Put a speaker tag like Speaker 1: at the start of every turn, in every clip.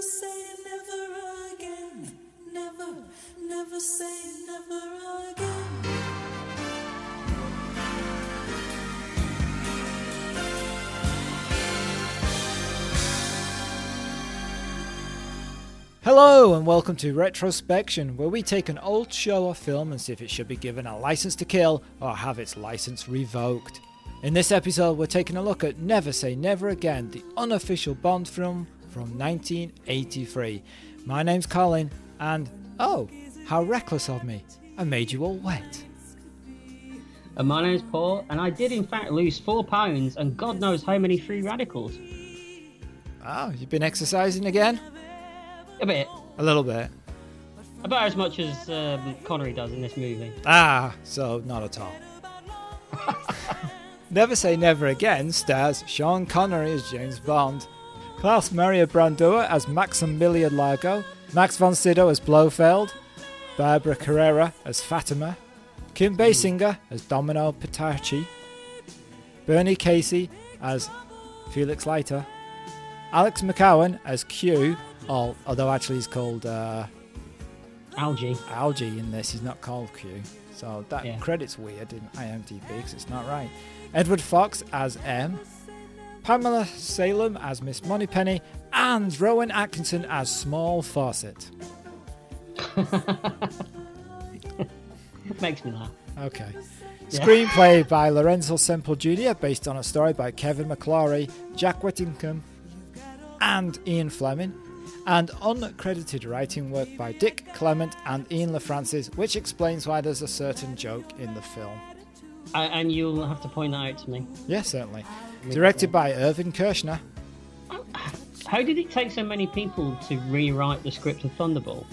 Speaker 1: say never again. Never, never say never again.
Speaker 2: Hello and welcome to Retrospection, where we take an old show or film and see if it should be given a license to kill or have its license revoked. In this episode, we're taking a look at Never Say Never Again, the unofficial Bond film from 1983. My name's Colin, and oh, how reckless of me! I made you all wet.
Speaker 3: And my name's Paul, and I did in fact lose four pounds and God knows how many free radicals.
Speaker 2: Oh, you've been exercising again?
Speaker 3: A bit.
Speaker 2: A little bit.
Speaker 3: About as much as um, Connery does in this movie.
Speaker 2: Ah, so not at all. never Say Never Again stars Sean Connery as James Bond, Klaus Maria Brandauer as Maximilian Largo, Max von Sydow as Blofeld, Barbara Carrera as Fatima, Kim Basinger as Domino Petacci, Bernie Casey as Felix Leiter, Alex McCowan as Q, al- although actually he's called uh,
Speaker 3: Algae.
Speaker 2: algae in this. He's not called Q. So that
Speaker 3: Yeah.
Speaker 2: credit's weird in IMDb because it's not right. Edward Fox as M. Pamela Salem as Miss Moneypenny. And Rowan Atkinson as Small Fawcett.
Speaker 3: Makes me laugh.
Speaker 2: Okay.
Speaker 3: Yeah.
Speaker 2: Screenplay by Lorenzo Semple Jr., based on a story by Kevin McClory, Jack Whittingham, and Ian Fleming, and uncredited writing work by Dick Clement and Ian LaFrancis, which explains why there's a certain joke in the film.
Speaker 3: I, and you'll have to point that out to me.
Speaker 2: Yeah, certainly. Directed by Irvin Kershner.
Speaker 3: How did it take so many people to rewrite the script of Thunderball?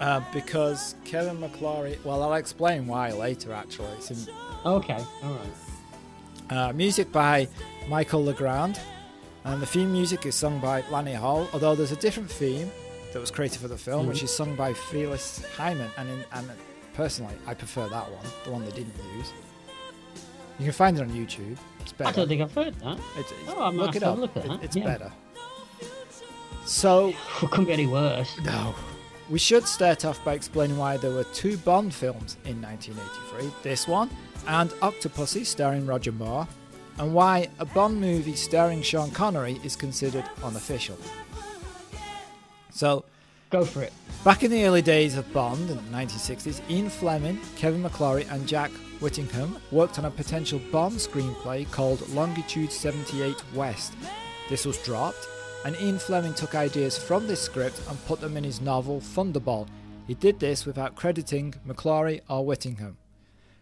Speaker 2: Uh, because Kevin McClory. Well, I'll explain why later, actually. It's in,
Speaker 3: Okay, alright.
Speaker 2: uh, music by Michael Legrand. And the theme music is sung by Lanny Hall, although there's a different theme that was created for the film, which is sung by Felix Hyman. And, in, and personally, I prefer that one, the one they didn't use. You can find it on YouTube. It's better.
Speaker 3: I don't think I've heard that.
Speaker 2: It's, it's-
Speaker 3: Oh, I might
Speaker 2: look
Speaker 3: have
Speaker 2: it
Speaker 3: to
Speaker 2: up.
Speaker 3: look at
Speaker 2: It-
Speaker 3: that,
Speaker 2: it's
Speaker 3: yeah.
Speaker 2: better. So
Speaker 3: couldn't be any worse.
Speaker 2: No. We should start off by explaining why there were two Bond films in 1983 this one and Octopussy, starring Roger Moore, and why a Bond movie starring Sean Connery is considered unofficial. So,
Speaker 3: Go for it.
Speaker 2: Back in the early days of Bond in the 1960s, Ian Fleming, Kevin McClory, and Jack Whittingham worked on a potential Bond screenplay called Longitude 78 West. This was dropped, and Ian Fleming took ideas from this script and put them in his novel Thunderball. He did this without crediting McClory or Whittingham.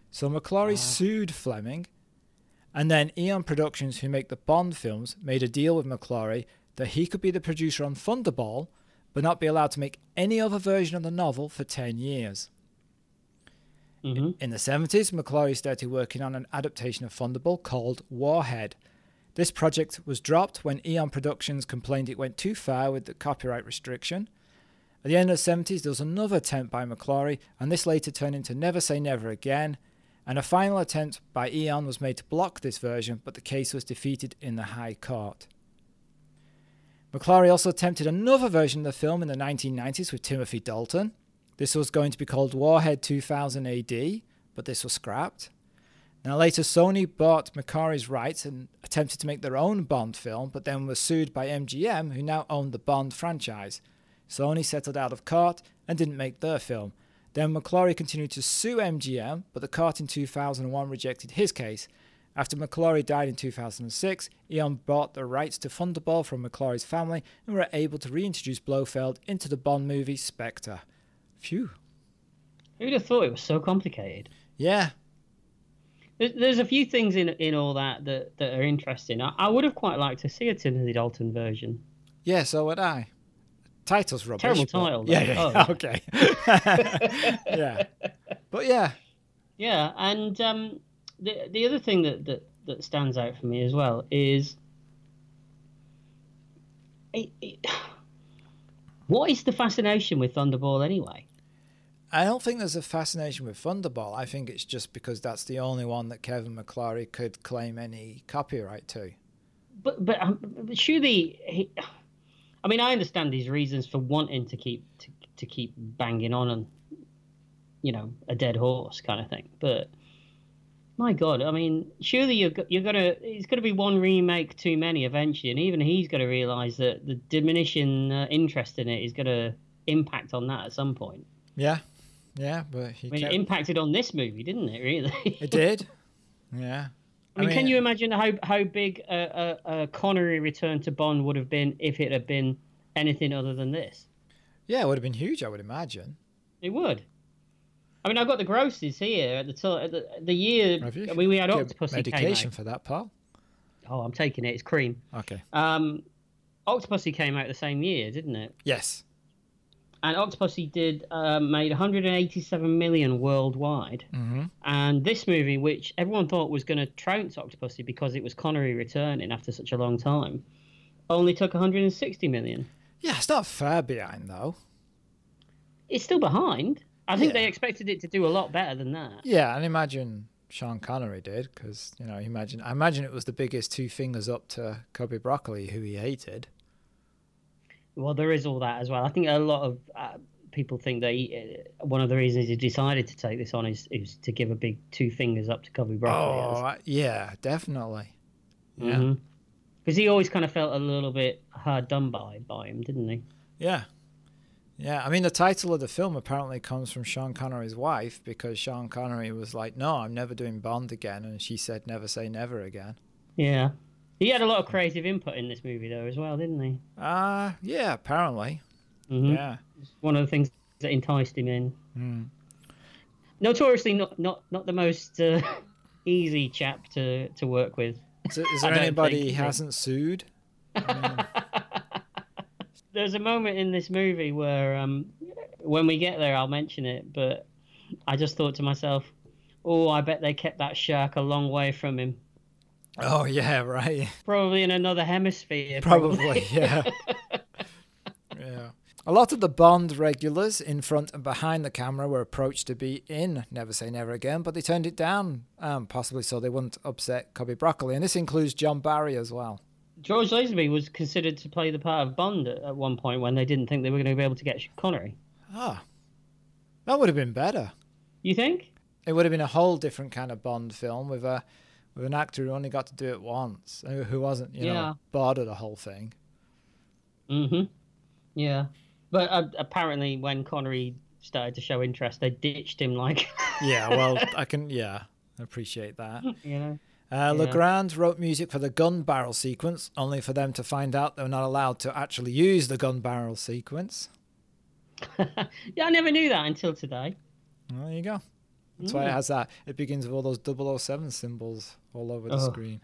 Speaker 2: So McClory sued Fleming, and then Eon Productions, who make the Bond films, made a deal with McClory that he could be the producer on Thunderball, but not be allowed to make any other version of the novel for 10 years.
Speaker 3: Mhm.
Speaker 2: In the 70s, McClory started working on an adaptation of Thunderball called Warhead. This project was dropped when Eon Productions complained it went too far with the copyright restriction. At the end of the 70s, there was another attempt by McClory, and this later turned into Never Say Never Again. And a final attempt by Eon was made to block this version, but the case was defeated in the High Court. McClory also attempted another version of the film in the 1990s with Timothy Dalton. This was going to be called Warhead 2000 AD, but this was scrapped. Now, later, Sony bought Macari's rights and attempted to make their own Bond film, but then was sued by MGM, who now owned the Bond franchise. Sony settled out of court and didn't make their film. Then McClory continued to sue MGM, but the court in 2001 rejected his case. After McClory died in 2006, Eon E bought the rights to Thunderball from McClory's family and were able to reintroduce Blofeld into the Bond movie Spectre. Phew.
Speaker 3: Who'd have thought it was so complicated?
Speaker 2: Yeah,
Speaker 3: There's, there's a few things in in all that that, that are interesting. I, I would have quite liked to see a Timothy Dalton version.
Speaker 2: Yeah, so would I. Title's rubbish.
Speaker 3: Terrible
Speaker 2: but-
Speaker 3: title, though.
Speaker 2: Yeah, yeah, yeah,
Speaker 3: Oh.
Speaker 2: okay. yeah. But yeah,
Speaker 3: Yeah, and um, the the other thing that, that that stands out for me as well is it, it, what is the fascination with Thunderball anyway?
Speaker 2: I don't think there's a fascination with Thunderball. I think it's just because that's the only one that Kevin McClory could claim any copyright to.
Speaker 3: But but, um, but surely he, I mean, I understand his reasons for wanting to keep to, to keep banging on and you know a dead horse kind of thing, but my god, I mean, surely you're go- you're gonna it's gonna be one remake too many eventually, and even he's gonna realise that the diminishing uh, interest in it is gonna impact on that at some point.
Speaker 2: Yeah, yeah, but he
Speaker 3: I mean,
Speaker 2: kept-
Speaker 3: it impacted on this movie, didn't it? Really.
Speaker 2: it did. Yeah.
Speaker 3: I mean, can you imagine how how big a, a, a Connery return to Bond would have been if it had been anything other than this?
Speaker 2: Yeah, it would have been huge. I would imagine.
Speaker 3: It would. I mean, I've got the grosses here at the t- at the, the year.
Speaker 2: Have you?
Speaker 3: Mm. I mean, we had
Speaker 2: Get
Speaker 3: Octopus
Speaker 2: medication
Speaker 3: came
Speaker 2: for that, pal.
Speaker 3: out. Oh, I'm taking it. It's cream.
Speaker 2: Okay.
Speaker 3: Um, Octopussy came out the same year, didn't it?
Speaker 2: Yes.
Speaker 3: And Octopussy did uh, made 187 million worldwide.
Speaker 2: Mm-hmm.
Speaker 3: And this movie, which everyone thought was going to trounce Octopussy because it was Connery returning after such a long time, only took 160 million.
Speaker 2: Yeah, it's not far behind though.
Speaker 3: It's still behind. I think
Speaker 2: Yeah.
Speaker 3: they expected it to do a lot better than that.
Speaker 2: Yeah, and imagine Sean Connery did because you know, imagine I imagine it was the biggest two fingers up to Kobe Broccoli, who he hated.
Speaker 3: Well, there is all that as well. I think a lot of uh, people think that he, uh, one of the reasons he decided to take this on is, is to give a big two fingers up to Covey Broccoli.
Speaker 2: Oh, I- yeah, definitely. Yeah,
Speaker 3: Because Mm-hmm. he always kind of felt a little bit hard done by by him, didn't he?
Speaker 2: yeah, yeah. I mean, the title of the film apparently comes from Sean Connery's wife because Sean Connery was like, "No, I'm never doing Bond again," and she said, "Never say never again."
Speaker 3: Yeah. He had a lot of creative input in this movie, though, as well, didn't he?
Speaker 2: Ah, yeah, apparently,
Speaker 3: Mhm.
Speaker 2: yeah. Hmm.
Speaker 3: one of the things that enticed him in. Notoriously, not not not the most uh, easy chap to to work with.
Speaker 2: Is, there- is
Speaker 3: I
Speaker 2: there
Speaker 3: don't
Speaker 2: anybody
Speaker 3: think-
Speaker 2: he hasn't sued? Hmm.
Speaker 3: There's a moment in this movie where, um, when we get there, I'll mention it. But I just thought to myself, "Oh, I bet they kept that shark a long way from him.
Speaker 2: Oh yeah, right.
Speaker 3: Probably in another hemisphere.
Speaker 2: Probably, yeah. yeah. A lot of the Bond regulars in front and behind the camera were approached to be in Never Say Never Again, but they turned it down, um, possibly so they wouldn't upset Cobby Broccoli. And this includes John Barry as well.
Speaker 3: George Lazenby was considered to play the part of Bond at, at one point when they didn't think they were going to be able to get Connery.
Speaker 2: Ah, that would have been better.
Speaker 3: You think?
Speaker 2: It would have been a whole different kind of Bond film with a with an actor who only got to do it once, who who wasn't, you
Speaker 3: Yeah.
Speaker 2: know, bored of the whole thing.
Speaker 3: Mm-hmm. Yeah, but uh, apparently, when Connery started to show interest, they ditched him. Like,
Speaker 2: Yeah, well, I can, yeah, appreciate that.
Speaker 3: you know,
Speaker 2: Uh, Legrand wrote music for the gun barrel sequence, only for them to find out they were not allowed to actually use the gun barrel sequence.
Speaker 3: yeah, I never knew that until today.
Speaker 2: Well, there you go. That's why it has that. It begins with all those 007 symbols all over the
Speaker 3: Oh.
Speaker 2: screen.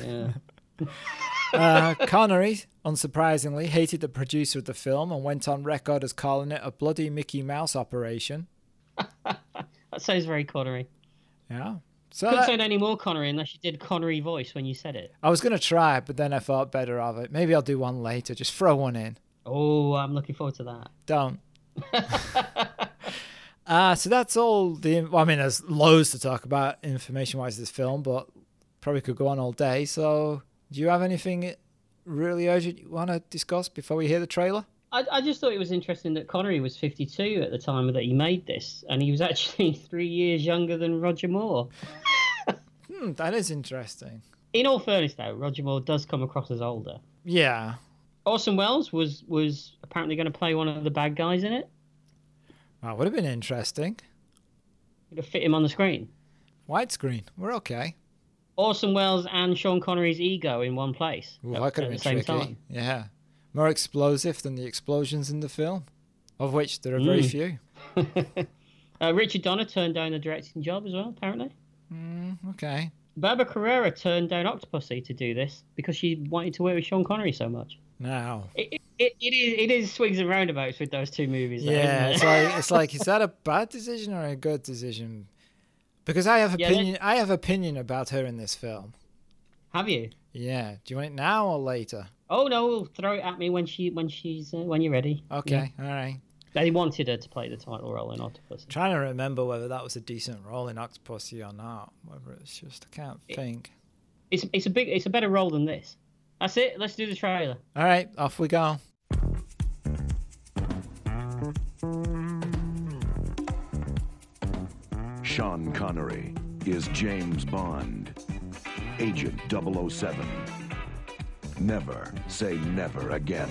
Speaker 3: Yeah.
Speaker 2: Uh, Connery, unsurprisingly, hated the producer of the film and went on record as calling it a bloody Mickey Mouse operation.
Speaker 3: that sounds very Connery.
Speaker 2: Yeah. So
Speaker 3: Couldn't
Speaker 2: that-
Speaker 3: sound any more Connery unless you did Connery voice when you said it.
Speaker 2: I was going to try, but then I thought better of it. Maybe I'll do one later. Just throw one in.
Speaker 3: Oh, I'm looking forward to that.
Speaker 2: Don't. uh, so that's all the. Well, I mean, there's loads to talk about information wise this film, but probably could go on all day. So, do you have anything really urgent you want to discuss before we hear the trailer?
Speaker 3: I, I just thought it was interesting that Connery was 52 at the time that he made this, and he was actually three years younger than Roger Moore.
Speaker 2: Hmm, that is interesting.
Speaker 3: In all fairness, though, Roger Moore does come across as older.
Speaker 2: Yeah.
Speaker 3: Orson Welles was was apparently going to play one of the bad guys in it.
Speaker 2: That would have been interesting.
Speaker 3: Would have fit him on the screen.
Speaker 2: Widescreen. We're okay.
Speaker 3: Orson Welles and Sean Connery's ego in one place
Speaker 2: Ooh,
Speaker 3: at,
Speaker 2: that could
Speaker 3: at
Speaker 2: have
Speaker 3: the
Speaker 2: been
Speaker 3: same
Speaker 2: tricky.
Speaker 3: time.
Speaker 2: Yeah. More explosive than the explosions in the film, of which there are very
Speaker 3: Mm.
Speaker 2: few.
Speaker 3: Uh, Richard Donner turned down the directing job as well, apparently.
Speaker 2: Okay.
Speaker 3: Barbara Carrera turned down Octopussy to do this because she wanted to work with Sean Connery so much.
Speaker 2: Now.
Speaker 3: It, it, it, it is it is swings and roundabouts with those two movies. Though,
Speaker 2: Yeah,
Speaker 3: isn't
Speaker 2: it's
Speaker 3: it?
Speaker 2: like it's like is that a bad decision or a good decision? Because I have
Speaker 3: Yeah, that-
Speaker 2: opinion. I have opinion about her in this film.
Speaker 3: have you?
Speaker 2: Yeah. Do you want it now or later?
Speaker 3: Oh no! Throw it at me when she when she's uh, when you're ready.
Speaker 2: Okay. All right.
Speaker 3: Yeah. They wanted her to play the title role in Octopussy.
Speaker 2: Trying to remember whether that was a decent role in Octopussy or not. Whether it's just I can't think.
Speaker 3: It's it's a big it's a better role than this. That's it. Let's do the trailer.
Speaker 2: All right. Off we go.
Speaker 4: Sean Connery is James Bond, Agent 007. Never say never again.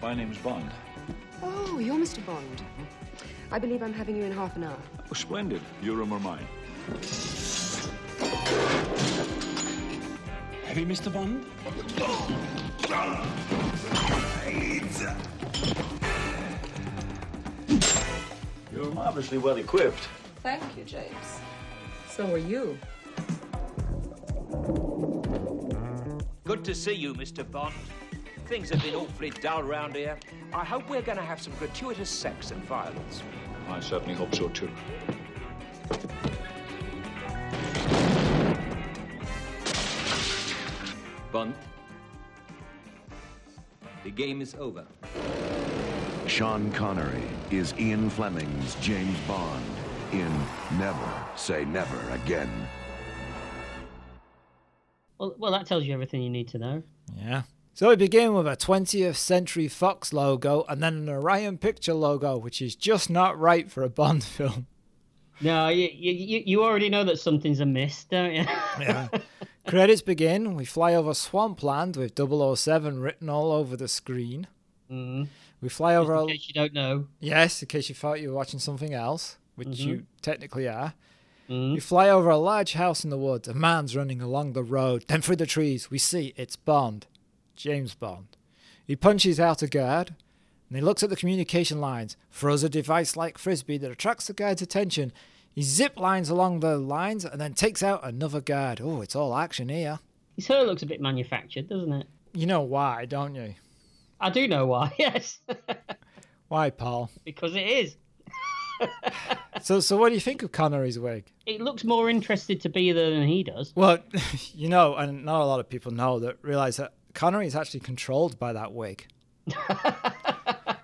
Speaker 5: My name's Bond.
Speaker 6: Oh, you're Mr. Bond. I believe I'm having you in half an hour.
Speaker 5: Oh, splendid. Your room or mine? Have you, Mr. Bond? You're marvelously well equipped.
Speaker 7: Thank you, James.
Speaker 6: So are you.
Speaker 8: Good to see you, Mr. Bond. Things have been awfully dull round here. I hope we're going to have some gratuitous sex and violence.
Speaker 5: I certainly hope so, too.
Speaker 8: Bond, the game is over.
Speaker 4: Sean Connery is Ian Fleming's James Bond in Never Say Never Again.
Speaker 3: Well, well, that tells you everything you need to know.
Speaker 2: Yeah. So we begin with a 20th Century Fox logo and then an Orion Picture logo, which is just not right for a Bond film.
Speaker 3: No, you, you, you already know that something's amiss, don't you?
Speaker 2: Yeah. Credits begin. We fly over swampland with 007 written all over the screen.
Speaker 3: Mhm.
Speaker 2: We fly over.
Speaker 3: In
Speaker 2: A,
Speaker 3: case you don't know.
Speaker 2: yes, in case you thought you were watching something else, which you technically are.
Speaker 3: Mhm.
Speaker 2: We fly over a large house in the woods. A man's running along the road. Then through the trees, we see it's Bond, James Bond. He punches out a guard, and he looks at the communication lines. Throws a device like frisbee that attracts the guard's attention. He zip lines along the lines and then takes out another guard. Oh, it's all action here.
Speaker 3: His hair looks a bit manufactured, doesn't it?
Speaker 2: You know why, don't you?
Speaker 3: I do know why, yes.
Speaker 2: Why, Paul?
Speaker 3: because it is.
Speaker 2: So, so what do you think of Connery's wig?
Speaker 3: It looks more interested to be there than he does.
Speaker 2: Well, you know, and not a lot of people know that realize that Connery is actually controlled by that wig.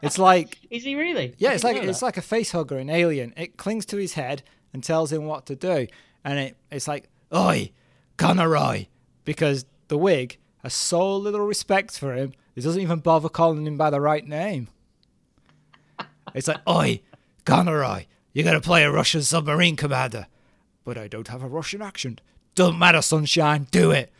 Speaker 2: it's like
Speaker 3: Is he really?
Speaker 2: yeah, it's like it's like a face hugger in Alien. It clings to his head and tells him what to do, and it it's like oi, Conneroy, because the wig has so little respect for him, it doesn't even bother calling him by the right name. It's like oi, Conneroy, you're gonna play a Russian submarine commander, but I don't have a Russian accent. Don't matter, sunshine, do it.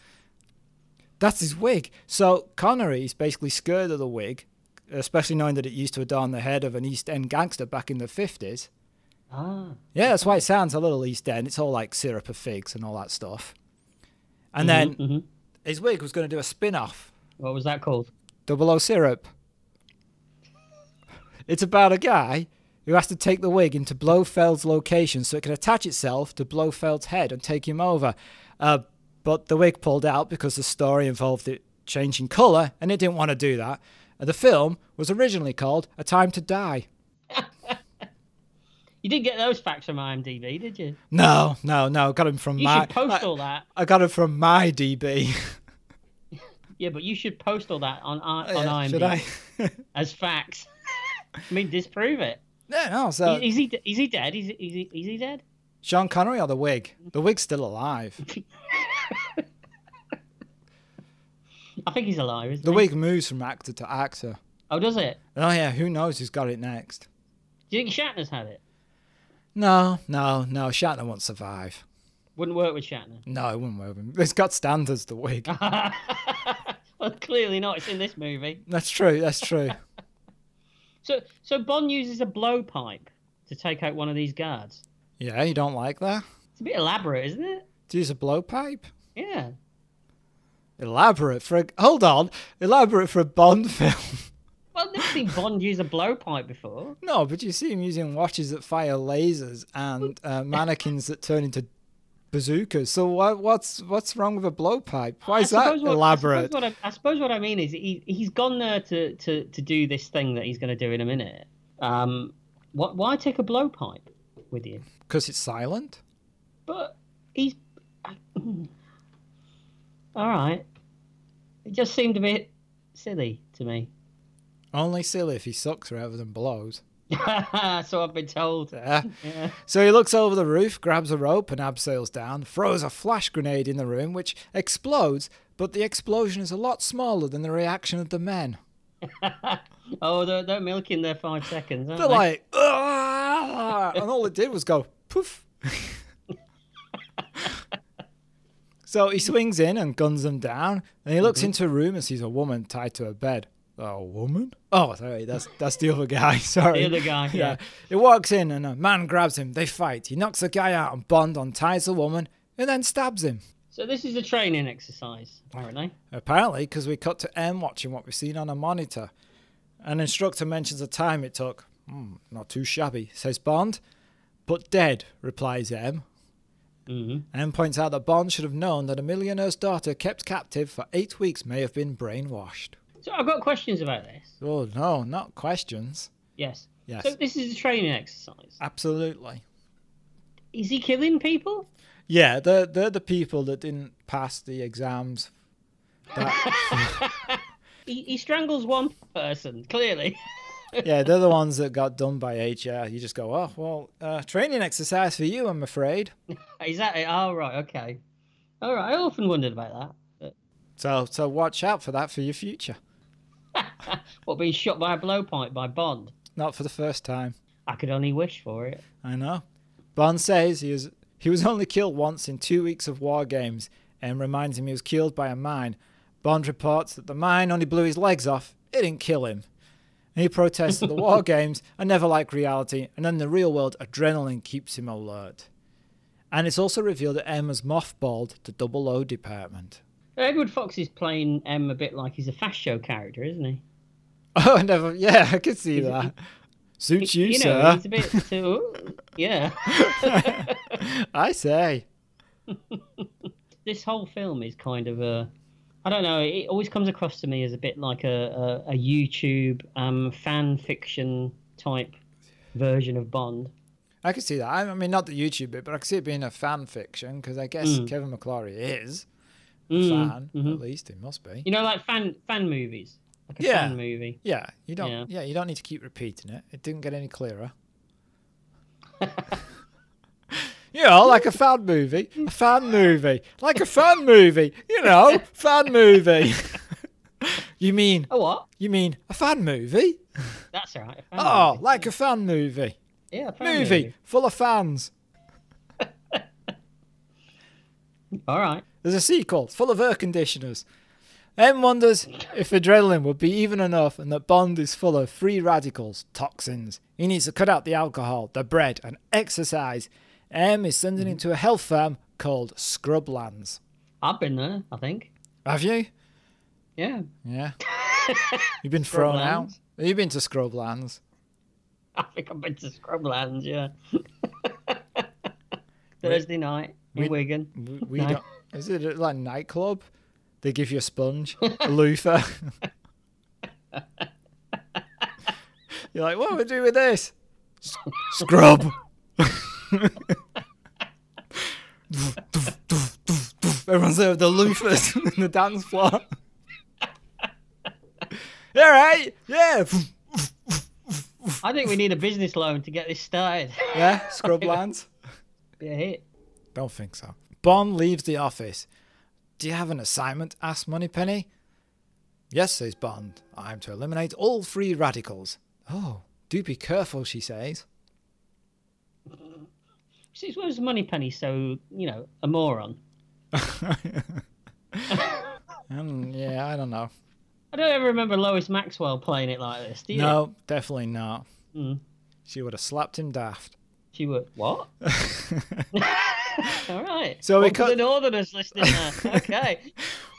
Speaker 2: That's his wig. So Connery is basically scared of the wig, especially knowing that it used to adorn the head of an East End gangster back in the 50s.
Speaker 3: Ah,
Speaker 2: Yeah, that's why it sounds a little East End. It's all like syrup of figs and all that stuff. And then
Speaker 3: mhm.
Speaker 2: his wig was going to do a spin off,
Speaker 3: what was that called?
Speaker 2: Double O Syrup. It's about a guy who has to take the wig into Blofeld's location so it can attach itself to Blofeld's head and take him over. Uh, but the wig pulled out because the story involved it changing colour and it didn't want to do that. And the film was originally called A Time to Die.
Speaker 3: You didn't get those facts from IMDb, did you?
Speaker 2: No, no, no. Got him from
Speaker 3: You
Speaker 2: my.
Speaker 3: should post
Speaker 2: I-
Speaker 3: all that.
Speaker 2: I got him from my DB.
Speaker 3: Yeah, but you should post all that on I on IMDb
Speaker 2: Oh, Should I?
Speaker 3: as facts. I mean, disprove it.
Speaker 2: no, no. So
Speaker 3: is, is he is he dead? Is, he- is he is he dead?
Speaker 2: Sean Connery or the wig? The wig's still alive.
Speaker 3: I think he's alive, isn't
Speaker 2: The
Speaker 3: he?
Speaker 2: wig moves from actor to actor.
Speaker 3: Oh, does it?
Speaker 2: Oh yeah, who knows who's got it next?
Speaker 3: Do you think Shatner's had it?
Speaker 2: No, no, no. Shatner won't survive.
Speaker 3: Wouldn't work with Shatner.
Speaker 2: No, it wouldn't work. with him. It's got standards. The wig.
Speaker 3: well, clearly not. It's in this movie.
Speaker 2: That's true. That's true.
Speaker 3: So so Bond uses a blowpipe to take out one of these guards.
Speaker 2: Yeah, you don't like that?
Speaker 3: It's a bit elaborate, isn't it?
Speaker 2: To use a blowpipe?
Speaker 3: Yeah.
Speaker 2: Elaborate for a hold on. Elaborate for a Bond film.
Speaker 3: Well, I've never seen Bond use a blowpipe before.
Speaker 2: No, but you see him using watches that fire lasers and uh, mannequins that turn into bazookas. So what, what's what's wrong with a blowpipe? Why is that
Speaker 3: suppose what- I
Speaker 2: elaborate?
Speaker 3: suppose, what I, I suppose what I mean is he, he's gone there to, to, to do this thing that he's going to do in a minute. Um, what, why take a blowpipe with you?
Speaker 2: Because it's silent.
Speaker 3: But he's. all right. It just seemed a bit silly to me.
Speaker 2: Only silly if he sucks rather than blows.
Speaker 3: so I've been told.
Speaker 2: Yeah. So he looks over the roof, grabs a rope and abseils down, throws a flash grenade in the room, which explodes, but the explosion is a lot smaller than the reaction of the men.
Speaker 3: Oh, they're, they're milking their five seconds. Aren't
Speaker 2: They're
Speaker 3: they?
Speaker 2: like, "Ah!" and all it did was go poof. so he swings in and guns them down, and he
Speaker 3: Mm-hmm.
Speaker 2: looks into a room and sees a woman tied to a bed. A woman? Oh, sorry, that's that's the other guy. Sorry,
Speaker 3: The other guy, yeah.
Speaker 2: He walks in and a man grabs him. They fight. He knocks the guy out, and Bond unties the woman and then stabs him.
Speaker 3: So this is a training exercise, apparently.
Speaker 2: Apparently, because we cut to M watching what we've seen on a monitor. An instructor mentions the time it took. Hmm, not too shabby, says Bond. But dead, replies M. Mm-hmm. M points out that Bond should have known that a millionaire's daughter kept captive for eight weeks may have been brainwashed.
Speaker 3: So I've got questions about this.
Speaker 2: Oh, no, not questions.
Speaker 3: Yes.
Speaker 2: Yes.
Speaker 3: So this is a training exercise.
Speaker 2: Absolutely.
Speaker 3: Is he killing people?
Speaker 2: Yeah, they're, they're the people that didn't pass the exams.
Speaker 3: He, he strangles one person, clearly.
Speaker 2: Yeah, they're the ones that got done by HR. You just go, oh, well, uh, training exercise for you, I'm afraid.
Speaker 3: is that it? Oh, right, okay. All right, I often wondered about that.
Speaker 2: So so watch out for that for your future.
Speaker 3: What, being shot by a blowpipe by Bond?
Speaker 2: Not for the first time.
Speaker 3: I could only wish for it.
Speaker 2: I know. Bond says he is he was only killed once in two weeks of war games and reminds him he was killed by a mine. Bond reports that the mine only blew his legs off, it didn't kill him. And he protests that the war games are never like reality, and then the real world adrenaline keeps him alert. And it's also revealed that M has mothballed the double O department.
Speaker 3: Edward Fox is playing M a bit like he's a fast show character, isn't he?
Speaker 2: Oh, I never. Yeah, I could see that. Suits you,
Speaker 3: you
Speaker 2: sir.
Speaker 3: know, he's a bit too. yeah.
Speaker 2: I say.
Speaker 3: this whole film is kind of a I don't know. It always comes across to me as a bit like a, a, a YouTube um, fan fiction type version of Bond.
Speaker 2: I could see that. I I mean, not the YouTube bit, but I could see it being a fan fiction because I guess Kevin McClory is a fan. At least he must be.
Speaker 3: You know, like fan fan movies, like a
Speaker 2: Yeah.
Speaker 3: fan movie.
Speaker 2: Yeah, you don't. Yeah.
Speaker 3: Yeah.
Speaker 2: you don't need to keep repeating it. It didn't get any clearer. you know, like a fan movie, a fan movie, like a fan movie. You know, fan movie. you mean
Speaker 3: Oh what?
Speaker 2: you mean a fan movie?
Speaker 3: That's all right. a fan
Speaker 2: Oh,
Speaker 3: movie.
Speaker 2: like a fan movie.
Speaker 3: yeah, a fan
Speaker 2: Movie, full of fans.
Speaker 3: All right.
Speaker 2: There's a sequel full of air conditioners. M wonders if adrenaline would be even enough and that Bond is full of free radicals, toxins. He needs to cut out the alcohol, the bread, and exercise. M is sending him to a health farm called Scrublands.
Speaker 3: I've been there. I think.
Speaker 2: Have you?
Speaker 3: Yeah.
Speaker 2: Yeah. You've been thrown out.
Speaker 3: Scrublands?
Speaker 2: Have you been to Scrublands?
Speaker 3: I think I've been to Scrublands. Yeah. Thursday night in
Speaker 2: we-
Speaker 3: Wigan.
Speaker 2: We, we
Speaker 3: No.
Speaker 2: don't. Is it like a nightclub? They give you a sponge, a loofah. You're like, what would we do with this? S- Scrub. Everyone's there with the loofahs in the dance floor. All right, yeah,
Speaker 3: I think we need a business loan to get this started.
Speaker 2: yeah, Scrublands.
Speaker 3: Be a hit.
Speaker 2: Don't think so. Bond leaves the office. Do you have an assignment? asks Moneypenny. Yes, says Bond. I'm to eliminate all free radicals. Oh, do be careful, she says.
Speaker 3: Since when was Moneypenny so, you know, a moron?
Speaker 2: Um, yeah, I don't know.
Speaker 3: I don't ever remember Lois Maxwell playing it like this, do you?
Speaker 2: No, definitely not. She would have slapped him daft.
Speaker 3: She would. What? All right.
Speaker 2: So we
Speaker 3: Welcome
Speaker 2: cut-
Speaker 3: to the Northerners listening now. Okay.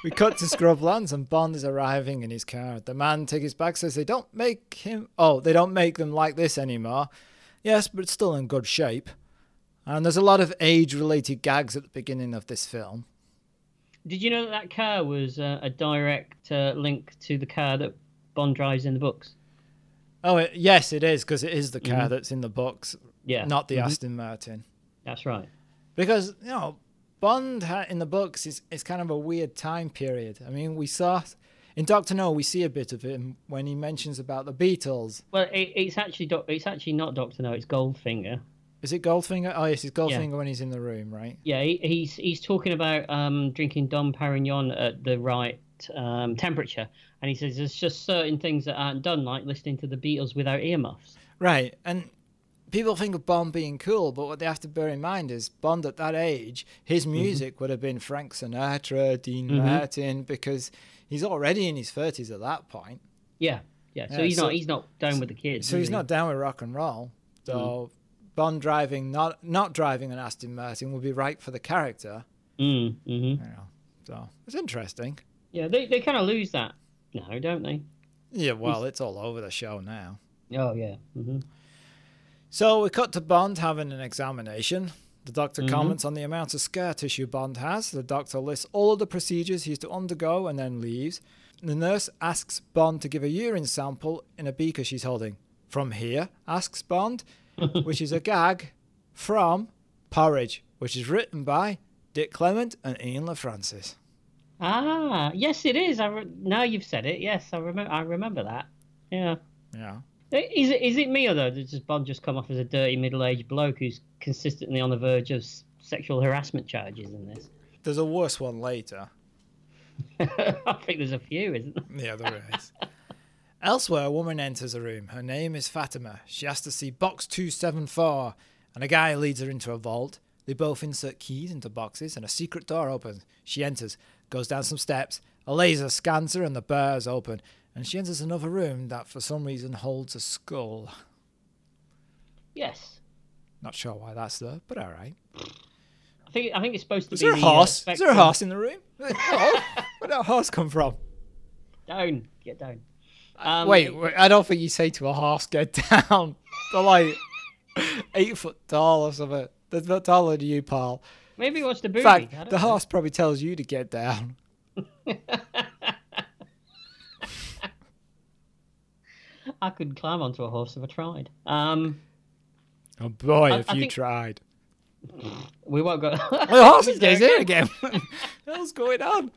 Speaker 2: We cut to Scrublands and Bond is arriving in his car. The man taking his bag says they don't make him. Oh, they don't make them like this anymore. Yes, but still in good shape. And there's a lot of age-related gags at the beginning of this film.
Speaker 3: Did you know that that car was uh, a direct uh, link to the car that Bond drives in the books?
Speaker 2: Oh it, yes, it is because it is the car that's in the box,
Speaker 3: Mm-hmm. Yeah. Mm-hmm.
Speaker 2: not the Aston Martin.
Speaker 3: That's right.
Speaker 2: Because you know, Bond ha- in the books is is kind of a weird time period. I mean, we saw in Doctor No, we see a bit of him when he mentions about the Beatles.
Speaker 3: Well, it, it's actually doc- it's actually not Doctor No. It's Goldfinger
Speaker 2: Is it Goldfinger? Oh, yes, it's Goldfinger
Speaker 3: Yeah.
Speaker 2: when he's in the room, right?
Speaker 3: Yeah, he, he's he's talking about um, drinking Dom Perignon at the right um, temperature, and he says there's just certain things that aren't done, like listening to the Beatles without earmuffs.
Speaker 2: Right, and people think of Bond being cool, but what they have to bear in mind is Bond at that age, his
Speaker 3: Mm-hmm.
Speaker 2: music would have been Frank Sinatra, Dean Martin, because he's already in his thirties at that point.
Speaker 3: Yeah, yeah. So
Speaker 2: Yeah,
Speaker 3: he's
Speaker 2: so-
Speaker 3: not he's not down with the kids.
Speaker 2: So
Speaker 3: is
Speaker 2: he's
Speaker 3: he?
Speaker 2: not down with rock and roll. So Bond driving, not not driving an Aston Martin, would be right for the character.
Speaker 3: Mm, mhm.
Speaker 2: You know, so it's interesting.
Speaker 3: Yeah, they they kind of lose that now, don't they?
Speaker 2: Yeah, well, it's all over the show now.
Speaker 3: Oh yeah. hmm
Speaker 2: So we cut to Bond having an examination. The doctor comments on the amount of scar tissue Bond has. The doctor lists all of the procedures he's to undergo and then leaves. The nurse asks Bond to give a urine sample in a beaker she's holding. From here, asks Bond, which is a gag from Porridge, which is written by Dick Clement and Ian LaFrancis.
Speaker 3: Ah, yes, it is. I re- now you've said it. Yes, I remember. I remember that. Yeah.
Speaker 2: Yeah.
Speaker 3: Is it is it me or though? Does Bond just come off as a dirty middle aged bloke who's consistently on the verge of s- sexual harassment charges in this?
Speaker 2: There's a worse one later.
Speaker 3: I think there's a few, isn't there?
Speaker 2: The other is. Elsewhere, a woman enters a room. Her name is Fatima. She has to see box 274, and a guy leads her into a vault. They both insert keys into boxes, and a secret door opens. She enters, goes down some steps. A laser scans her, and the bar is open. And she enters another room that, for some reason, holds a skull.
Speaker 3: Yes.
Speaker 2: Not sure why that's there, but all right.
Speaker 3: I think I think it's supposed to
Speaker 2: Is
Speaker 3: be
Speaker 2: there a
Speaker 3: the, uh,
Speaker 2: horse? Is there a
Speaker 3: spectrum.
Speaker 2: horse in the room? No. Where'd that horse come from?
Speaker 3: Down, get down. Um,
Speaker 2: Uh, Wait, wait, I don't think you say to a horse, get down. They're like eight foot tall or something. They're not taller than you, pal.
Speaker 3: maybe watch the
Speaker 2: In
Speaker 3: movie. I
Speaker 2: fact,
Speaker 3: don't
Speaker 2: the
Speaker 3: know.
Speaker 2: horse probably tells you to get down.
Speaker 3: I could climb onto a horse if I tried. Um,
Speaker 2: Oh boy,
Speaker 3: I-
Speaker 2: if
Speaker 3: I
Speaker 2: you
Speaker 3: think-
Speaker 2: tried.
Speaker 3: we won't go.
Speaker 2: The horse is getting in again. What's going on?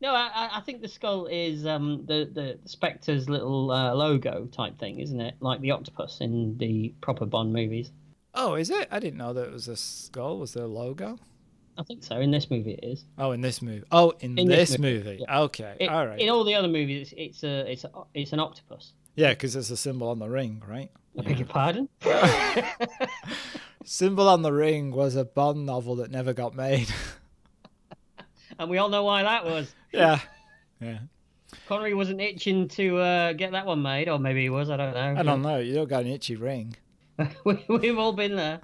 Speaker 3: no, I, I- I think the skull is um, the the Spectre's little uh, logo type thing, isn't it? Like the octopus in the proper Bond movies.
Speaker 2: Oh, is it? I didn't know that it was a skull. Was there a logo?
Speaker 3: I think so. In this movie, it is.
Speaker 2: Oh, in this movie. Oh, in,
Speaker 3: In
Speaker 2: this,
Speaker 3: this
Speaker 2: movie. Okay,
Speaker 3: It-
Speaker 2: all right.
Speaker 3: In all the other movies, it's, it's a it's a, it's an octopus.
Speaker 2: yeah, because there's a symbol on the ring, right?
Speaker 3: I beg your pardon.
Speaker 2: Symbol on the ring was a Bond novel that never got made.
Speaker 3: and we all know why that was.
Speaker 2: yeah, yeah.
Speaker 3: Connery wasn't itching to uh, get that one made, or maybe he was. I don't know.
Speaker 2: I don't know. You don't got an itchy ring.
Speaker 3: we, we've all been there.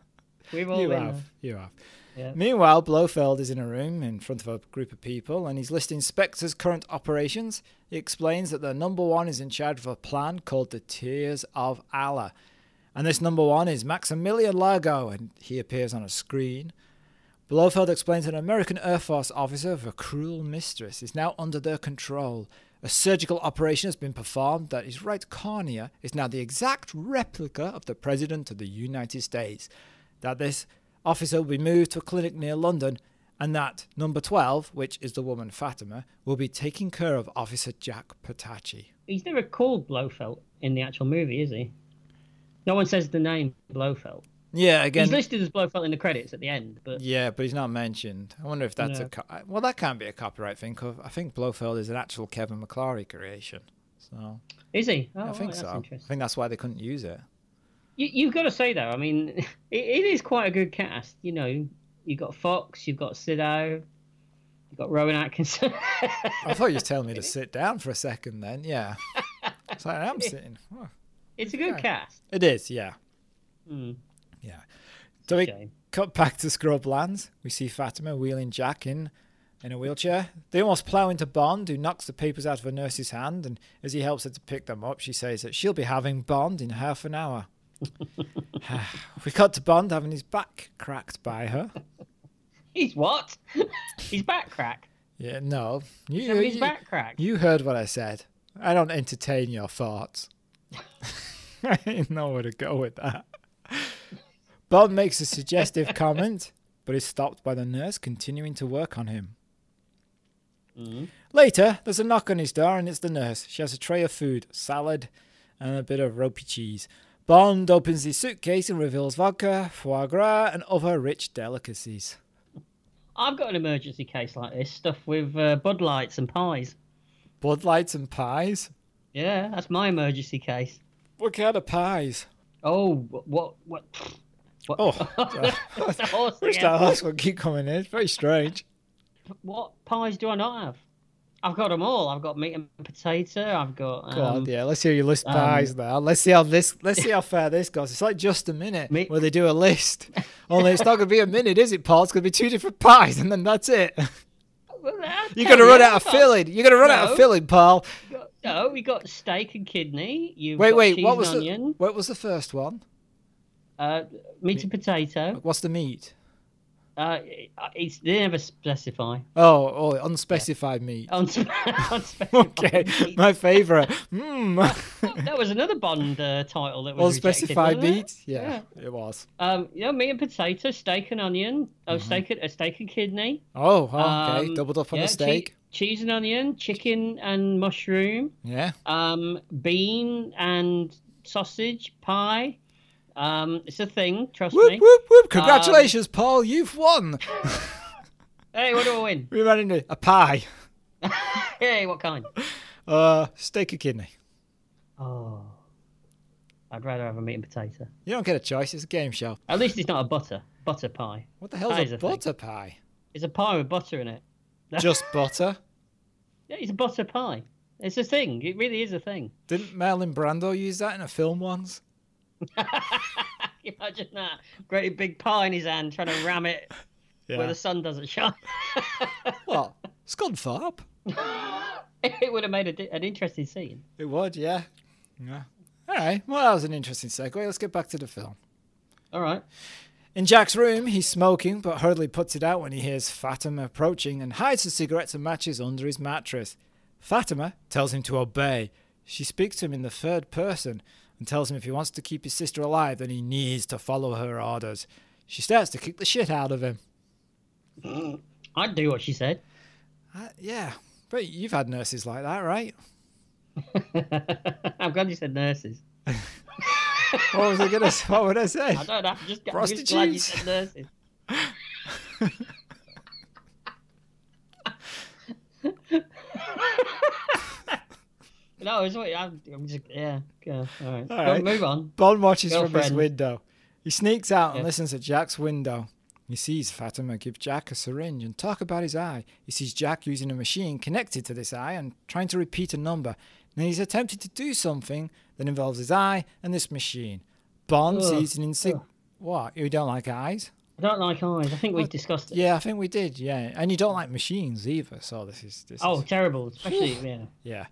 Speaker 3: We've all
Speaker 2: You
Speaker 3: been
Speaker 2: have. You have.
Speaker 3: Yeah.
Speaker 2: Meanwhile, Blofeld is in a room in front of a group of people and he's listing Spectre's current operations. He explains that the number one is in charge of a plan called the Tears of Allah. And this number one is Maximilian Largo, and he appears on a screen. Blofeld explains that an American Air Force officer of a cruel mistress is now under their control. A surgical operation has been performed that his right cornea is now the exact replica of the President of the United States. That this officer will be moved to a clinic near London, and that number 12, which is the woman Fatima, will be taking care of Officer Jack Patachi.
Speaker 3: there. He's never called Blofeld in the actual movie, is he? No one says the name Blofeld.
Speaker 2: Yeah, again.
Speaker 3: He's listed as Blofeld in the credits at the end, but
Speaker 2: Yeah, but he's not mentioned. I wonder if that's a
Speaker 3: No.
Speaker 2: co- I- well, that can't be a copyright thing. 'cause I think Blofeld is an actual Kevin McClary creation, so
Speaker 3: is he? Oh,
Speaker 2: I think
Speaker 3: right, that's
Speaker 2: so. I
Speaker 3: interesting.
Speaker 2: think that's why they couldn't use it.
Speaker 3: You, you've got to say though. I mean, it, it is quite a good cast. You know, you've got Fox, you've got Sido, you've got Rowan Atkinson.
Speaker 2: I thought you were telling me to sit down for a second. Then, yeah, it's like I am sitting. Oh.
Speaker 3: it's a good cast.
Speaker 2: It is, yeah, yeah. So we
Speaker 3: Hmm. shame.
Speaker 2: cut back to Scrublands. We see Fatima wheeling Jack in in a wheelchair. They almost plow into Bond, who knocks the papers out of a nurse's hand. And as he helps her to pick them up, she says that she'll be having Bond in half an hour. we cut to Bond having his back cracked by her.
Speaker 3: He's what? He's back crack.
Speaker 2: Yeah, no, you,
Speaker 3: Having his
Speaker 2: you-
Speaker 3: back cracked.
Speaker 2: You heard what I said. I don't entertain your thoughts. I didn't know where to go with that. Bob makes a suggestive comment, but is stopped by the nurse continuing to work on him. Later, there's a knock on his door, and it's the nurse. She has a tray of food, salad, and a bit of ropey cheese. Bond opens his suitcase and reveals vodka, foie gras, and other rich delicacies.
Speaker 3: I've got an emergency case like this, stuff with uh, Bud Lights and pies.
Speaker 2: Bud lights and pies?
Speaker 3: Yeah, that's my emergency case.
Speaker 2: What kind of pies?
Speaker 3: Oh, what, what, what?
Speaker 2: Oh,
Speaker 3: It's a horse
Speaker 2: which
Speaker 3: again.
Speaker 2: that last one keep coming in. It's very strange.
Speaker 3: What pies do I not have? I've got them all. I've got meat and potato. I've got
Speaker 2: Go
Speaker 3: um,
Speaker 2: on, yeah. Let's hear your list pies now. Let's see how this. Let's see how fair this goes. It's like just a minute
Speaker 3: Me-
Speaker 2: where they do a list. Only it's not going to be a minute, is it, Paul? It's going to be two different pies, and then that's it. You're going to run out of filling. You're going to run out of
Speaker 3: No.
Speaker 2: filling, Paul.
Speaker 3: No, we got steak and kidney. You
Speaker 2: Wait,
Speaker 3: got
Speaker 2: wait.
Speaker 3: Cheese
Speaker 2: What
Speaker 3: and
Speaker 2: was the,
Speaker 3: onion?
Speaker 2: what was the first one?
Speaker 3: Uh, meat and potato.
Speaker 2: What's the meat?
Speaker 3: Uh, it- it's they never specify.
Speaker 2: Oh, oh, unspecified meat.
Speaker 3: Unspe- unspecified.
Speaker 2: Okay,
Speaker 3: meat.
Speaker 2: my favourite. Mm.
Speaker 3: that was another Bond uh, title that was rejected,
Speaker 2: unspecified
Speaker 3: wasn't it?
Speaker 2: meat. Yeah, it was.
Speaker 3: Um, yeah, meat and potato, steak and onion. Oh, steak and a steak and kidney.
Speaker 2: Oh, Mm-hmm. okay.
Speaker 3: Um,
Speaker 2: Doubled up on
Speaker 3: yeah,
Speaker 2: the
Speaker 3: chee-
Speaker 2: steak.
Speaker 3: cheese and onion, chicken and mushroom.
Speaker 2: Yeah.
Speaker 3: um, bean and sausage pie. Um, it's a thing, trust me.
Speaker 2: Whoop whoop
Speaker 3: Um,
Speaker 2: whoop! Congratulations, Paul. You've won.
Speaker 3: Hey, what do I win?
Speaker 2: We ran into a pie,
Speaker 3: Hey, what kind?
Speaker 2: uh, steak and kidney.
Speaker 3: Oh, I'd rather have a meat and potato.
Speaker 2: You don't get a choice. It's a game show.
Speaker 3: At least it's not a butter butter pie.
Speaker 2: What the hell's
Speaker 3: Pie's
Speaker 2: a
Speaker 3: a thing.
Speaker 2: butter pie?
Speaker 3: It's a pie with butter in it.
Speaker 2: Just butter.
Speaker 3: Yeah, it's a butter pie. It's a thing. It really is a thing.
Speaker 2: Didn't Marilyn Brando use that in a film once?
Speaker 3: Imagine that great big pie in his hand, trying to ram it where the sun doesn't shine.
Speaker 2: What? Scunthorpe?
Speaker 3: it would have made a di- an interesting scene.
Speaker 2: It would, yeah. Yeah. All right. Well, that was an interesting segue. Let's get back to the film.
Speaker 3: All right.
Speaker 2: In Jack's room, he's smoking, but hurriedly puts it out when he hears Fatima approaching and hides the cigarettes and matches under his mattress. Fatima tells him to obey. She speaks to him in the third person and tells him if he wants to keep his sister alive, then he needs to follow her orders. She starts to kick the shit out of him.
Speaker 3: I'd do what she said.
Speaker 2: Uh, yeah, but you've had nurses like that, right?
Speaker 3: I'm glad you said nurses.
Speaker 2: What was I gonna? s- what would I say?
Speaker 3: I don't know. I'm just, I'm just glad you
Speaker 2: Prostitutes.
Speaker 3: said nurses. no, it's what I'm, I'm just yeah. yeah all right. Go-
Speaker 2: right.
Speaker 3: Move on.
Speaker 2: Bond watches from his
Speaker 3: Girlfriend.
Speaker 2: window. He sneaks out and
Speaker 3: Yeah.
Speaker 2: listens at Jack's window. He sees Fatima give Jack a syringe and talk about his eye. He sees Jack using a machine connected to this eye and trying to repeat a number. Then he's attempted to do something that involves his eye and this machine. Bond sees an insig. What? You don't like eyes?
Speaker 3: I don't like eyes. I think we discussed it.
Speaker 2: Yeah, I think we did. Yeah, and you don't like machines either. So this is this.
Speaker 3: Oh,
Speaker 2: is,
Speaker 3: terrible! Especially yeah.
Speaker 2: yeah.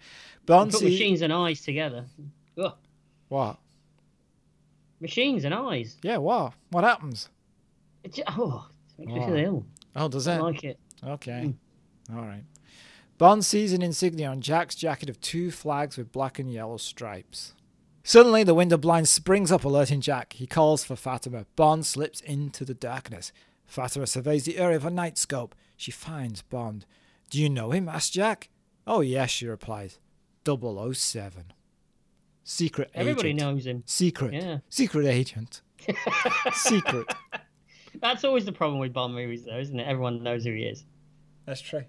Speaker 2: Bond
Speaker 3: Put
Speaker 2: sees
Speaker 3: machines and eyes together. Ugh.
Speaker 2: what?
Speaker 3: Machines and eyes.
Speaker 2: Yeah, what? What happens?
Speaker 3: It ju- oh, it makes me feel ill.
Speaker 2: Oh, does
Speaker 3: I
Speaker 2: it?
Speaker 3: don't like it.
Speaker 2: Okay. All right. Bond sees an insignia on Jack's jacket of two flags with black and yellow stripes. Suddenly, the window blind springs up, alerting Jack. He calls for Fatima. Bond slips into the darkness. Fatima surveys the area with a night scope. She finds Bond. Do you know him? asks Jack. Oh, yes, she replies. 007. Secret
Speaker 3: Everybody
Speaker 2: agent.
Speaker 3: knows him.
Speaker 2: Secret.
Speaker 3: Yeah.
Speaker 2: Secret agent. Secret.
Speaker 3: That's always the problem with Bond movies, though, isn't it? Everyone knows who he is.
Speaker 2: That's true.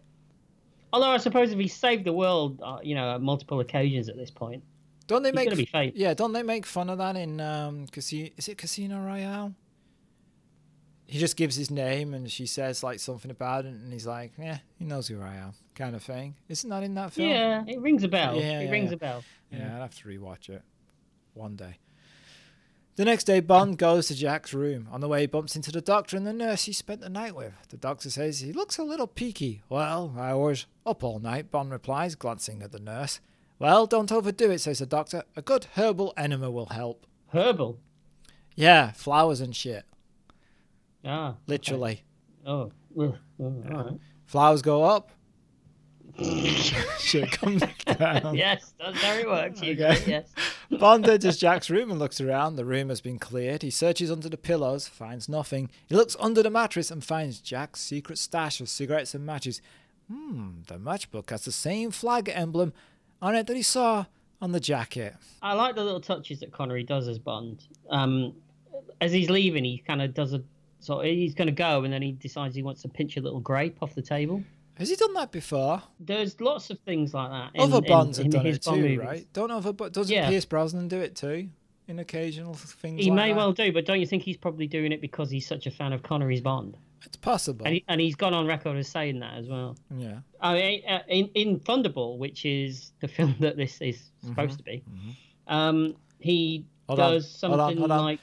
Speaker 3: Although I suppose if he saved the world, uh, you know, at multiple occasions at this point,
Speaker 2: Don't they
Speaker 3: He's
Speaker 2: make
Speaker 3: gonna be fine.
Speaker 2: yeah? Don't they make fun of that in um? Casino, is it Casino Royale? He just gives his name and she says like something about it, and he's like, "Yeah, he knows who I am," kind of thing. Isn't that in that film?
Speaker 3: yeah, it rings a bell.
Speaker 2: Yeah,
Speaker 3: it
Speaker 2: yeah,
Speaker 3: rings
Speaker 2: yeah.
Speaker 3: a bell.
Speaker 2: Yeah, I'd have to rewatch it one day. The next day, Bond goes to Jack's room. On the way, he bumps into the doctor and the nurse he spent the night with. The doctor says he looks a little peaky. Well, I was up all night, Bond replies, glancing at the nurse. Well, don't overdo it, says the doctor. A good herbal enema will help.
Speaker 3: Herbal.
Speaker 2: Yeah, flowers and shit.
Speaker 3: Ah,
Speaker 2: Literally.
Speaker 3: oh, ugh, oh, all right.
Speaker 2: Flowers go up. shit comes down.
Speaker 3: yes, that's how it works. You
Speaker 2: Oh. Okay.
Speaker 3: yes.
Speaker 2: Bond enters Jack's room and looks around. The room has been cleared. He searches under the pillows, finds nothing. He looks under the mattress and finds Jack's secret stash of cigarettes and matches. Hmm, the matchbook has the same flag emblem on it that he saw on the jacket.
Speaker 3: I like the little touches that Connery does as Bond. Um, as he's leaving, he kind of does a so he's going to go, and then he decides he wants to pinch a little grape off the table.
Speaker 2: Has he done that before?
Speaker 3: There's lots of things like that. in-
Speaker 2: Other
Speaker 3: in-
Speaker 2: Bonds
Speaker 3: in
Speaker 2: have done
Speaker 3: his
Speaker 2: it
Speaker 3: Bond
Speaker 2: too,
Speaker 3: movies.
Speaker 2: right? Don't other Bo- doesn't
Speaker 3: Yeah.
Speaker 2: Pierce Brosnan do it too in occasional things?
Speaker 3: He
Speaker 2: like
Speaker 3: may
Speaker 2: that?
Speaker 3: well do, but don't you think he's probably doing it because he's such a fan of Connery's Bond?
Speaker 2: It's possible.
Speaker 3: And, he, and he's gone on record as saying that as well.
Speaker 2: yeah.
Speaker 3: I mean, uh, in, in Thunderball, which is the film that this is supposed to be, um, he
Speaker 2: Mm-hmm. Hold on,
Speaker 3: does
Speaker 2: hold
Speaker 3: something
Speaker 2: on, hold on.
Speaker 3: like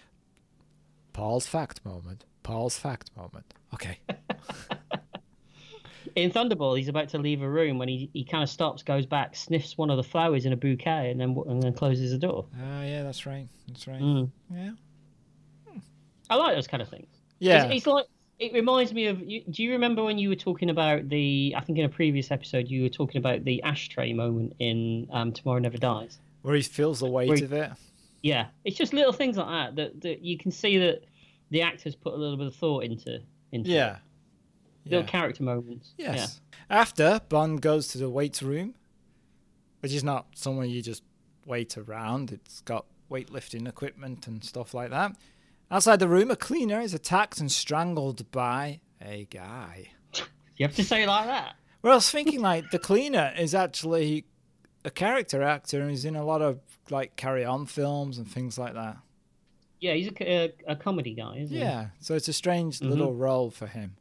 Speaker 2: Paul's fact moment. Paul's fact moment. Okay. Uh,
Speaker 3: in Thunderball, he's about to leave a room when he, he kind of stops, goes back, sniffs one of the flowers in a bouquet, and then and then closes the door.
Speaker 2: Ah, yeah, that's right. That's right.
Speaker 3: Hmm.
Speaker 2: Yeah.
Speaker 3: I like those kind of things.
Speaker 2: Yeah.
Speaker 3: It's, it's like it reminds me of. you- Do you remember when you were talking about the? I think in a previous episode you were talking about the ashtray moment in um, Tomorrow Never Dies.
Speaker 2: Where he feels the weight
Speaker 3: Where he-
Speaker 2: of it.
Speaker 3: Yeah, it's just little things like that that, that you can see that the actors put a little bit of thought into. into it.
Speaker 2: Yeah.
Speaker 3: little
Speaker 2: yeah.
Speaker 3: character moments.
Speaker 2: Yes. After Bond goes to the weight room, which is not somewhere you just wait around. It's got weightlifting equipment and stuff like that. Outside the room, a cleaner is attacked and strangled by a guy.
Speaker 3: Yeah. You have to say it like that.
Speaker 2: Well, I was thinking like the cleaner is actually a character actor and he's in a lot of like carry on films and things like that.
Speaker 3: Yeah, he's a, c- a- a comedy guy, isn't he?
Speaker 2: Yeah, so it's a strange little role for him.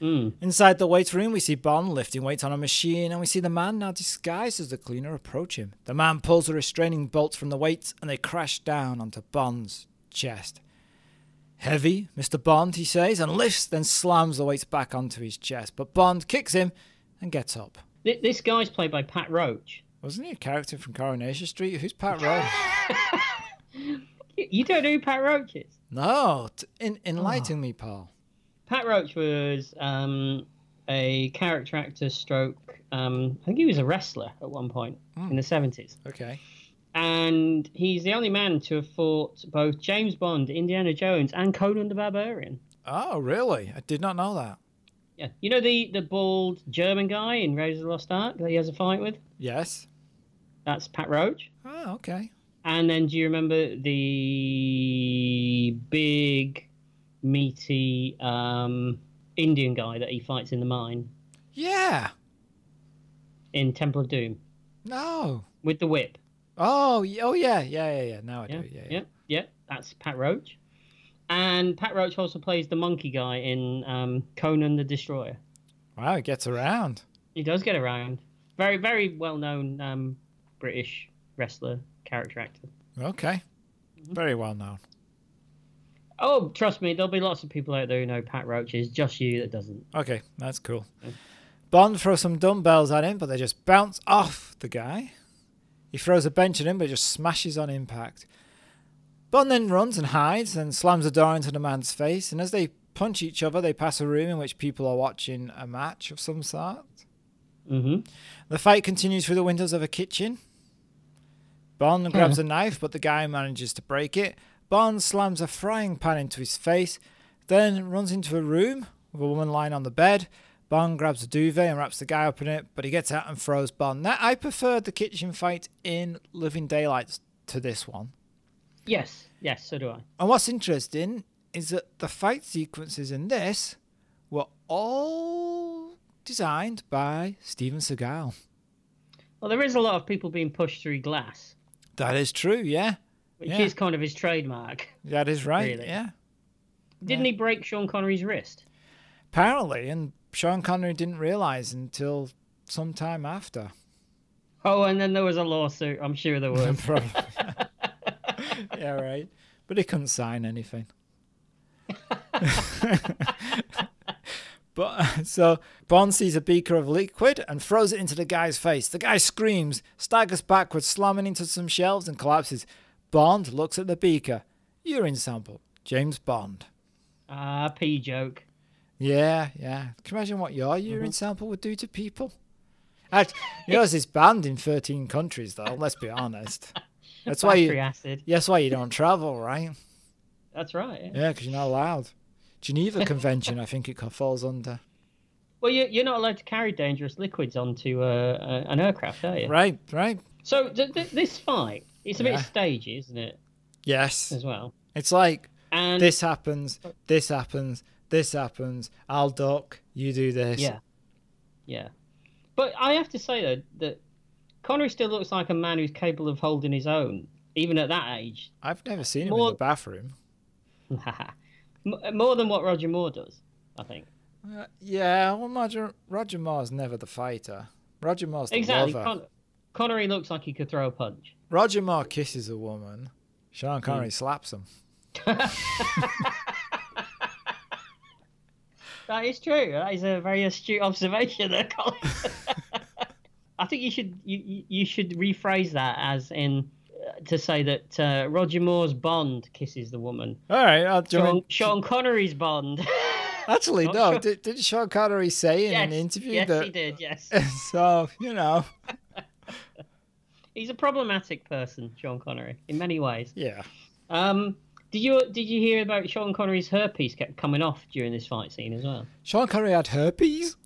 Speaker 3: Mm.
Speaker 2: Inside the weight room, we see Bond lifting weights on a machine, and we see the man now disguised as the cleaner approach him. The man pulls a restraining bolt from the weights, and they crash down onto Bond's chest. Heavy, Mr. Bond, he says, and lifts, then slams the weights back onto his chest. But Bond kicks him and gets up.
Speaker 3: Th- This guy's played by Pat Roach.
Speaker 2: Wasn't he a character from Coronation Street? Who's Pat Roy?
Speaker 3: Y- You don't know who Pat Roach is.
Speaker 2: no, t- en- enlighten me, Paul.
Speaker 3: Pat Roach was um, a character actor, stroke. Um, I think he was a wrestler at one point in the seventies,
Speaker 2: Okay.
Speaker 3: and he's the only man to have fought both James Bond, Indiana Jones, and Conan the Barbarian.
Speaker 2: Oh, really? I did not know that.
Speaker 3: Yeah, you know the the bald German guy in Raiders of the Lost Ark that he has a fight with.
Speaker 2: Yes.
Speaker 3: That's Pat Roach.
Speaker 2: Oh, okay.
Speaker 3: And then do you remember the big, meaty um, Indian guy that he fights in the mine
Speaker 2: Yeah.
Speaker 3: in Temple of Doom
Speaker 2: No.
Speaker 3: with the whip?
Speaker 2: Oh, y- oh yeah, yeah, yeah, yeah. Now I
Speaker 3: Yeah,
Speaker 2: do. Yeah, yeah.
Speaker 3: yeah, yeah. That's Pat Roach. And Pat Roach also plays the monkey guy in um, Conan the Destroyer.
Speaker 2: Wow, it gets around.
Speaker 3: He does get around. Very, very well known um, British wrestler, character actor.
Speaker 2: Okay. Very well known.
Speaker 3: Oh, trust me, there'll be lots of people out there who know Pat Roach is just you that doesn't.
Speaker 2: Okay, that's cool. Bond throws some dumbbells at him, but they just bounce off the guy. He throws a bench at him, but it just smashes on impact. Bond then runs and hides, and slams a door into the man's face. And as they punch each other, they pass a room in which people are watching a match of some sort.
Speaker 3: hmm
Speaker 2: The fight continues through the windows of a kitchen. Bond grabs
Speaker 3: Hmm.
Speaker 2: a knife, but the guy manages to break it. Bond slams a frying pan into his face, then runs into a room with a woman lying on the bed. Bond grabs a duvet and wraps the guy up in it, but he gets out and throws Bond. That I preferred the kitchen fight in Living Daylights to this one.
Speaker 3: Yes, yes, so do I.
Speaker 2: And what's interesting is that the fight sequences in this were all designed by Steven Seagal.
Speaker 3: Well, there is a lot of people being pushed through glass,
Speaker 2: That is true, yeah.
Speaker 3: which
Speaker 2: Yeah.
Speaker 3: is kind of his trademark.
Speaker 2: That is right.
Speaker 3: Really.
Speaker 2: Yeah.
Speaker 3: Didn't he break Sean Connery's wrist?
Speaker 2: Apparently, and Sean Connery didn't realize until some time after.
Speaker 3: Oh, and then there was a lawsuit. I'm sure there was.
Speaker 2: Probably. yeah, right. But he couldn't sign anything. but so Bond sees a beaker of liquid and throws it into the guy's face. The guy screams, staggers backwards, slamming into some shelves, and collapses. Bond looks at the beaker. Urine sample. James Bond.
Speaker 3: Ah, pee joke.
Speaker 2: Yeah, yeah. Can you imagine what your
Speaker 3: Mm-hmm.
Speaker 2: urine sample would do to people? Act- Yours is banned in 13 countries, though. Let's be honest. That's why
Speaker 3: Battery
Speaker 2: you.
Speaker 3: acid.
Speaker 2: That's why you don't travel, right?
Speaker 3: That's right. yeah.
Speaker 2: Yeah, because you're not allowed. Geneva Convention, I think it co- falls under.
Speaker 3: Well, you, you're not allowed to carry dangerous liquids onto uh, uh, an aircraft, are you?
Speaker 2: Right, right.
Speaker 3: So th- th- this fight, it's a
Speaker 2: Yeah.
Speaker 3: bit stagey, isn't it?
Speaker 2: Yes.
Speaker 3: As well.
Speaker 2: It's like
Speaker 3: And
Speaker 2: this happens, this happens, this happens. I'll duck, you do this.
Speaker 3: yeah, yeah. But I have to say though that Connery still looks like a man who's capable of holding his own, even at that age.
Speaker 2: I've never seen him in
Speaker 3: More-
Speaker 2: the bathroom.
Speaker 3: M- More than what Roger Moore does, I think.
Speaker 2: Uh, yeah, well, Roger, Roger Moore's never the fighter. Roger Moore's the
Speaker 3: Exactly.
Speaker 2: lover.
Speaker 3: Con- Connery looks like he could throw a punch.
Speaker 2: Roger Moore kisses a woman. Sean Connery slaps him.
Speaker 3: That is true. That is a very astute observation there, Colin. I think you should you, you- you should rephrase that as in uh, to say that uh, Roger Moore's Bond kisses the woman.
Speaker 2: All right, I'll join.
Speaker 3: Sean, Sean Connery's Bond.
Speaker 2: Actually,
Speaker 3: Oh,
Speaker 2: no.
Speaker 3: sure.
Speaker 2: Did, did Sean Connery say in
Speaker 3: yes,
Speaker 2: an interview
Speaker 3: yes,
Speaker 2: that?
Speaker 3: he did. Yes,
Speaker 2: so you know,
Speaker 3: he's a problematic person, Sean Connery, in many ways.
Speaker 2: yeah.
Speaker 3: Um, did you did you hear about Sean Connery's herpes kept coming off during this fight scene as well?
Speaker 2: Sean Connery had herpes.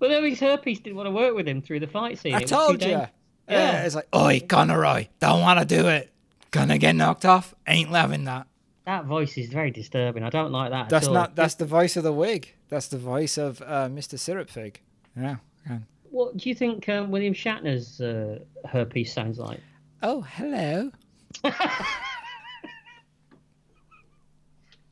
Speaker 3: Well, no, his herpes didn't want to work with him through the fight scene.
Speaker 2: I
Speaker 3: It was too
Speaker 2: told you.
Speaker 3: dangerous.
Speaker 2: Yeah.
Speaker 3: Yeah.
Speaker 2: it's like, oi, Connery, don't want to do it. Gonna get knocked off. Ain't loving that.
Speaker 3: That voice is very disturbing. I don't like that.
Speaker 2: That's
Speaker 3: at all.
Speaker 2: not. That's the voice of the wig. That's the voice of uh, Mr. Syrup Fig. Yeah. and-
Speaker 3: What do you think um, William Shatner's uh, herpes sounds like?
Speaker 2: Oh, hello.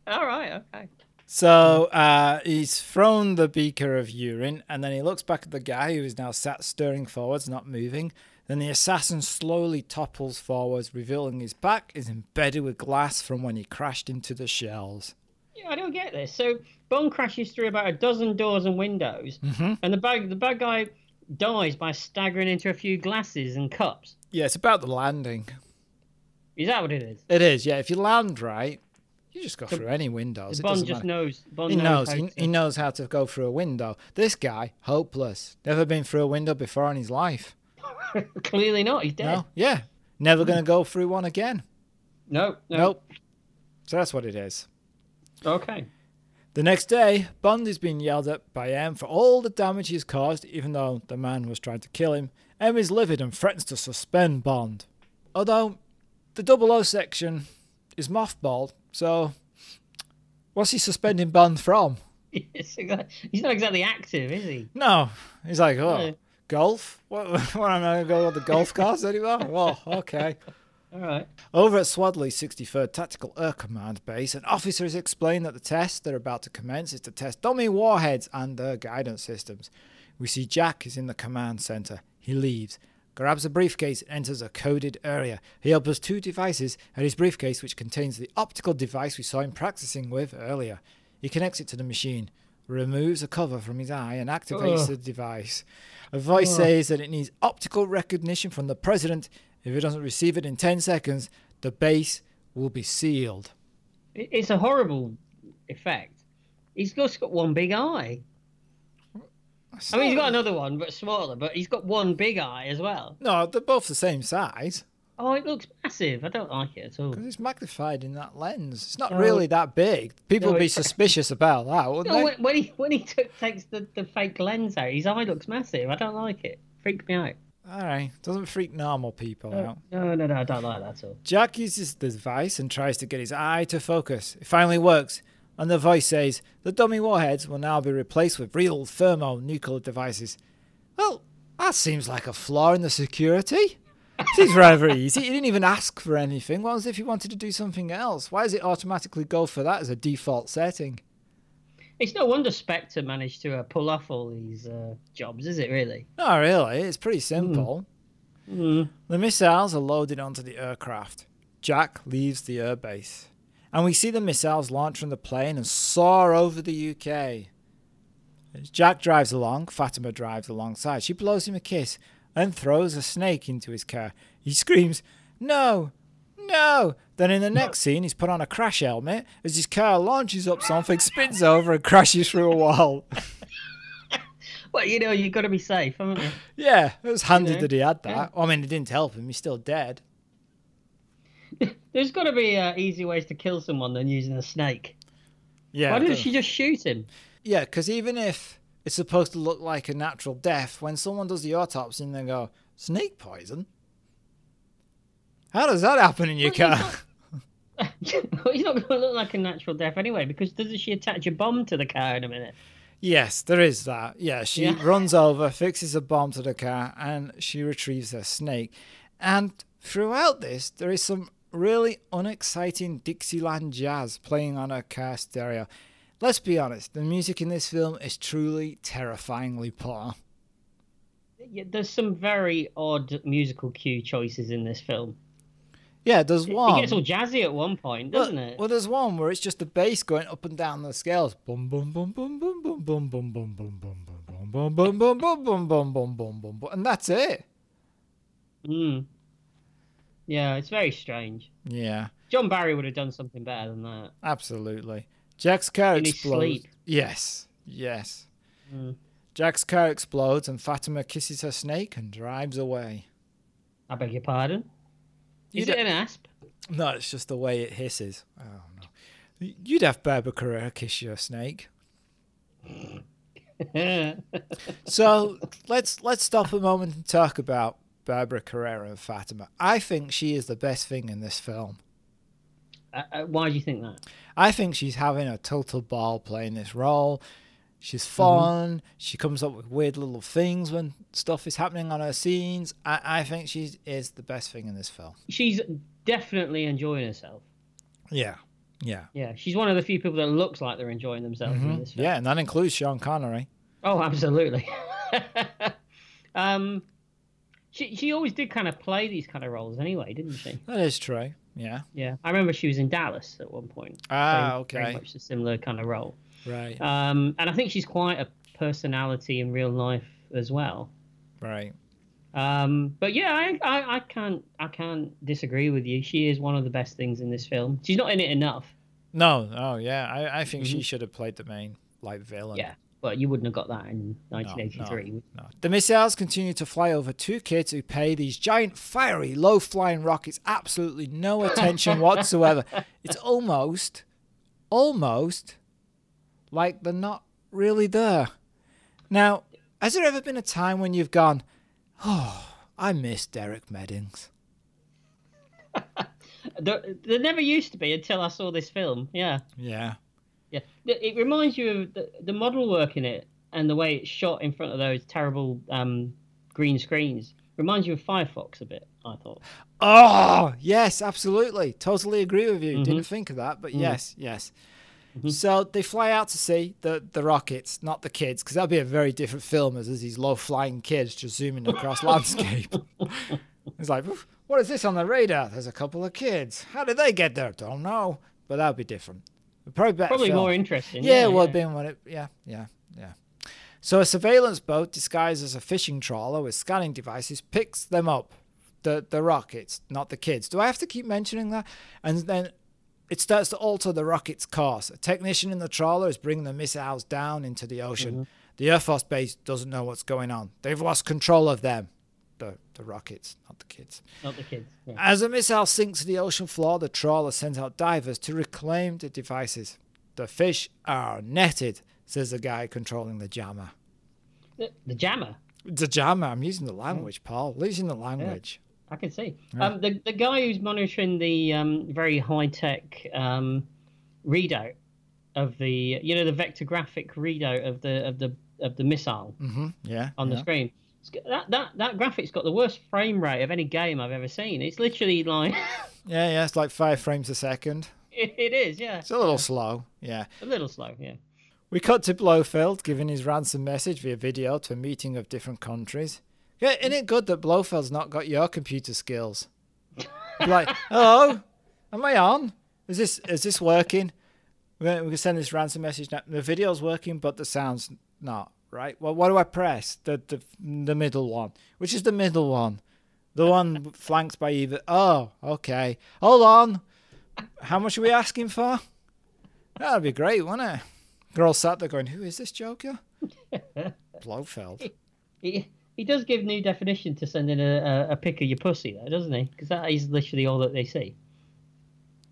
Speaker 3: All right, okay.
Speaker 2: So uh, he's thrown the beaker of urine, and then he looks back at the guy who is now sat staring forwards, not moving. Then the assassin slowly topples forwards, revealing his back is embedded with glass from when he crashed into the shells.
Speaker 3: Yeah, I don't get this. So Bond crashes through about a dozen doors and windows,
Speaker 2: Mm-hmm.
Speaker 3: and the bad the bad guy dies by staggering into a few glasses and cups.
Speaker 2: Yeah, it's about the landing.
Speaker 3: Is that what it is?
Speaker 2: It is, yeah. If you land right, you just go through any windows. It
Speaker 3: Bond
Speaker 2: doesn't
Speaker 3: just
Speaker 2: matter.
Speaker 3: knows. Bond
Speaker 2: He knows.
Speaker 3: how
Speaker 2: He,
Speaker 3: to-
Speaker 2: he knows how to go through a window. This guy, hopeless, never been through a window before in his life.
Speaker 3: Clearly not. He's dead. Mm.
Speaker 2: No, yeah, never gonna go through one again.
Speaker 3: No. No.
Speaker 2: Nope. So that's what it is.
Speaker 3: Okay.
Speaker 2: The next day, Bond is being yelled at by M for all the damage he's caused, even though the man was trying to kill him. M is livid and threatens to suspend Bond. Although, the double O section is mothballed, so what's he suspending Bond from?
Speaker 3: He's not exactly active, is he?
Speaker 2: No, he's like, oh,
Speaker 3: No.
Speaker 2: golf? What, what am I going to go on the golf course anymore? Well, okay.
Speaker 3: All right.
Speaker 2: Over at Swadley's 63rd Tactical Air Command Base, an officer has explained that the test they're about to commence is to test dummy warheads and their guidance systems. We see Jack is in the command center. He leaves, grabs a briefcase, and enters a coded area. He opens two devices and his briefcase, which contains the optical device we saw him practicing with earlier. He connects it to the machine, removes a cover from his eye, and activates
Speaker 3: Ugh.
Speaker 2: the device. A voice
Speaker 3: Oh.
Speaker 2: says that it needs optical recognition from the president. If it doesn't receive it in 10 seconds, the base will be sealed.
Speaker 3: It- It's a horrible effect. He's just got one big eye. I mean, he's got another one, but smaller. But he's got one big eye as well.
Speaker 2: No, they're both the same size
Speaker 3: Oh, it looks massive. I don't like it at all.
Speaker 2: 'cause it's magnified in that lens. It's not
Speaker 3: No.
Speaker 2: really that big. People
Speaker 3: No,
Speaker 2: would be
Speaker 3: it's-
Speaker 2: suspicious about that, wouldn't
Speaker 3: No,
Speaker 2: they?
Speaker 3: when, when he when he took, takes the, the fake lens out, his eye looks massive. I don't like it. Freaked me out.
Speaker 2: All right, doesn't freak normal people out.
Speaker 3: No, no, no. I don't like that at all.
Speaker 2: Jack uses the device and tries to get his eye to focus. It finally works, and the voice says the dummy warheads will now be replaced with real thermonuclear devices. Well, that seems like a flaw in the security. Seems rather easy. He didn't even ask for anything. What was if he wanted to do something else? Why does it automatically go for that as a default setting?
Speaker 3: It's no wonder Spectre managed to uh, pull off all these uh, jobs, is it really?
Speaker 2: Not really. It's pretty simple. The missiles are loaded onto the aircraft. Jack leaves the airbase. And we see the missiles launch from the plane and soar over the UK. As Jack drives along, Fatima drives alongside. She blows him a kiss and throws a snake into his car. He screams, No! No! Then in the next scene, he's put on a crash helmet as his car launches up something, spins over, and crashes through a wall.
Speaker 3: Well, you know, you've got to be safe, haven't you?
Speaker 2: Yeah, it was handy
Speaker 3: know?
Speaker 2: that he had that. I mean, it didn't help him. He's still dead.
Speaker 3: There's got to be uh, easy ways to kill someone than using a snake.
Speaker 2: Yeah.
Speaker 3: Why
Speaker 2: I
Speaker 3: didn't
Speaker 2: dunno.
Speaker 3: she just shoot him?
Speaker 2: Yeah, because even if it's supposed to look like a natural death when someone does the autopsy and they go, snake poison? How does that happen in your car?
Speaker 3: He's not going to look like a natural death anyway, because doesn't she attach a bomb to the car in a minute?
Speaker 2: Yes, there is that. Yeah, she
Speaker 3: Yeah.
Speaker 2: runs over, fixes a bomb to the car, and she retrieves her snake. And throughout this, there is some really unexciting Dixieland jazz playing on her car stereo. Let's be honest, the music in this film is truly terrifyingly poor.
Speaker 3: Yeah, there's some very odd musical cue choices in this film.
Speaker 2: Yeah, there's one.
Speaker 3: It gets all jazzy at one point, doesn't
Speaker 2: well,
Speaker 3: it?
Speaker 2: well, there's one where it's just the bass going up and down the scales. Boom, boom, boom, boom, boom, boom, boom, boom, boom, boom, boom, boom, boom, boom, boom, boom, boom, boom, boom, boom, boom, boom, and that's it.
Speaker 3: Mm. Yeah, it's very strange.
Speaker 2: Yeah.
Speaker 3: John Barry would have done something better than that.
Speaker 2: Absolutely. Jack's car
Speaker 3: In his
Speaker 2: explodes.
Speaker 3: sleep. Mm.
Speaker 2: Yes. Yes. Jack's car explodes and Fatima kisses her snake and drives away.
Speaker 3: I beg your pardon.
Speaker 2: You
Speaker 3: Is it
Speaker 2: don't-
Speaker 3: an asp?
Speaker 2: No, it's just the way it hisses. Oh no. You'd have Barbara Carrera kiss your snake.
Speaker 3: Uh,
Speaker 2: So let's let's stop a moment and talk about Barbara Carrera and Fatima. I think she is the best thing in this film.
Speaker 3: Uh, uh, why do you think that?
Speaker 2: I think she's having a total ball playing this role. She's fun. She comes up with weird little things when stuff is happening on her scenes. I, I think she is the best thing in this film.
Speaker 3: She's definitely enjoying herself.
Speaker 2: Yeah. Yeah.
Speaker 3: Yeah, she's one of the few people that looks like they're enjoying themselves in this film.
Speaker 2: Mm-hmm. Yeah, and that includes Sean Connery.
Speaker 3: Oh, absolutely. um, she she always did kind of play these kind of roles anyway, didn't she?
Speaker 2: That is true. Yeah.
Speaker 3: Yeah, I remember she was in Dallas at one point.
Speaker 2: Ah,
Speaker 3: playing Very
Speaker 2: okay.
Speaker 3: much a similar kind of role.
Speaker 2: Right.
Speaker 3: Um, and I think she's quite a personality in real life as well.
Speaker 2: right.
Speaker 3: Um, but yeah, I, I, I can't I can't disagree with you. She is one of the best things in this film. She's not in it enough.
Speaker 2: No. Oh, yeah. I, I think she should have played the main like villain.
Speaker 3: Yeah, but you wouldn't have got that in
Speaker 2: No,
Speaker 3: 1983.
Speaker 2: no, no. The missiles continue to fly over two kids who pay these giant, fiery, low flying rockets absolutely no attention whatsoever. It's almost, almost like they're not really there. Now, has there ever been a time when you've gone, oh, I miss Derek Meddings?
Speaker 3: There, there never used to be until I saw this film. Yeah,
Speaker 2: Yeah.
Speaker 3: yeah. It it reminds you of the, the model work in it and the way it's shot in front of those terrible um, green screens. Reminds you of Firefox a bit. I thought.
Speaker 2: Oh, yes, absolutely. Totally agree with you.
Speaker 3: Mm-hmm.
Speaker 2: Didn't think of that, but yes, yes. So they fly out to sea, the, the rockets, not the kids, because that'd be a very different film as there's these low flying kids just zooming across landscape. It's like, "Oof, what is this on the radar? There's a couple of kids. How did they get there? Don't know. But that'd be different. Probably better.
Speaker 3: Probably
Speaker 2: film.
Speaker 3: more interesting.
Speaker 2: Yeah, well, being what it, yeah, yeah, yeah. So a surveillance boat disguised as a fishing trawler with scanning devices picks them up, the the rockets, not the kids. Do I have to keep mentioning that? And then it starts to alter the rocket's course. A technician in the trawler is bringing the missiles down into the ocean. The Air Force base doesn't know what's going on. They've lost control of them, the the rockets, not the kids.
Speaker 3: not the kids. Yeah.
Speaker 2: As the missile sinks to the ocean floor, the trawler sends out divers to reclaim the devices. The fish are netted, says the guy controlling the jammer.
Speaker 3: The, the jammer.
Speaker 2: The jammer, I'm using the
Speaker 3: Hmm.
Speaker 2: language, Paul. Using the language.
Speaker 3: I can see. Um, the the guy who's monitoring the um, very high tech um, readout of the you know the vector graphic readout of the of the of the missile
Speaker 2: Yeah.
Speaker 3: on
Speaker 2: Mm-hmm.
Speaker 3: the
Speaker 2: yeah.
Speaker 3: screen. It's g- That, that that graphic's got the worst frame rate of any game I've ever seen. It's literally like
Speaker 2: yeah, yeah, it's like five frames a second.
Speaker 3: it, it is, yeah.
Speaker 2: It's a little slow. Yeah.
Speaker 3: A little slow, yeah.
Speaker 2: We cut to Blofeld giving his ransom message via video to a meeting of different countries. Yeah, isn't it good that Blofeld's not got your computer skills? like, hello, am I on? Is this is this working? We're gonna, we're gonna send this ransom message now. The video's working, but the sound's not right. Well, what do I press? The the the middle one, which is the middle one, the one flanked by either. Oh, okay. Hold on. How much are we asking for? That'd be great, wouldn't it? Girl sat there going, "Who is this Joker?" Blofeld.
Speaker 3: He, he does give new definition to sending a, a, a pic of your pussy, though, doesn't he? Because that is literally all that they see.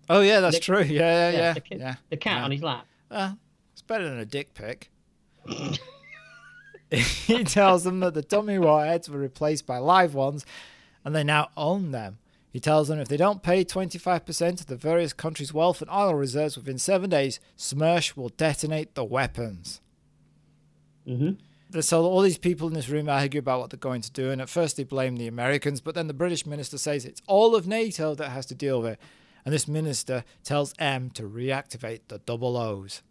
Speaker 2: Oh yeah, that's
Speaker 3: The-
Speaker 2: true. Yeah, yeah, yeah.
Speaker 3: the, kid,
Speaker 2: yeah.
Speaker 3: the cat
Speaker 2: yeah.
Speaker 3: on his lap.
Speaker 2: Uh, it's better than a dick pic. he tells them that the dummy warheads were replaced by live ones and they now own them. He tells them if they don't pay 25% of the various countries' wealth and oil reserves within seven days, Smersh will detonate the weapons. Mm-hmm. So all these people in this room argue about what they're going to do, and at first they blame the Americans, but then the British minister says it's all of NATO that has to deal with it. And this minister tells M to reactivate the double O's.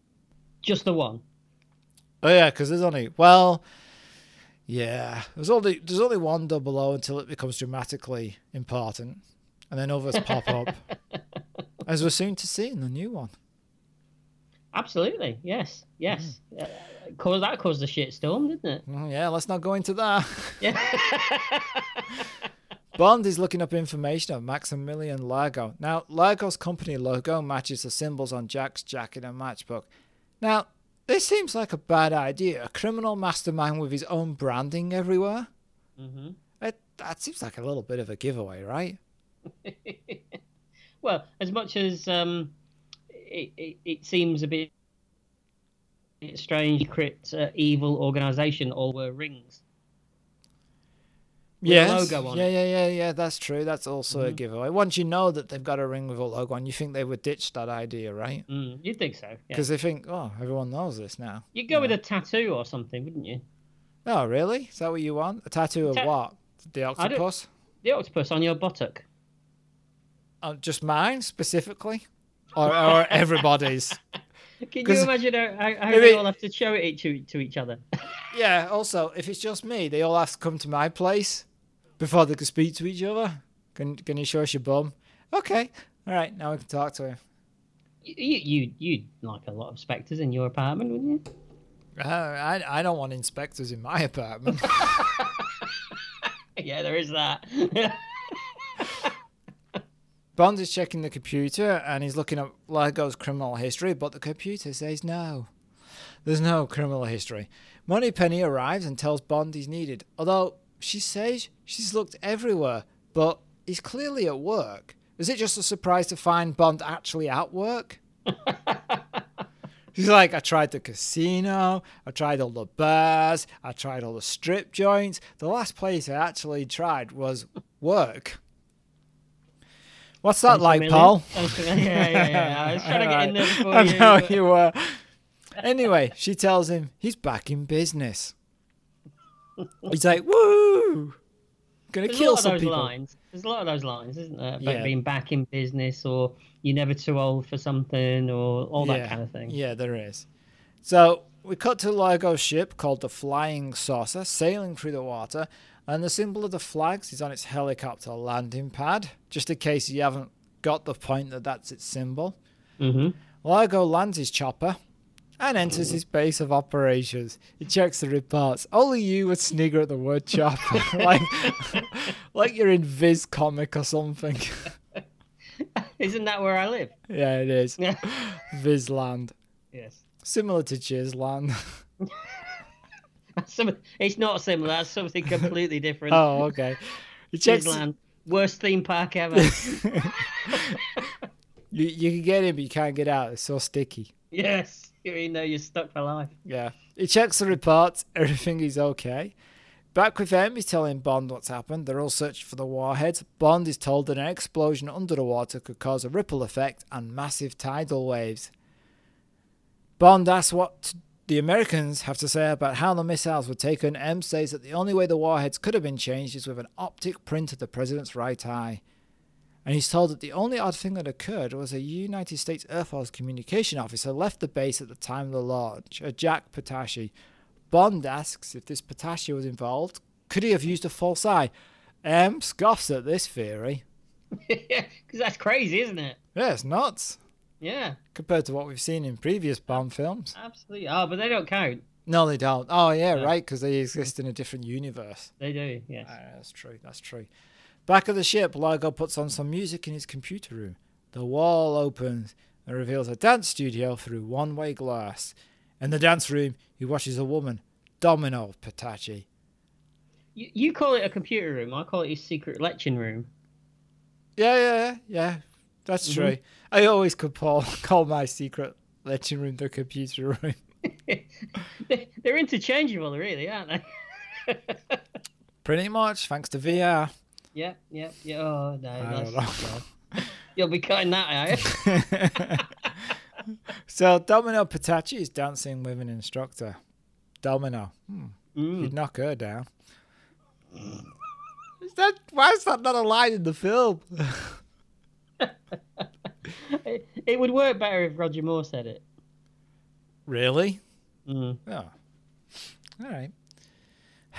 Speaker 3: Just the one.
Speaker 2: Oh yeah, because there's only well, yeah. There's only there's only one double O until it becomes dramatically important, and then others pop up, as we're soon to see in the new one.
Speaker 3: Absolutely. Yes. Yes.
Speaker 2: Mm.
Speaker 3: Uh, cause that caused a shit storm, didn't it?
Speaker 2: Oh, yeah, let's not go into that.
Speaker 3: Yeah.
Speaker 2: Bond is looking up information on Maximilian Largo. Now, Largo's company logo matches the symbols on Jack's jacket and matchbook. Now, this seems like a bad idea. A criminal mastermind with his own branding everywhere. Mm-hmm. It, that seems like a little bit of a giveaway, right?
Speaker 3: Well, as much as um, it, it, it seems a bit bit strange, crit uh, evil organization all were rings. With a logo on
Speaker 2: yeah,
Speaker 3: it. Mm-hmm.
Speaker 2: yeah, yeah, yeah. That's true. That's also a giveaway. Once you know that they've got a ring with a logo on, you think they would ditch that idea, right?
Speaker 3: Mm, you'd think so. Yeah.
Speaker 2: Because they think, oh, everyone knows this now.
Speaker 3: You'd go with a tattoo or something, wouldn't you?
Speaker 2: Oh, really? Is that what you want? A tattoo of
Speaker 3: Ta-
Speaker 2: what? The octopus?
Speaker 3: The octopus on your buttock.
Speaker 2: Uh, just mine specifically, or, or everybody's?
Speaker 3: Can you
Speaker 2: 'Cause-
Speaker 3: imagine how, how, how
Speaker 2: Maybe-
Speaker 3: they all have to show it to, to each other?
Speaker 2: Yeah, also, if it's just me, they all have to come to my place before they can speak to each other. Can can you show us your bum? Okay. All right, now we can talk to him.
Speaker 3: you, you, you'd like a lot of specters in your apartment, wouldn't you?
Speaker 2: Uh, I, I don't want inspectors in my apartment.
Speaker 3: Yeah, there is that.
Speaker 2: Bond is checking the computer and he's looking up Largo's criminal history, but the computer says no. There's no criminal history. Moneypenny arrives and tells Bond he's needed, although she says she's looked everywhere, but he's clearly at work. Is it just a surprise to find Bond actually at work? She's like, I tried the casino, I tried all the bars, I tried all the strip joints. The last place I actually tried was work. What's that
Speaker 3: Sounds
Speaker 2: like,
Speaker 3: familiar.
Speaker 2: Paul?
Speaker 3: Sounds familiar. Yeah, yeah, yeah. I was trying to get in there
Speaker 2: Alright.
Speaker 3: before
Speaker 2: I know
Speaker 3: you. but-
Speaker 2: you were. Anyway, she tells him he's back in business. He's like, "Woo, gonna
Speaker 3: There's a
Speaker 2: kill
Speaker 3: lot of
Speaker 2: some
Speaker 3: those
Speaker 2: people."
Speaker 3: lines. There's a lot of those lines, isn't there? About
Speaker 2: Yeah.
Speaker 3: being back in business, or you're never too old for something, or all
Speaker 2: yeah.
Speaker 3: that kind of thing.
Speaker 2: Yeah, there is. So we cut to Largo's ship called the Flying Saucer sailing through the water, and the symbol of the flags is on its helicopter landing pad, just in case you haven't got the point that that's its symbol. Mm-hmm. Largo lands his chopper and enters his base of operations. He checks the reports. Only you would snigger at the word chopper, like, like you're in Viz comic or something.
Speaker 3: Isn't that where I live?
Speaker 2: yeah, it is. Vizland.
Speaker 3: yes.
Speaker 2: Similar to Chizland.
Speaker 3: Some, it's not similar. That's something completely different.
Speaker 2: Oh, okay. He checks.
Speaker 3: Disneyland. Worst theme park ever.
Speaker 2: You, you can get in, but you can't get out. It's so sticky.
Speaker 3: yes. You know you're stuck for life.
Speaker 2: Yeah. He checks the reports. Everything is okay. Back with them, he's telling Bond what's happened. They're all searching for the warheads. Bond is told that an explosion under the water could cause a ripple effect and massive tidal waves. Bond asks what the Americans have to say about how the missiles were taken. M says that the only way the warheads could have been changed is with an optic print of the president's right eye. And he's told that the only odd thing that occurred was a United States Air Force communication officer left the base at the time of the launch, a Jack Patashi. Bond asks if this Patashi was involved. Could he have used a false eye? M scoffs at this theory.
Speaker 3: Because that's crazy, isn't it?
Speaker 2: Yeah, it's nuts
Speaker 3: Yeah.
Speaker 2: compared to what we've seen in previous Bond films.
Speaker 3: Absolutely. Oh, but they don't count.
Speaker 2: No, they don't. Oh, yeah, right, because they exist in a different universe.
Speaker 3: They do. Yes.
Speaker 2: Yeah, that's true. That's true. Back of the ship, Largo puts on some music in his computer room. The wall opens and reveals a dance studio through one way glass. In the dance room, he watches a woman, Domino Patachi.
Speaker 3: You, you call it a computer room. I call it his secret lecture room.
Speaker 2: Yeah, yeah, yeah, yeah. Mm-hmm. That's true. I always could call, call my secret lecture room the computer room.
Speaker 3: They're interchangeable, really, aren't they?
Speaker 2: Pretty much, thanks to VR.
Speaker 3: Yep, yep, yeah. Oh no,
Speaker 2: don't
Speaker 3: that's, yeah. you'll be cutting that out.
Speaker 2: So Domino Patachi is dancing with an instructor. Domino. Hmm. You'd knock her down. Is that why is that not a line in the film?
Speaker 3: It, it would work better if Roger Moore said it.
Speaker 2: Really?
Speaker 3: Mm.
Speaker 2: Oh. All right.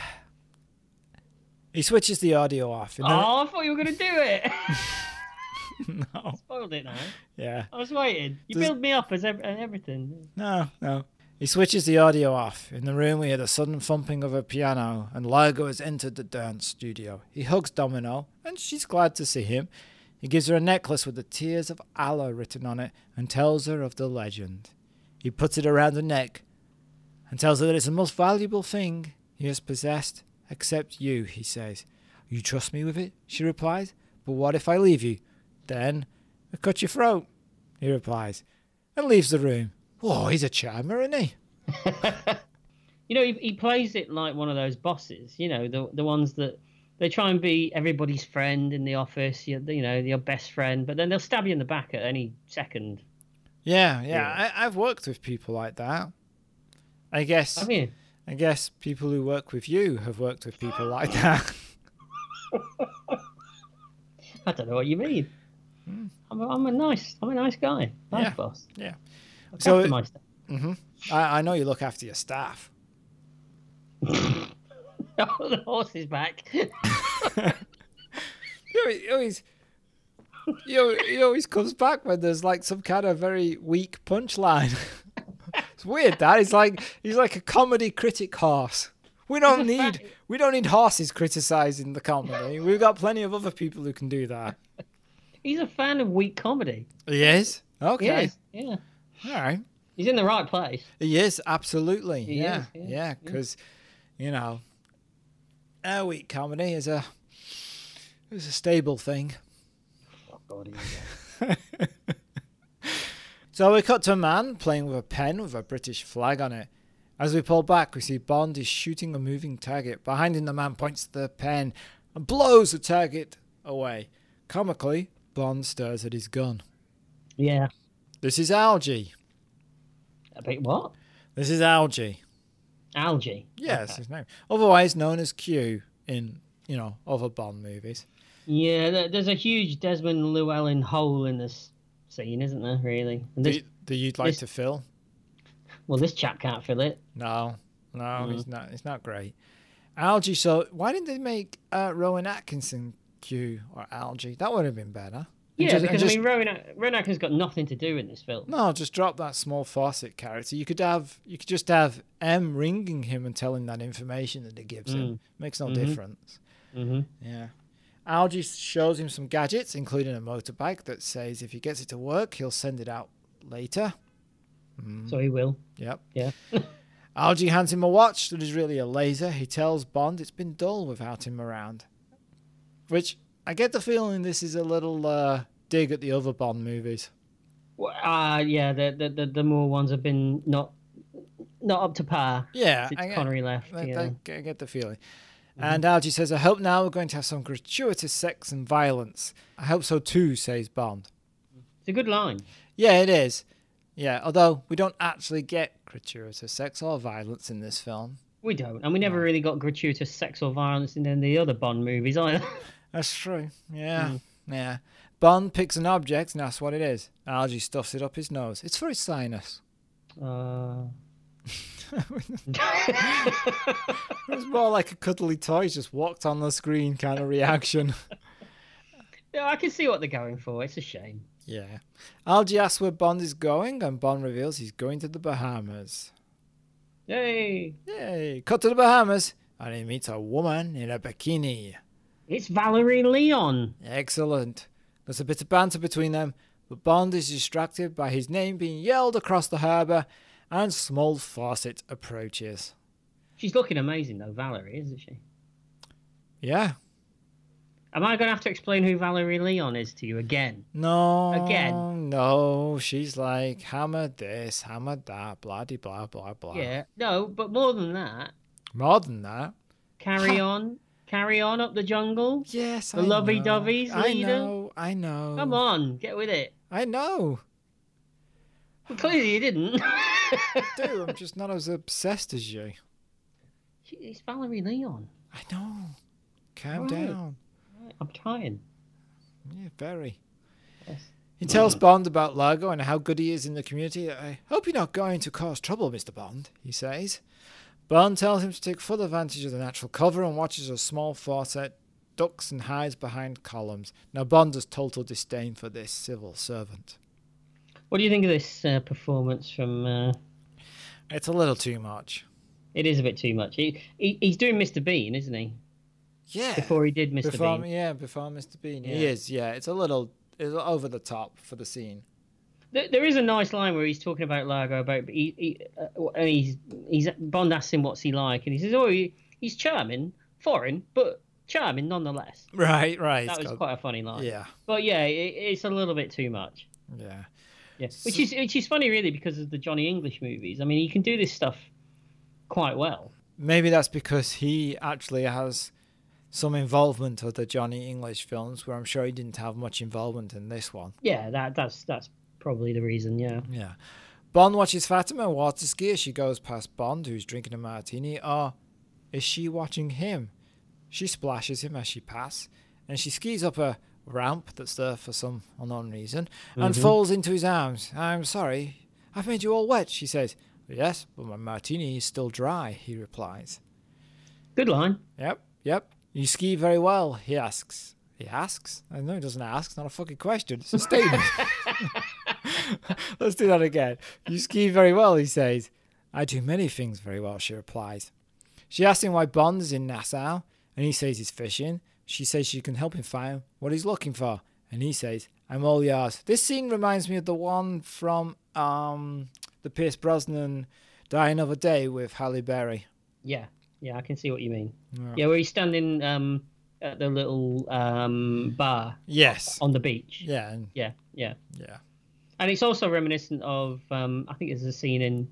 Speaker 2: He switches the audio off. and then-
Speaker 3: Oh, I thought you were gonna do it.
Speaker 2: No.
Speaker 3: Spoiled it now.
Speaker 2: Yeah.
Speaker 3: I was waiting. You
Speaker 2: Does-
Speaker 3: build me up as ev- and everything.
Speaker 2: No, no. He switches the audio off. In the room, we hear the sudden thumping of a piano, and Largo has entered the dance studio. He hugs Domino, and she's glad to see him. He gives her a necklace with the tears of Allah written on it and tells her of the legend. He puts it around her neck and tells her that it's the most valuable thing he has possessed, except you, he says. You trust me with it? She replies. But what if I leave you? Then I cut your throat, he replies, and leaves the room. Whoa, he's a charmer, isn't he?
Speaker 3: You know, he, he plays it like one of those bosses. You know, the the ones that they try and be everybody's friend in the office. You, you know, your best friend, but then they'll stab you in the back at any second.
Speaker 2: Yeah, yeah. I, I've worked with people like that. I guess.
Speaker 3: Have you?
Speaker 2: I guess people who work with you have worked with people like that.
Speaker 3: I don't know what you mean. I'm, a, I'm a nice, I'm a nice guy. Nice
Speaker 2: Hmm. Yeah.
Speaker 3: boss.
Speaker 2: yeah.
Speaker 3: Look
Speaker 2: So
Speaker 3: after
Speaker 2: it-
Speaker 3: my stuff.
Speaker 2: I, I know you look after your staff.
Speaker 3: Oh, the horse is back.
Speaker 2: You always, you always, he al- he always comes back when there's like some kind of very weak punchline. it's weird that he's like he's like a comedy critic horse. We don't need we don't need horses criticizing the comedy. We've got plenty of other people who can do that.
Speaker 3: He's a fan of weak comedy.
Speaker 2: He is okay.
Speaker 3: Yes, yeah.
Speaker 2: All right.
Speaker 3: He's in the right place.
Speaker 2: He is absolutely. yeah.
Speaker 3: is, yeah,
Speaker 2: yeah. Because you know, our weak comedy is a is a stable thing.
Speaker 3: Oh God, here
Speaker 2: So we cut to a man playing with a pen with a British flag on it. As we pull back, we see Bond is shooting a moving target. Behind him, the man points the pen and blows the target away. Comically, Bond stares at his gun.
Speaker 3: we go. yeah.
Speaker 2: This is algae.
Speaker 3: A bit what?
Speaker 2: This is algae.
Speaker 3: Algae.
Speaker 2: Yes, his name. Otherwise known as Q in, you know, other Bond movies.
Speaker 3: Yeah, there- there's a huge Desmond Llewellyn hole in this scene, isn't there? Really? And
Speaker 2: Do
Speaker 3: this,
Speaker 2: you, that you'd like
Speaker 3: this-
Speaker 2: to fill?
Speaker 3: well, this chap can't fill it.
Speaker 2: No, no, it's not. It's not great. Algae. So why didn't they make uh, Rowan Atkinson Q or Algae? That would have been better. And
Speaker 3: Yeah,
Speaker 2: just- and
Speaker 3: because
Speaker 2: just-
Speaker 3: I mean, Rowan, At- Rowan Atkinson's got nothing to do in this film.
Speaker 2: no, just drop that small faucet character. You could have, you could just have M ringing him and telling that information that it gives him. Makes no difference. Mm-hmm. Yeah. Algae shows him some gadgets, including a motorbike that says if he gets it to work, he'll send it out later. Mm.
Speaker 3: So he will.
Speaker 2: Yep.
Speaker 3: Yeah.
Speaker 2: Algie hands him a watch that is really a laser. He tells Bond it's been dull without him around. Which I get the feeling this is a little uh, dig at the other Bond movies.
Speaker 3: Well, Uh, yeah, the, the the the Moore ones have been not not up to par.
Speaker 2: Yeah,
Speaker 3: since
Speaker 2: I get,
Speaker 3: Connery left. Mm-hmm.
Speaker 2: I-
Speaker 3: yeah.
Speaker 2: I, I get the feeling. And Algie says, I hope now we're going to have some gratuitous sex and violence. I hope so too, says Bond.
Speaker 3: It's a good line.
Speaker 2: Yeah, it is. Yeah, although we don't actually get gratuitous sex or violence in this film.
Speaker 3: We don't, and we never really got gratuitous sex or violence in any of the other Bond movies either.
Speaker 2: That's true. Yeah.
Speaker 3: Mm.
Speaker 2: Yeah. Bond picks an object and asks what it is. Algie stuffs it up his nose. It's for his sinus.
Speaker 3: Uh,
Speaker 2: It was more like a cuddly toy just walked on the screen kind of reaction.
Speaker 3: yeah, I can see what they're going for. It's a shame.
Speaker 2: yeah. Algie asks where Bond is going, and Bond reveals he's going to the Bahamas.
Speaker 3: Yay!
Speaker 2: Yay. Cut to the Bahamas, and he meets a woman in a bikini.
Speaker 3: It's Valerie Leon.
Speaker 2: Excellent. There's a bit of banter between them, but Bond is distracted by his name being yelled across the harbour, and Small Fawcett approaches.
Speaker 3: She's looking amazing though, Valerie, isn't she?
Speaker 2: Yeah.
Speaker 3: Am I going to have to explain who Valerie Leon is to you again?
Speaker 2: No.
Speaker 3: Again.
Speaker 2: No, she's like, hammer this, hammer that, blah de blah, blah, blah.
Speaker 3: Yeah. No, but more than that,
Speaker 2: More than that.
Speaker 3: carry on, carry on up the jungle.
Speaker 2: Yes,
Speaker 3: The
Speaker 2: I
Speaker 3: lovey-doveys
Speaker 2: know. I
Speaker 3: leader?
Speaker 2: know, I know.
Speaker 3: Come on, get with it.
Speaker 2: I know.
Speaker 3: Well, clearly you didn't.
Speaker 2: Dude, I'm just not as obsessed as you.
Speaker 3: She- it's Valerie Leon.
Speaker 2: I know. Calm
Speaker 3: Right.
Speaker 2: down.
Speaker 3: I'm trying.
Speaker 2: Yeah, very.
Speaker 3: Yes.
Speaker 2: He tells Bond about Largo and how good he is in the community. I hope you're not going to cause trouble, Mr. Bond, he says. Bond tells him to take full advantage of the natural cover and watches a small faucet ducks and hides behind columns. Now, Bond has total disdain for this civil servant.
Speaker 3: What do you think of this uh, performance from? Uh...
Speaker 2: It's a little too much.
Speaker 3: It is a bit too much. He, he he's doing Mr. Bean, isn't he?
Speaker 2: Yeah.
Speaker 3: Before he did Mr.
Speaker 2: Before-
Speaker 3: Bean.
Speaker 2: Yeah, before Mr. Bean. He is, yeah. It's a little it's over the top for the scene.
Speaker 3: There, there is a nice line where he's talking about Largo about he, he uh, and he's he's Bond asks him what's he like, and he says, "Oh, he, he's charming, foreign, but charming nonetheless."
Speaker 2: Right, right.
Speaker 3: That was quite a funny line.
Speaker 2: Yeah,
Speaker 3: But yeah, it, it's a little bit too much.
Speaker 2: yeah.
Speaker 3: Yeah. Which is which is funny really because of the Johnny English movies. I mean, he can do this stuff quite well.
Speaker 2: Maybe that's because he actually has some involvement with the Johnny English films, where I'm sure he didn't have much involvement in this one.
Speaker 3: Yeah, that that's that's probably the reason. Yeah.
Speaker 2: Yeah. Bond watches Fatima water ski as she goes past Bond, who's drinking a martini. Or is she watching him? She splashes him as she pass, and she skis up a ramp that's there for some unknown reason and falls into his arms. I'm sorry, I've made you all wet, she says. Yes, but my martini is still dry, he replies.
Speaker 3: Good line.
Speaker 2: Yep, yep. You ski very well, he asks. He asks? I know he doesn't ask. It's not a fucking question. It's a statement. Let's do that again. You ski very well, he says. I do many things very well, she replies. She asks him why Bond is in Nassau, and he says he's fishing. She says she can help him find what he's looking for, and he says, I'm all yours. This scene reminds me of the one from um, the Pierce Brosnan Die Another Day with Halle Berry.
Speaker 3: Yeah. Yeah, I can see what you mean. Yeah, where he's standing um at the little um bar
Speaker 2: Yes.
Speaker 3: on the beach.
Speaker 2: Yeah, and
Speaker 3: Yeah. Yeah.
Speaker 2: yeah.
Speaker 3: And it's also reminiscent of um I think there's a scene in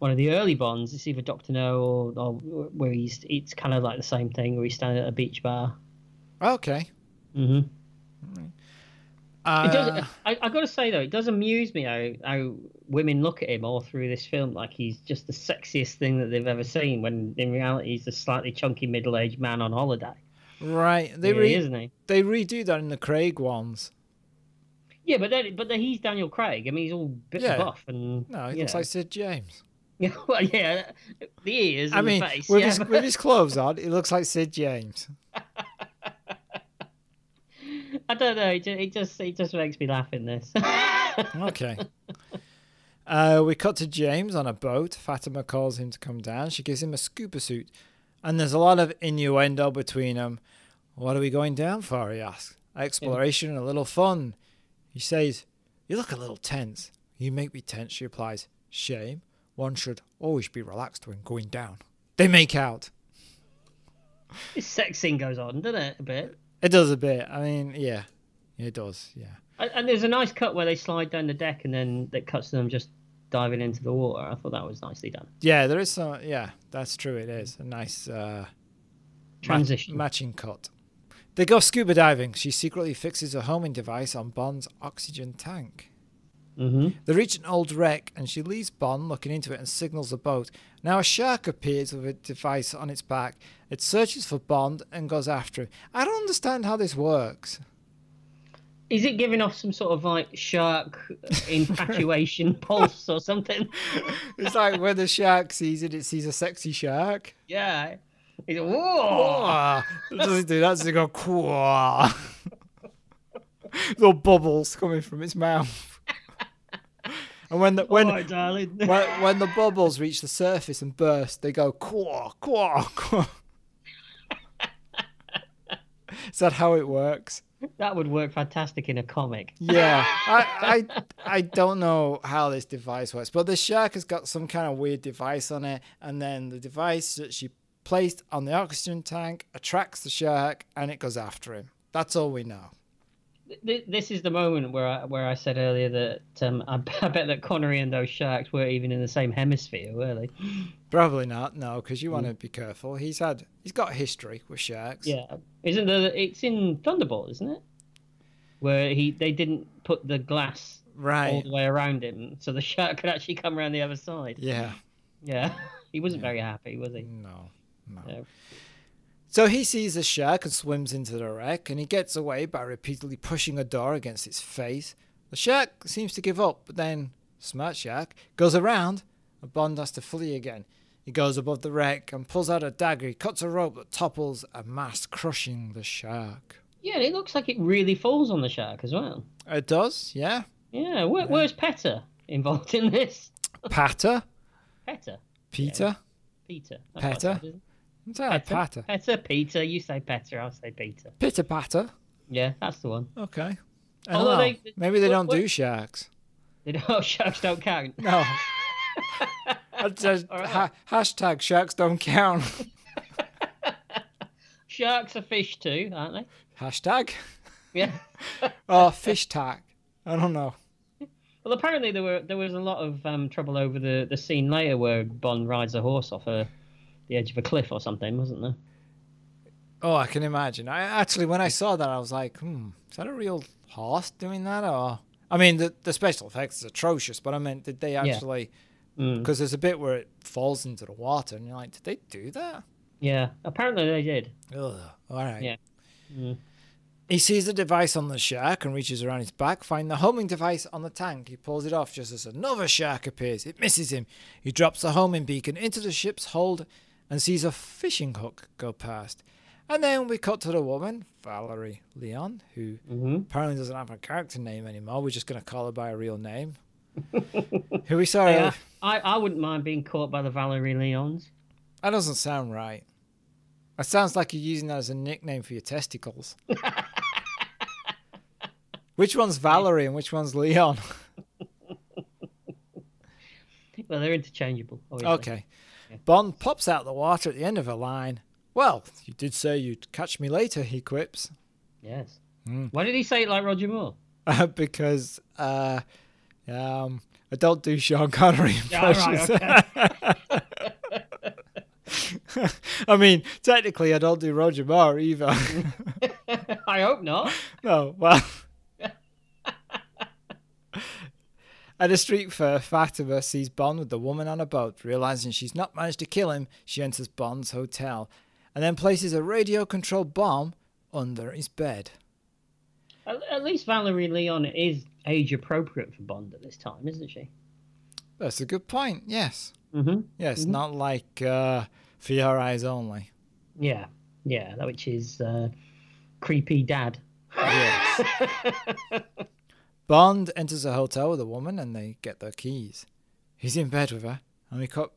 Speaker 3: one of the early Bonds. It's either Doctor No or, or where he's it's kind of like the same thing where he's standing at a beach bar.
Speaker 2: Okay.
Speaker 3: Mm-hmm. It does.
Speaker 2: Uh,
Speaker 3: I, I got to say though, it does amuse me how, how women look at him all through this film like he's just the sexiest thing that they've ever seen. When in reality, he's a slightly chunky middle-aged man on holiday.
Speaker 2: Uh, right. They
Speaker 3: Really,
Speaker 2: re-
Speaker 3: isn't he?
Speaker 2: they redo that in the Craig ones.
Speaker 3: Yeah, but then, but then he's Daniel Craig. I mean, he's all bit
Speaker 2: Yeah.
Speaker 3: buff and
Speaker 2: No, it
Speaker 3: you
Speaker 2: looks
Speaker 3: know.
Speaker 2: like Sid James.
Speaker 3: yeah, well, yeah, the ears.
Speaker 2: I
Speaker 3: and
Speaker 2: mean,
Speaker 3: the face,
Speaker 2: with
Speaker 3: yeah,
Speaker 2: his
Speaker 3: but-
Speaker 2: with his clothes on, it looks like Sid James.
Speaker 3: I don't know. It just, it just it just makes me laugh in this.
Speaker 2: Okay. uh, we cut to James on a boat. Fatima calls him to come down. She gives him a scuba suit, and there's a lot of innuendo between them. What are we going down for? He asks. Exploration and a little fun. He says, You look a little tense. You make me tense, she replies. Shame. One should always be relaxed when going down. They make out.
Speaker 3: this sex scene goes on, doesn't it? A bit.
Speaker 2: It does a bit. I mean, yeah. It does, yeah.
Speaker 3: And, and there's a nice cut where they slide down the deck, and then that cuts to them just diving into the water. I thought that was nicely done.
Speaker 2: Yeah, there is some. Yeah, that's true. It is. A nice uh,
Speaker 3: Transition.
Speaker 2: matching cut. They go scuba diving. She secretly fixes a homing device on Bond's oxygen tank.
Speaker 3: hmm
Speaker 2: They reach an old wreck and she leaves Bond looking into it and signals a boat. Now a shark appears with a device on its back. It searches for Bond and goes after him. I don't understand how this works.
Speaker 3: Is it giving off some sort of like shark infatuation pulse or something?
Speaker 2: It's like when the shark sees it, it sees a sexy shark.
Speaker 3: Yeah. He's like, whoa.
Speaker 2: Ah, it doesn't do that. It's just go quaw. Little bubbles coming from its mouth. And when the, when,
Speaker 3: All right, darling.
Speaker 2: when when the bubbles reach the surface and burst, they go quaw quaw quaw. Is that how it works?
Speaker 3: that would work fantastic in a comic.
Speaker 2: Yeah, I, I I don't know how this device works, but the shark has got some kind of weird device on it, and then the device that she placed on the oxygen tank, attracts the shark, and it goes after him. That's all we know.
Speaker 3: Th- This is the moment where I, where I said earlier that um, I, b- I bet that Connery and those sharks weren't even in the same hemisphere, were they?
Speaker 2: Probably not, no, because you want to be careful. He's had, he's got a history with sharks.
Speaker 3: Yeah, isn't the it's in Thunderbolt, isn't it? Where he they didn't put the glass all
Speaker 2: right.
Speaker 3: the way around him, so the shark could actually come around the other side.
Speaker 2: Yeah,
Speaker 3: Yeah, he wasn't very happy, was he?
Speaker 2: no, no.
Speaker 3: No.
Speaker 2: So he sees the shark and swims into the wreck, and he gets away by repeatedly pushing a door against its face. The shark seems to give up, but then Smart Shark goes around, and Bond has to flee again. He goes above the wreck and pulls out a dagger. He cuts a rope that topples a mast, crushing the shark.
Speaker 3: Yeah, and it looks like it really falls on the shark as well.
Speaker 2: It does, yeah.
Speaker 3: Yeah, where, where's Petter involved in this?
Speaker 2: Patter,
Speaker 3: Petter,
Speaker 2: Peter,
Speaker 3: Peter, That's what I
Speaker 2: Petter?
Speaker 3: said, isn't
Speaker 2: I'm sorry,
Speaker 3: it? Petter,
Speaker 2: Patter,
Speaker 3: Petter, Peter. You say Petter, I'll say Peter.
Speaker 2: Pitter Patter.
Speaker 3: Yeah, that's the one.
Speaker 2: Okay. I don't
Speaker 3: Although
Speaker 2: know.
Speaker 3: Oh, they-
Speaker 2: Maybe they
Speaker 3: what-
Speaker 2: don't do
Speaker 3: what-
Speaker 2: sharks.
Speaker 3: They don't, oh, sharks don't count.
Speaker 2: No. That's a- Oh. ha- hashtag sharks don't count.
Speaker 3: Sharks are fish too, aren't they?
Speaker 2: Hashtag?
Speaker 3: Yeah.
Speaker 2: Oh, fish tack. I don't know.
Speaker 3: Well, apparently there were there was a lot of um, trouble over the, the scene later where Bond rides a horse off a, the edge of a cliff or something, wasn't there?
Speaker 2: Oh, I can imagine. I actually, when I saw that, I was like, hmm, is that a real horse doing that? Or I mean, the the special effects is atrocious, but I meant, did they actually? Because there's a bit where it falls into the water, and you're like, did they do that?
Speaker 3: Yeah, apparently they did.
Speaker 2: Ugh. All right.
Speaker 3: Yeah. Mm.
Speaker 2: He sees the device on the shark and reaches around his back, finds the homing device on the tank. He pulls it off just as another shark appears. It misses him. He drops the homing beacon into the ship's hold and sees a fishing hook go past. And then we cut to the woman, Valerie Leon, who
Speaker 3: Mm-hmm.
Speaker 2: apparently doesn't have a character name anymore. We're just going to call her by her real name. who we saw.
Speaker 3: Yeah, I, I wouldn't mind being caught by the Valerie Leons.
Speaker 2: That doesn't sound right. That sounds like you're using that as a nickname for your testicles. which one's Valerie and which one's Leon?
Speaker 3: Well, they're interchangeable. Obviously.
Speaker 2: okay. Bond pops out of the water at the end of a line. Well, you did say you'd catch me later, he quips.
Speaker 3: Yes.
Speaker 2: Hmm.
Speaker 3: Why did he say it like Roger Moore?
Speaker 2: because uh, um, I don't do Sean Connery impressions. I mean, technically, I don't do Roger Moore either.
Speaker 3: I hope not.
Speaker 2: No, well. At a street fair, Fatima sees Bond with the woman on a boat. Realizing she's not managed to kill him, she enters Bond's hotel and then places a radio controlled bomb under his bed.
Speaker 3: At, at least Valerie Leon is age appropriate for Bond at this time, isn't she?
Speaker 2: That's a good point, yes. Mm-hmm. Yes, not like uh, for your eyes only.
Speaker 3: Yeah. Yeah, that which is uh, creepy dad.
Speaker 2: Bond enters a hotel with a woman and they get their keys. He's in bed with her, and we cut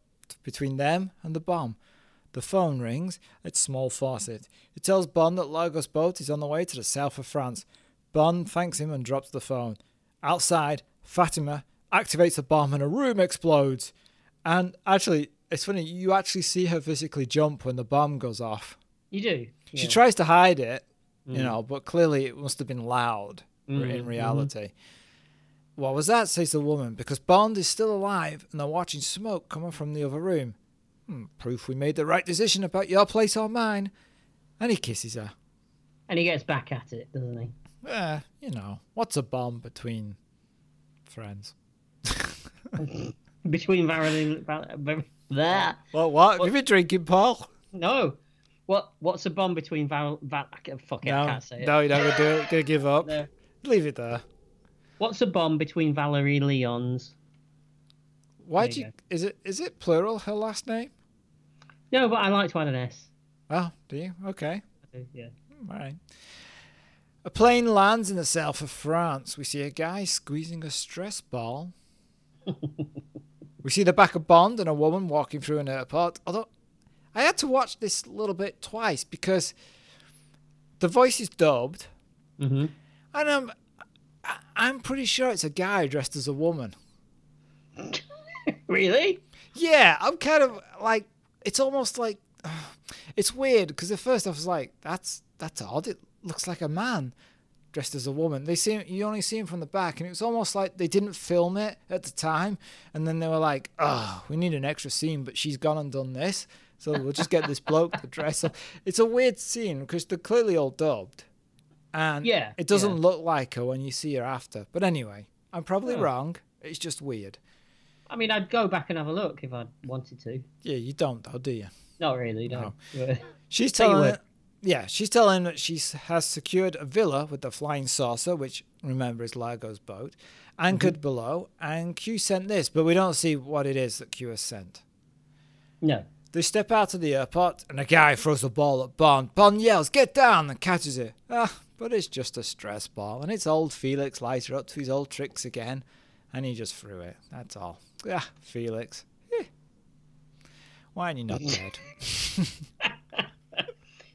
Speaker 2: between them and the bomb. The phone rings, it's Small Fawcett. It tells Bond that Lagos boat is on the way to the south of France. Bond thanks him and drops the phone. Outside, Fatima activates a bomb and a room explodes. And actually, it's funny, you actually see her physically jump when the bomb goes off.
Speaker 3: You do.
Speaker 2: She tries to hide it, you know, but clearly it must have been loud in reality. What was that? says the woman, because Bond is still alive and they're watching smoke coming from the other room. Hmm, proof we made the right decision about your place or mine. And he kisses her.
Speaker 3: And he gets back at it, doesn't he?
Speaker 2: Eh, you know, what's a bond between friends?
Speaker 3: Between Valerie, Valerie there.
Speaker 2: Well, what? Have you been drinking, Paul?
Speaker 3: No. What what's a bomb between Val, Val I can't, fuck it, I
Speaker 2: No,
Speaker 3: can't say it.
Speaker 2: no, you're not going to do it. Going to give up.
Speaker 3: No.
Speaker 2: Leave it there.
Speaker 3: What's a bomb between Valerie Leon's?
Speaker 2: Why
Speaker 3: There
Speaker 2: do
Speaker 3: you
Speaker 2: you, is it is it plural her last name?
Speaker 3: No, but I like to add an S.
Speaker 2: Oh, do you? Okay.
Speaker 3: Yeah.
Speaker 2: All right. A plane lands in the south of France. We see a guy squeezing a stress ball. we see the back of Bond and a woman walking through an airport. Although I had to watch this little bit twice because the voice is dubbed, and I'm I- I'm pretty sure it's a guy dressed as a woman.
Speaker 3: Really?
Speaker 2: Yeah, I'm kind of like it's almost like It's weird because at first I was like, "That's that's odd. It looks like a man dressed as a woman." They see you only see him from the back, and it was almost like they didn't film it at the time, and then they were like, "Oh, we need an extra scene, but she's gone and done this, so we'll just get this bloke to dress up." It's a weird scene because they're clearly all dubbed, and
Speaker 3: Yeah,
Speaker 2: it doesn't
Speaker 3: yeah.
Speaker 2: look like her when you see her after. But anyway, I'm probably wrong. It's just weird.
Speaker 3: I mean, I'd go back and have a look if I wanted to.
Speaker 2: Yeah, you don't though, do you?
Speaker 3: Not really, no.
Speaker 2: Oh. She's
Speaker 3: Tell you
Speaker 2: telling,
Speaker 3: what.
Speaker 2: yeah, she's telling that she s- has secured a villa with the flying saucer, which remember is Largo's boat, anchored below, and Q sent this, but we don't see what it is that Q has sent.
Speaker 3: no.
Speaker 2: They step out of the airport, and a guy throws a ball at Bond. Bond yells, "Get down!" and catches it. Ah, but it's just a stress ball, and it's old Felix later up to his old tricks again, and he just threw it. That's all. Ah, Felix. Eh. Why aren't you not dead?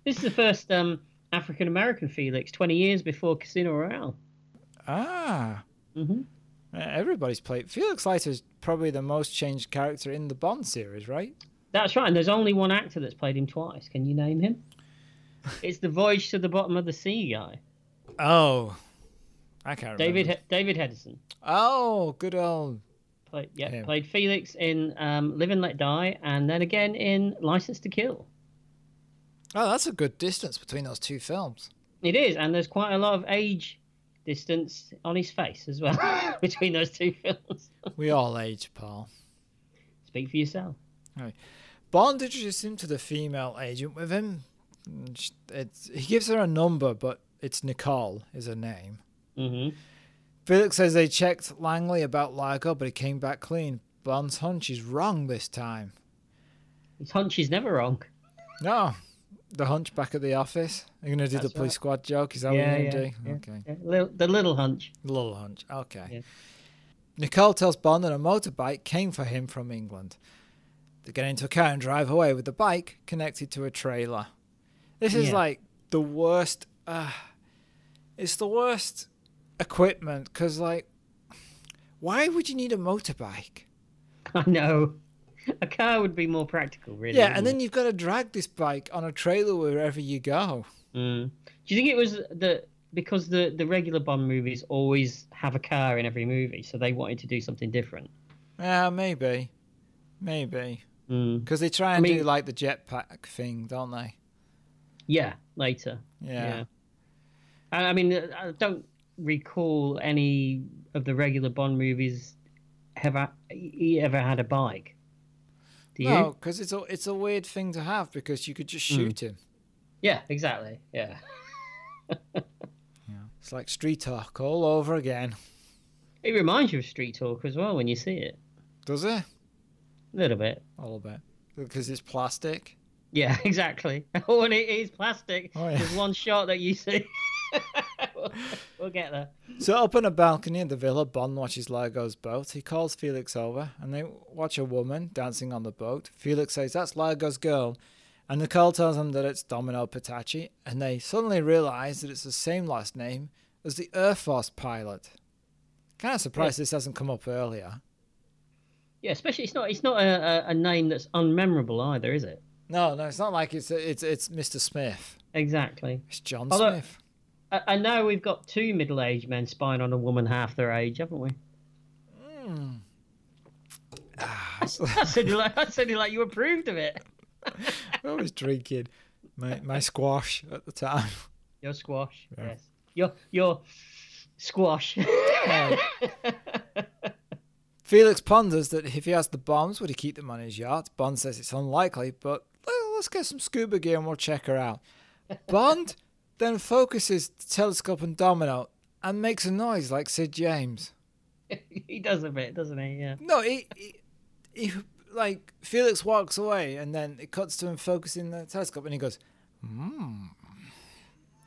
Speaker 3: This is the first um, African American Felix, 20 years before Casino Royale.
Speaker 2: Ah. Mm-hmm. Everybody's played. Felix Leiter's probably the most changed character in the Bond series, right?
Speaker 3: That's right, and there's only one actor that's played him twice. Can you name him? It's the Voyage to the Bottom of the Sea guy,
Speaker 2: Oh. I can't
Speaker 3: David
Speaker 2: remember.
Speaker 3: he- David Hedison.
Speaker 2: oh, good old.
Speaker 3: Played, yeah,
Speaker 2: Him.
Speaker 3: played Felix in um, Live and Let Die, and then again in License to Kill.
Speaker 2: Oh, that's a good distance between those two films.
Speaker 3: It is, and there's quite a lot of age distance on his face as well between those two films.
Speaker 2: We all age, Paul.
Speaker 3: Speak for yourself.
Speaker 2: Bond introduces him to the female agent with him. and sh- It's, he gives her a number, but it's Nicole is her name.
Speaker 3: hmm
Speaker 2: Felix says they checked Langley about Largo, but he came back clean. Bond's hunch is wrong this time.
Speaker 3: His hunch is never wrong.
Speaker 2: No. The hunchback at the office. You're gonna do the
Speaker 3: That's
Speaker 2: police
Speaker 3: right.
Speaker 2: squad joke? Is that
Speaker 3: Yeah,
Speaker 2: what you're gonna
Speaker 3: yeah,
Speaker 2: do?
Speaker 3: yeah.
Speaker 2: Okay.
Speaker 3: Yeah, little, the little hunch.
Speaker 2: Little hunch. Okay.
Speaker 3: Yeah.
Speaker 2: Nicole tells Bond that a motorbike came for him from England. They get into a car and drive away with the bike connected to a trailer. This is
Speaker 3: Yeah.
Speaker 2: like the worst. Uh, it's the worst equipment because, like, why would you need a motorbike?
Speaker 3: I know. A car would be more practical, really.
Speaker 2: Yeah, and
Speaker 3: wouldn't
Speaker 2: then you've got to drag this bike on a trailer wherever you go.
Speaker 3: it? Mm. Do you think it was the because the the regular Bond movies always have a car in every movie, so they wanted to do something different?
Speaker 2: Yeah, maybe, maybe
Speaker 3: Mm.
Speaker 2: because they try and do
Speaker 3: mean-
Speaker 2: like the jetpack thing, don't they?
Speaker 3: Yeah, later.
Speaker 2: Yeah.
Speaker 3: I I mean, uh, I don't recall any of the regular Bond movies have a- he ever had a bike. Do you? Hmm.
Speaker 2: No, because it's a it's a weird thing to have because you could just shoot him.
Speaker 3: Yeah, exactly. Yeah.
Speaker 2: It's like street talk all over again,
Speaker 3: It reminds you of Street Talk as well when you see it.
Speaker 2: does it?
Speaker 3: A little bit.
Speaker 2: A little bit because it's plastic.
Speaker 3: Yeah, exactly. Oh, and it is plastic.
Speaker 2: Oh, yeah.
Speaker 3: There's one shot that you see. we'll, we'll get there.
Speaker 2: So up on a balcony at the villa, Bond watches Largo's boat. He calls Felix over, and they watch a woman dancing on the boat. Felix says that's Largo's girl, and Nicole tells him that it's Domino Patachi, and they suddenly realise that it's the same last name as the Air Force pilot. Kind of surprised this hasn't come up earlier.
Speaker 3: Yeah, especially it's not it's not a, a, a name that's unmemorable either, is it?
Speaker 2: No, no, it's not like it's it's it's Mr. Smith.
Speaker 3: Exactly.
Speaker 2: It's John
Speaker 3: Although-
Speaker 2: Smith.
Speaker 3: I, I know we've got two middle-aged men spying on a woman half their age, haven't we?
Speaker 2: Hmm.
Speaker 3: Ah. I said you like I said you like you approved of it.
Speaker 2: I was drinking my, my squash at the time.
Speaker 3: Your squash, yes. Your your squash.
Speaker 2: Felix ponders that if he has the bombs, would he keep them on his yacht? Bond says it's unlikely, but well, let's get some scuba gear and we'll check her out. Bond then focuses the telescope on Domino and makes a noise like Sid James.
Speaker 3: he does a bit, doesn't he? Yeah.
Speaker 2: No, he, he, he like Felix walks away and then it cuts to him focusing the telescope and he goes, hmm,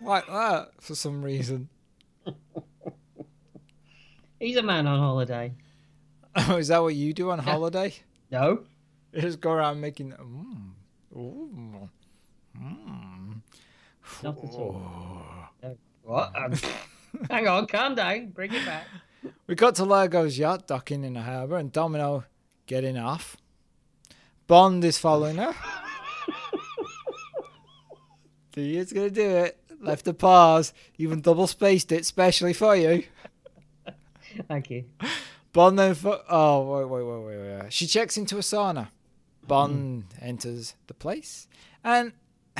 Speaker 2: like that for some reason.
Speaker 3: He's a man on holiday.
Speaker 2: Oh, is that what you do on holiday?
Speaker 3: No.
Speaker 2: You just go around making. Mm, ooh.
Speaker 3: Not at all.
Speaker 2: Oh.
Speaker 3: No. What? Um, hang on, calm down, bring it back.
Speaker 2: We got to Largo's yacht docking in the harbour and Domino getting off. Bond is following her. The is gonna do it. Left a pause. Even double spaced it specially for you.
Speaker 3: Thank you.
Speaker 2: Bond then. Fo- oh wait, wait, wait, wait, wait. She checks into a sauna. Bond
Speaker 3: Hmm.
Speaker 2: enters the place, and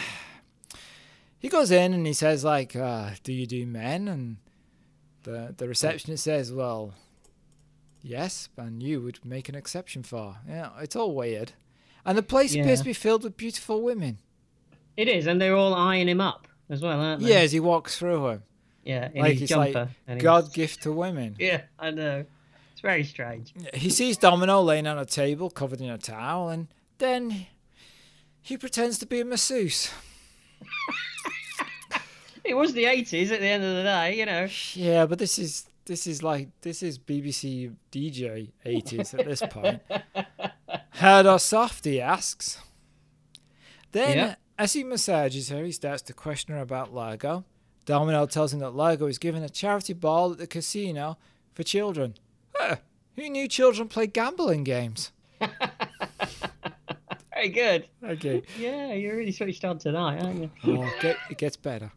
Speaker 2: he goes in and he says like, uh, "Do you do men?" And the the receptionist says, "Well, yes, and you would make an exception for." Yeah, it's all weird, and the place appears
Speaker 3: Yeah.
Speaker 2: to be filled with beautiful women.
Speaker 3: It is, and they're all eyeing him up as well, aren't they?
Speaker 2: Yeah, as he walks through her,
Speaker 3: Yeah, in
Speaker 2: like
Speaker 3: his
Speaker 2: he's
Speaker 3: jumper.
Speaker 2: like
Speaker 3: and his-
Speaker 2: God gift to women.
Speaker 3: Yeah, I know. It's very strange.
Speaker 2: he sees Domino laying on a table covered in a towel, and then he pretends to be a masseuse.
Speaker 3: It was the 80s at the end of the day, you know.
Speaker 2: Yeah, but this is this is like this is BBC DJ eighties at this point. Hard or soft? He asks. Then,
Speaker 3: Yeah.
Speaker 2: as he massages her, he starts to question her about Largo. Domino tells him that Largo is giving a charity ball at the casino for children. Huh, who knew children play gambling games?
Speaker 3: Very good.
Speaker 2: Okay,
Speaker 3: Yeah, you really switched on tonight, aren't you?
Speaker 2: oh, get, it gets better.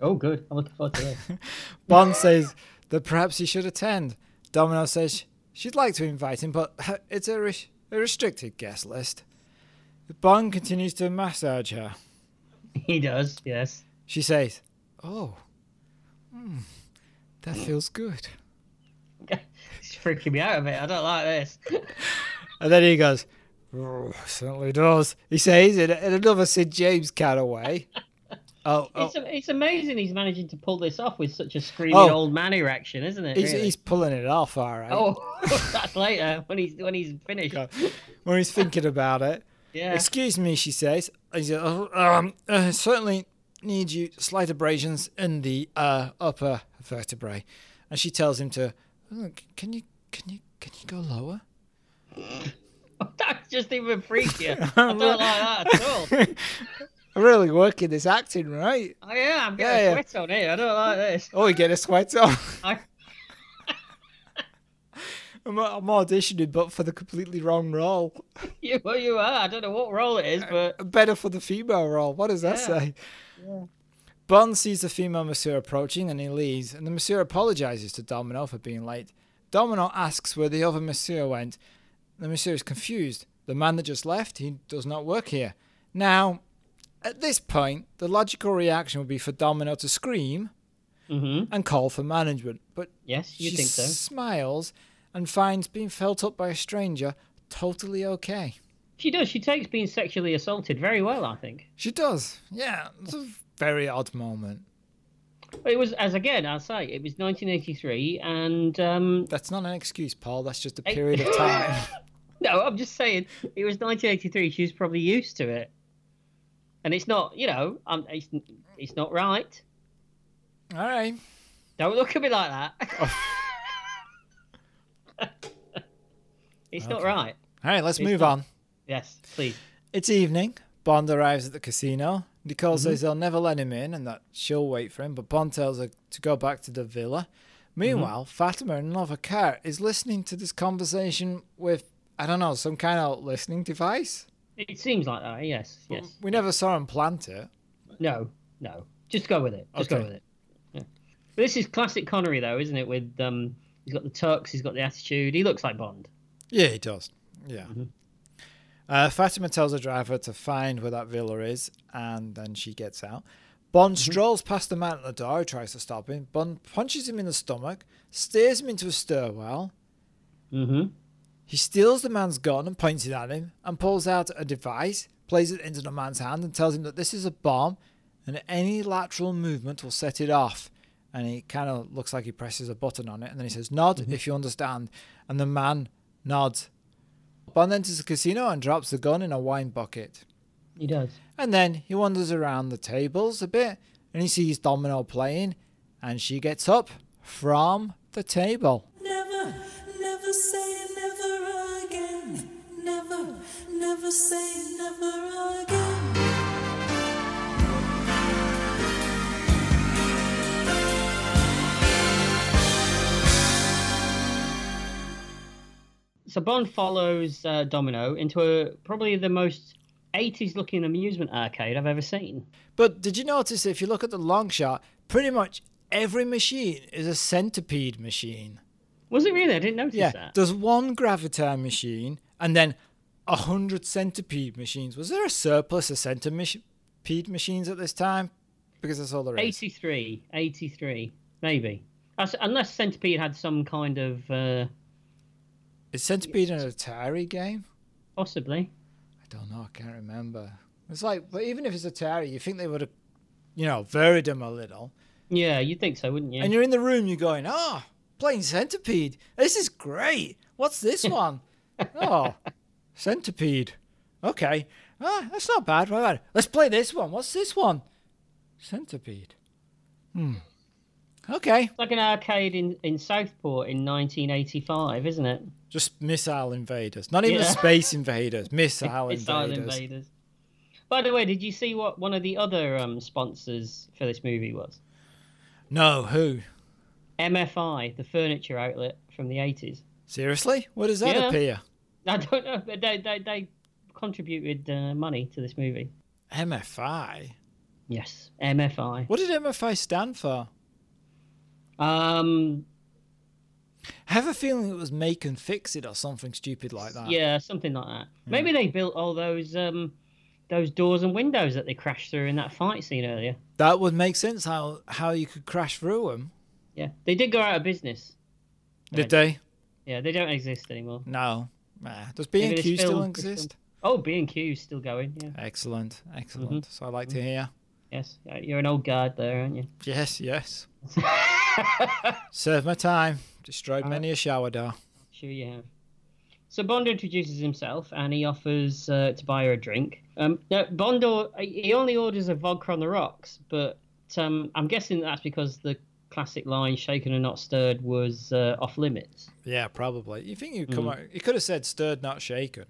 Speaker 3: Oh, good. I'm looking forward to this.
Speaker 2: Bond says that perhaps he should attend. Domino says she'd like to invite him, but it's a, res- a restricted guest list. Bond continues to massage her.
Speaker 3: he does, yes.
Speaker 2: She says, Oh, hmm, that feels good.
Speaker 3: It's freaking me out a bit. I don't like this.
Speaker 2: And then he goes, "Oh, certainly does. He says in, in another Sid James kind of way. Oh, oh,
Speaker 3: It's, it's amazing he's managing to pull this off with such a screaming
Speaker 2: Oh.
Speaker 3: old man erection, isn't it?
Speaker 2: he's,
Speaker 3: really?
Speaker 2: he's pulling it off, all right.
Speaker 3: Oh, that's later when he's when he's finished.
Speaker 2: God. When he's thinking about it.
Speaker 3: Yeah.
Speaker 2: Excuse me, she says. He says, "Oh, um, uh, certainly need you slight abrasions in the uh, upper vertebrae, and she tells him to. Look, can you can you can you go lower?
Speaker 3: That's just even freakier. I don't like that at all.
Speaker 2: I'm really working this acting right.
Speaker 3: Oh, yeah, I'm getting
Speaker 2: Yeah, yeah.
Speaker 3: a sweat on here. I don't like this.
Speaker 2: Oh, you get a sweat on.
Speaker 3: I,
Speaker 2: I'm, I'm auditioning, but for the completely wrong role.
Speaker 3: you, well, you are. I don't know what role it is, but
Speaker 2: Better for the female role. What does that
Speaker 3: Yeah.
Speaker 2: say? Bond sees the female masseur approaching and he leaves, and the masseur apologizes to Domino for being late. Domino asks where the other masseur went. The masseur is confused. The man that just left, he does not work here. Now, at this point, the logical reaction would be for Domino to scream and call for management, but
Speaker 3: yes, you
Speaker 2: she
Speaker 3: Mm-hmm. think so?
Speaker 2: smiles and finds being felt up by a stranger totally okay.
Speaker 3: She does. She takes being sexually assaulted very well, I think.
Speaker 2: She does. Yeah, it's a very odd moment.
Speaker 3: It was, as again, I say, it was 1983, and um,
Speaker 2: That's not an excuse, Paul. That's just a period of time.
Speaker 3: no, I'm just saying, it was 1983. She was probably used to it, and it's not, you know, um, it's it's not right.
Speaker 2: All right.
Speaker 3: Don't look at me like that. it's not right.
Speaker 2: All right, let's
Speaker 3: It's
Speaker 2: move
Speaker 3: not-
Speaker 2: on.
Speaker 3: Yes, please.
Speaker 2: It's evening. Bond arrives at the casino. Nicole says they'll never let him in and that she'll wait for him, but Bond tells her to go back to the villa. Meanwhile, Fatima in another car is listening to this conversation with, I don't know, some kind of listening device.
Speaker 3: It seems like that. Yes, yes.
Speaker 2: We never saw him plant it.
Speaker 3: No, no. Just go with it. Just
Speaker 2: Okay.
Speaker 3: go with it. Yeah. But this is classic Connery, though, isn't it? With um, he's got the tux, he's got the attitude. He looks like Bond.
Speaker 2: Yeah, he does. Yeah. Uh, Fatima tells the driver to find where that villa is, and then she gets out. Bond strolls past the man at the door who tries to stop him. Bond punches him in the stomach, steers him into a stairwell.
Speaker 3: Mm-hmm.
Speaker 2: He steals the man's gun and points it at him, and pulls out a device, plays it into the man's hand, and tells him that this is a bomb, and any lateral movement will set it off. And he kind of looks like he presses a button on it, and then he says, "Nod if you understand," and the man nods. Bond enters the casino and drops the gun in a wine bucket.
Speaker 3: He does.
Speaker 2: And then he wanders around the tables a bit, and he sees Domino playing, and she gets up from the table.
Speaker 1: Never, never say never again. Never, never say never again.
Speaker 3: So Bond follows uh, Domino into a, probably the most 80s looking amusement arcade I've ever seen.
Speaker 2: But did you notice if you look at the long shot, pretty much every machine is a centipede machine?
Speaker 3: Was it really? I didn't notice
Speaker 2: Yeah,
Speaker 3: that.
Speaker 2: there's one graviton machine and then a hundred centipede machines. Was there a surplus of centipede machines at this time? Because that's all there is.
Speaker 3: 83, 83, maybe. That's- Unless Centipede had some kind of uh,
Speaker 2: Is centipede an Atari game?
Speaker 3: possibly.
Speaker 2: I don't know. I can't remember. It's like, but even if it's Atari, you think they would have, you know, varied them a little.
Speaker 3: Yeah, you'd think so, wouldn't you?
Speaker 2: And you're in the room, you're going, oh, playing Centipede. This is great. What's this one? oh, Centipede. Okay. Ah, that's not bad. Why not? Let's play this one. What's this one? Centipede. Hmm. Okay.
Speaker 3: It's like an arcade in, in Southport in 1985, isn't it?
Speaker 2: Just missile invaders. Not even
Speaker 3: Yeah.
Speaker 2: space invaders. Missile
Speaker 3: It's Isle
Speaker 2: Oh, invaders.
Speaker 3: Invaders. By the way, did you see what one of the other um, sponsors for this movie was?
Speaker 2: No, who?
Speaker 3: MFI, the furniture outlet from the 80s.
Speaker 2: Seriously? Where does that
Speaker 3: Yeah.
Speaker 2: appear?
Speaker 3: I don't know, but they, they, they contributed uh, money to this movie.
Speaker 2: MFI.
Speaker 3: Yes, MFI.
Speaker 2: What did MFI stand for?
Speaker 3: Um,
Speaker 2: I have a feeling it was make and fix it or something stupid like that.
Speaker 3: yeah, something like that. Maybe they built all those um, those doors and windows that they crashed through in that fight scene earlier.
Speaker 2: That would make sense how how you could crash through them.
Speaker 3: Yeah, they did go out of business.
Speaker 2: Did they?
Speaker 3: Yeah, they don't exist anymore.
Speaker 2: No. Nah. Does
Speaker 3: Maybe
Speaker 2: B&Q
Speaker 3: this
Speaker 2: still
Speaker 3: film-
Speaker 2: exist?
Speaker 3: Oh, B and Q's still going. Yeah.
Speaker 2: Excellent. Excellent.
Speaker 3: Mm-hmm.
Speaker 2: So I like to hear.
Speaker 3: Yes, you're an old guard there, aren't you?
Speaker 2: Yes, yes. Served my time. Destroyed many a shower door.
Speaker 3: Sure you have. So Bond introduces himself and he offers uh, to buy her a drink. Um, now Bond or, he only orders a vodka on the rocks, but um, I'm guessing that's because the classic line "shaken and not stirred" was uh, off limits.
Speaker 2: Yeah, probably. You think you come
Speaker 3: Mm.
Speaker 2: out? You could have said stirred, not shaken.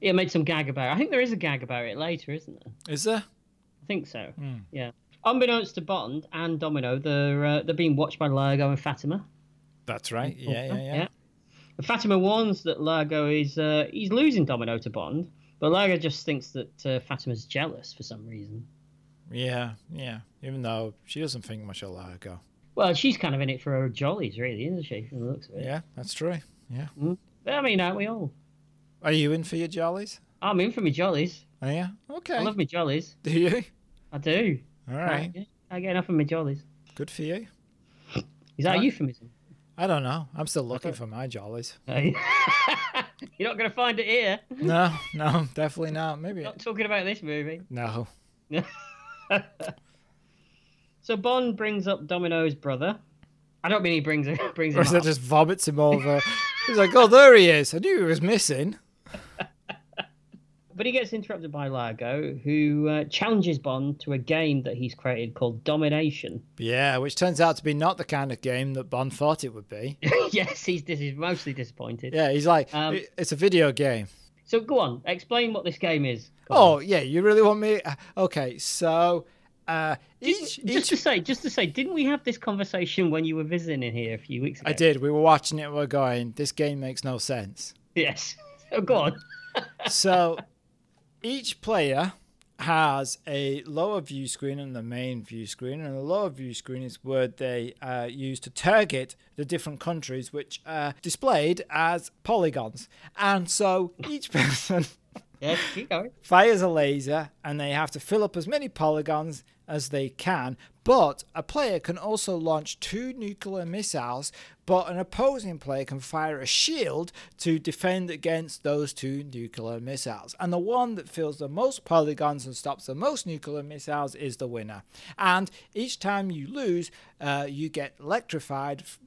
Speaker 3: Yeah, made some gag about it. I think there is a gag about it later, isn't there?
Speaker 2: Is there?
Speaker 3: I think so.
Speaker 2: Hmm.
Speaker 3: Yeah. Unbeknownst to Bond and Domino, they're uh, they're being watched by Largo and Fatima.
Speaker 2: That's right. Yeah, yeah, yeah.
Speaker 3: And Fatima warns that Largo is uh, he's losing Domino to Bond, but Largo just thinks that uh, Fatima's jealous for some reason.
Speaker 2: Yeah, yeah. Even though she doesn't think much of Largo.
Speaker 3: Well, she's kind of in it for her jollies, really, isn't she? From the looks of it.
Speaker 2: Yeah, that's true. Yeah.
Speaker 3: Mm. But, I mean, aren't we all?
Speaker 2: Are you in for your jollies?
Speaker 3: I'm in for my jollies.
Speaker 2: Oh, yeah. Okay.
Speaker 3: I love my jollies.
Speaker 2: Do you?
Speaker 3: I do.
Speaker 2: All right.
Speaker 3: I, I get enough of my jollies.
Speaker 2: Good for you.
Speaker 3: Is that
Speaker 2: Right.
Speaker 3: a euphemism?
Speaker 2: I don't know. I'm still looking for my jollies.
Speaker 3: Hey. You're not going to find it here.
Speaker 2: No, no, definitely not. Maybe
Speaker 3: Not talking about this movie.
Speaker 2: no.
Speaker 3: So Bond brings up Domino's brother. I don't mean he brings him. Brings
Speaker 2: Or
Speaker 3: him
Speaker 2: is that
Speaker 3: up.
Speaker 2: just vomits him over? He's like, oh, there he is. I knew he was missing.
Speaker 3: But he gets interrupted by Largo, who uh, challenges Bond to a game that he's created called Domination.
Speaker 2: Yeah, which turns out to be not the kind of game that Bond thought it would be.
Speaker 3: yes, he's this is mostly disappointed.
Speaker 2: Yeah, he's like,
Speaker 3: Um,
Speaker 2: "It- it's a video game.
Speaker 3: So go on, explain what this game is. Go on.
Speaker 2: Oh, yeah, you really want me? uh, Okay, so uh, each
Speaker 3: just
Speaker 2: each
Speaker 3: to say, just to say, didn't we have this conversation when you were visiting in here a few weeks ago?
Speaker 2: I did. We were watching it. We were going, this game makes no sense.
Speaker 3: Yes. So go on.
Speaker 2: So each player has a lower view screen and the main view screen, and the lower view screen is where they uh, use to target the different countries, which are displayed as polygons. And so each person
Speaker 3: Yes, keep going.
Speaker 2: fires a laser, and they have to fill up as many polygons as they can. But a player can also launch two nuclear missiles, but an opposing player can fire a shield to defend against those two nuclear missiles. And the one that fills the most polygons and stops the most nuclear missiles is the winner. And each time you lose, uh, you get electrified f-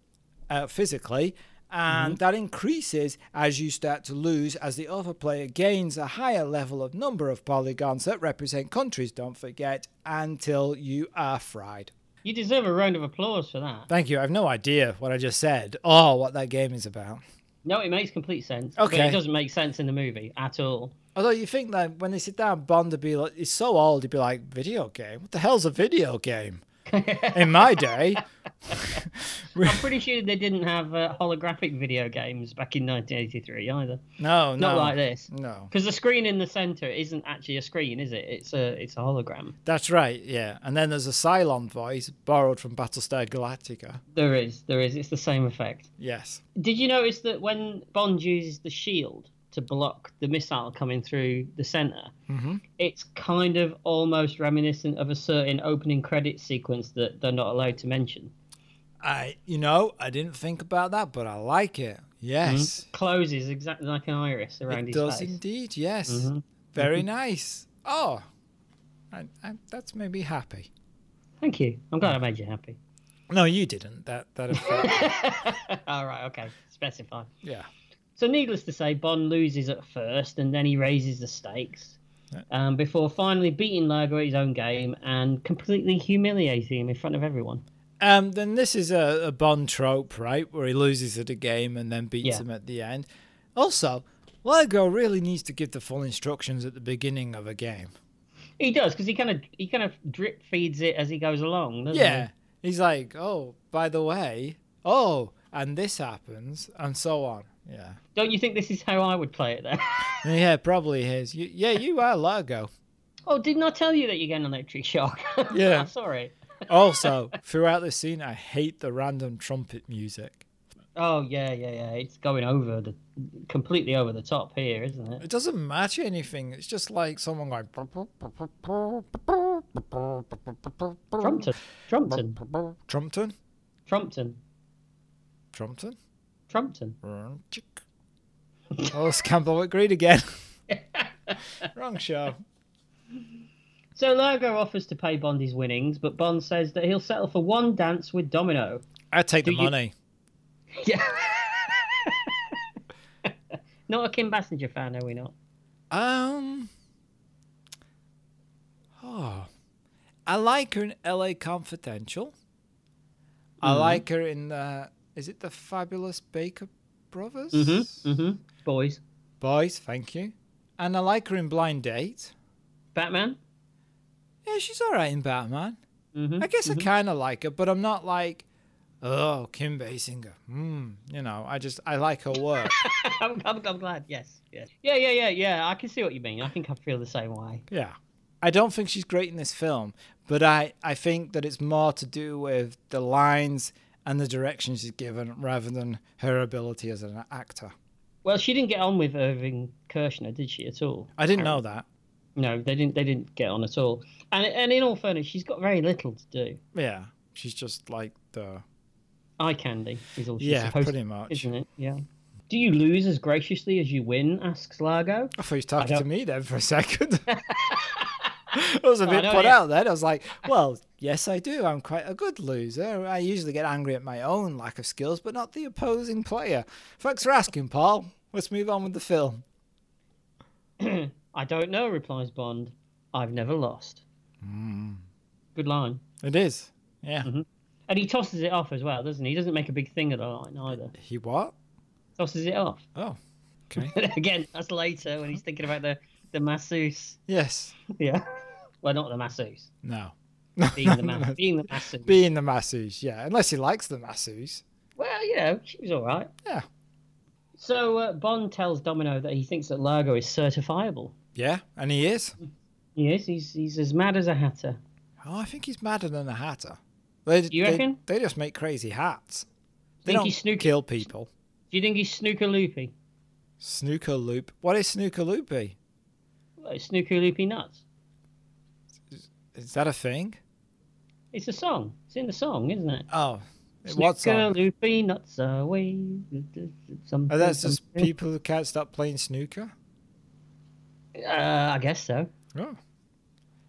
Speaker 2: uh, physically, and that increases as you start to lose, as the other player gains a higher level of number of polygons that represent countries, don't forget, until you are fried.
Speaker 3: You deserve a round of applause for that.
Speaker 2: Thank you. I have no idea what I just said or what that game is about.
Speaker 3: No, it makes complete sense. but
Speaker 2: Okay.
Speaker 3: it doesn't make sense in the movie at all.
Speaker 2: Although you think that when they sit down, Bond would be like, he's so old, he'd be like, video game? What the hell's a video game? In my day,
Speaker 3: I'm pretty sure they didn't have uh, holographic video games back in 1983 either.
Speaker 2: no, no,
Speaker 3: Not like this.
Speaker 2: No,
Speaker 3: Because the screen in the center isn't actually a screen, is it? It's a it's a hologram.
Speaker 2: that's right. Yeah, and then there's a Cylon voice borrowed from Battlestar Galactica.
Speaker 3: There is, there is. It's the same effect.
Speaker 2: Yes,
Speaker 3: Did you notice that when Bond uses the shield to block the missile coming through the center,
Speaker 2: Mm-hmm.
Speaker 3: it's kind of almost reminiscent of a certain opening credit sequence that they're not allowed to mention.
Speaker 2: I. You know, I didn't think about that, but I like it. Yes,
Speaker 3: Closes exactly like an iris around
Speaker 2: it
Speaker 3: his
Speaker 2: does
Speaker 3: face.
Speaker 2: indeed. Yes, very nice. Oh, I, I, that's made me happy.
Speaker 3: Thank you. I'm glad I made you happy.
Speaker 2: No, you didn't. That that effect.
Speaker 3: All right, okay. Specify.
Speaker 2: yeah.
Speaker 3: So, needless to say, Bond loses at first, and then he raises the stakes um, before finally beating Lager at his own game and completely humiliating him in front of everyone.
Speaker 2: Um, then this is a, a Bond trope, right? Where he loses at a game and then beats
Speaker 3: Yeah.
Speaker 2: him at the end. Also, Lego really needs to give the full instructions at the beginning of a game.
Speaker 3: He does because he kind of he kind of drip feeds it as he goes along. Doesn't
Speaker 2: Yeah. He's like, oh, by the way, oh, and this happens, and so on. Yeah.
Speaker 3: he? Don't you think this is how I would play it? There.
Speaker 2: Yeah, probably his. You, yeah, you are Largo.
Speaker 3: oh, didn't I tell you that you get an electric shock?
Speaker 2: Yeah.
Speaker 3: I'm sorry.
Speaker 2: Also, throughout this scene, I hate the random trumpet music.
Speaker 3: Oh yeah, yeah, yeah. It's going over the completely over the top here, isn't it?
Speaker 2: It doesn't match anything. It's just like someone going.
Speaker 3: Trumpton, Trumpton,
Speaker 2: Trumpton?
Speaker 3: Trumpton,
Speaker 2: Trumpton?
Speaker 3: Trumpton.
Speaker 2: Wrong chick. Oh, it's Campbell agreed again. Wrong show.
Speaker 3: So Largo offers to pay Bond his winnings, but Bond says that he'll settle for one dance with Domino.
Speaker 2: I take the
Speaker 3: you-
Speaker 2: money.
Speaker 3: Yeah. not a Kim Bassinger fan, are we not?
Speaker 2: Um. Oh, I like her in L.A. Confidential. I
Speaker 3: Mm-hmm.
Speaker 2: like her in the. Is it the Fabulous Baker Brothers?
Speaker 3: Mm-hmm. Boys.
Speaker 2: Boys, thank you. And I like her in Blind Date.
Speaker 3: Batman?
Speaker 2: Yeah, she's all right in Batman.
Speaker 3: Mm-hmm.
Speaker 2: I guess I kind of like her, but I'm not like, oh, Kim Basinger. Mm, you know, I just I like her work.
Speaker 3: I'm, I'm, I'm glad. Yes. Yes. Yeah. Yeah. Yeah. Yeah. I can see what you mean. I think I feel the same way.
Speaker 2: yeah, I don't think she's great in this film, but I I think that it's more to do with the lines and the direction she's given rather than her ability as an actor.
Speaker 3: Well, she didn't get on with Irving Kershner, did she at all?
Speaker 2: I didn't know that.
Speaker 3: No, they didn't. They didn't get on at all. And and in all fairness, she's got very little to do.
Speaker 2: Yeah, she's just like the
Speaker 3: Eye candy is all she's
Speaker 2: yeah,
Speaker 3: supposed
Speaker 2: pretty
Speaker 3: to,
Speaker 2: much.
Speaker 3: isn't it? Yeah. Do you lose as graciously as you win? asks Largo.
Speaker 2: I thought you were talking
Speaker 3: I
Speaker 2: to
Speaker 3: don't-
Speaker 2: me then for a second. I was a bit
Speaker 3: know,
Speaker 2: put
Speaker 3: yeah.
Speaker 2: out then. I was like, well, yes, I do. I'm quite a good loser. I usually get angry at my own lack of skills, but not the opposing player. Thanks for asking, Paul. Let's move on with the film.
Speaker 3: I don't know, replies Bond. I've never lost.
Speaker 2: Hmm.
Speaker 3: Good line.
Speaker 2: It is. Yeah.
Speaker 3: And he tosses it off as well, doesn't he? He doesn't make a big thing of the line either.
Speaker 2: He what?
Speaker 3: Tosses it off.
Speaker 2: Oh, okay.
Speaker 3: Again, that's later when he's thinking about the the masseuse.
Speaker 2: yes.
Speaker 3: Yeah. Well, not the masseuse.
Speaker 2: No.
Speaker 3: Being the ma- being the masseuse.
Speaker 2: Being the masseuse, yeah. Unless he likes the masseuse.
Speaker 3: Well, you know, she was all right.
Speaker 2: Yeah.
Speaker 3: So uh, Bond tells Domino that he thinks that Largo is certifiable.
Speaker 2: Yeah, and he is.
Speaker 3: He is. He's he's as mad as a hatter.
Speaker 2: Oh, I think he's madder than a hatter. They,
Speaker 3: You
Speaker 2: they-
Speaker 3: reckon?
Speaker 2: They, just make crazy hats. They
Speaker 3: Think
Speaker 2: don't
Speaker 3: he's snooky?
Speaker 2: kill people.
Speaker 3: Do you think he's snooker loopy?
Speaker 2: Snooker loop. What is snooker loopy?
Speaker 3: Well, snooker loopy nuts.
Speaker 2: Is that a thing?
Speaker 3: It's a song. It's in the song, isn't it?
Speaker 2: Oh, what
Speaker 3: Snooker
Speaker 2: song?
Speaker 3: loopy nuts away. Something,
Speaker 2: Oh, that's just
Speaker 3: something.
Speaker 2: people who can't stop playing snooker.
Speaker 3: Uh, I guess so.
Speaker 2: Oh,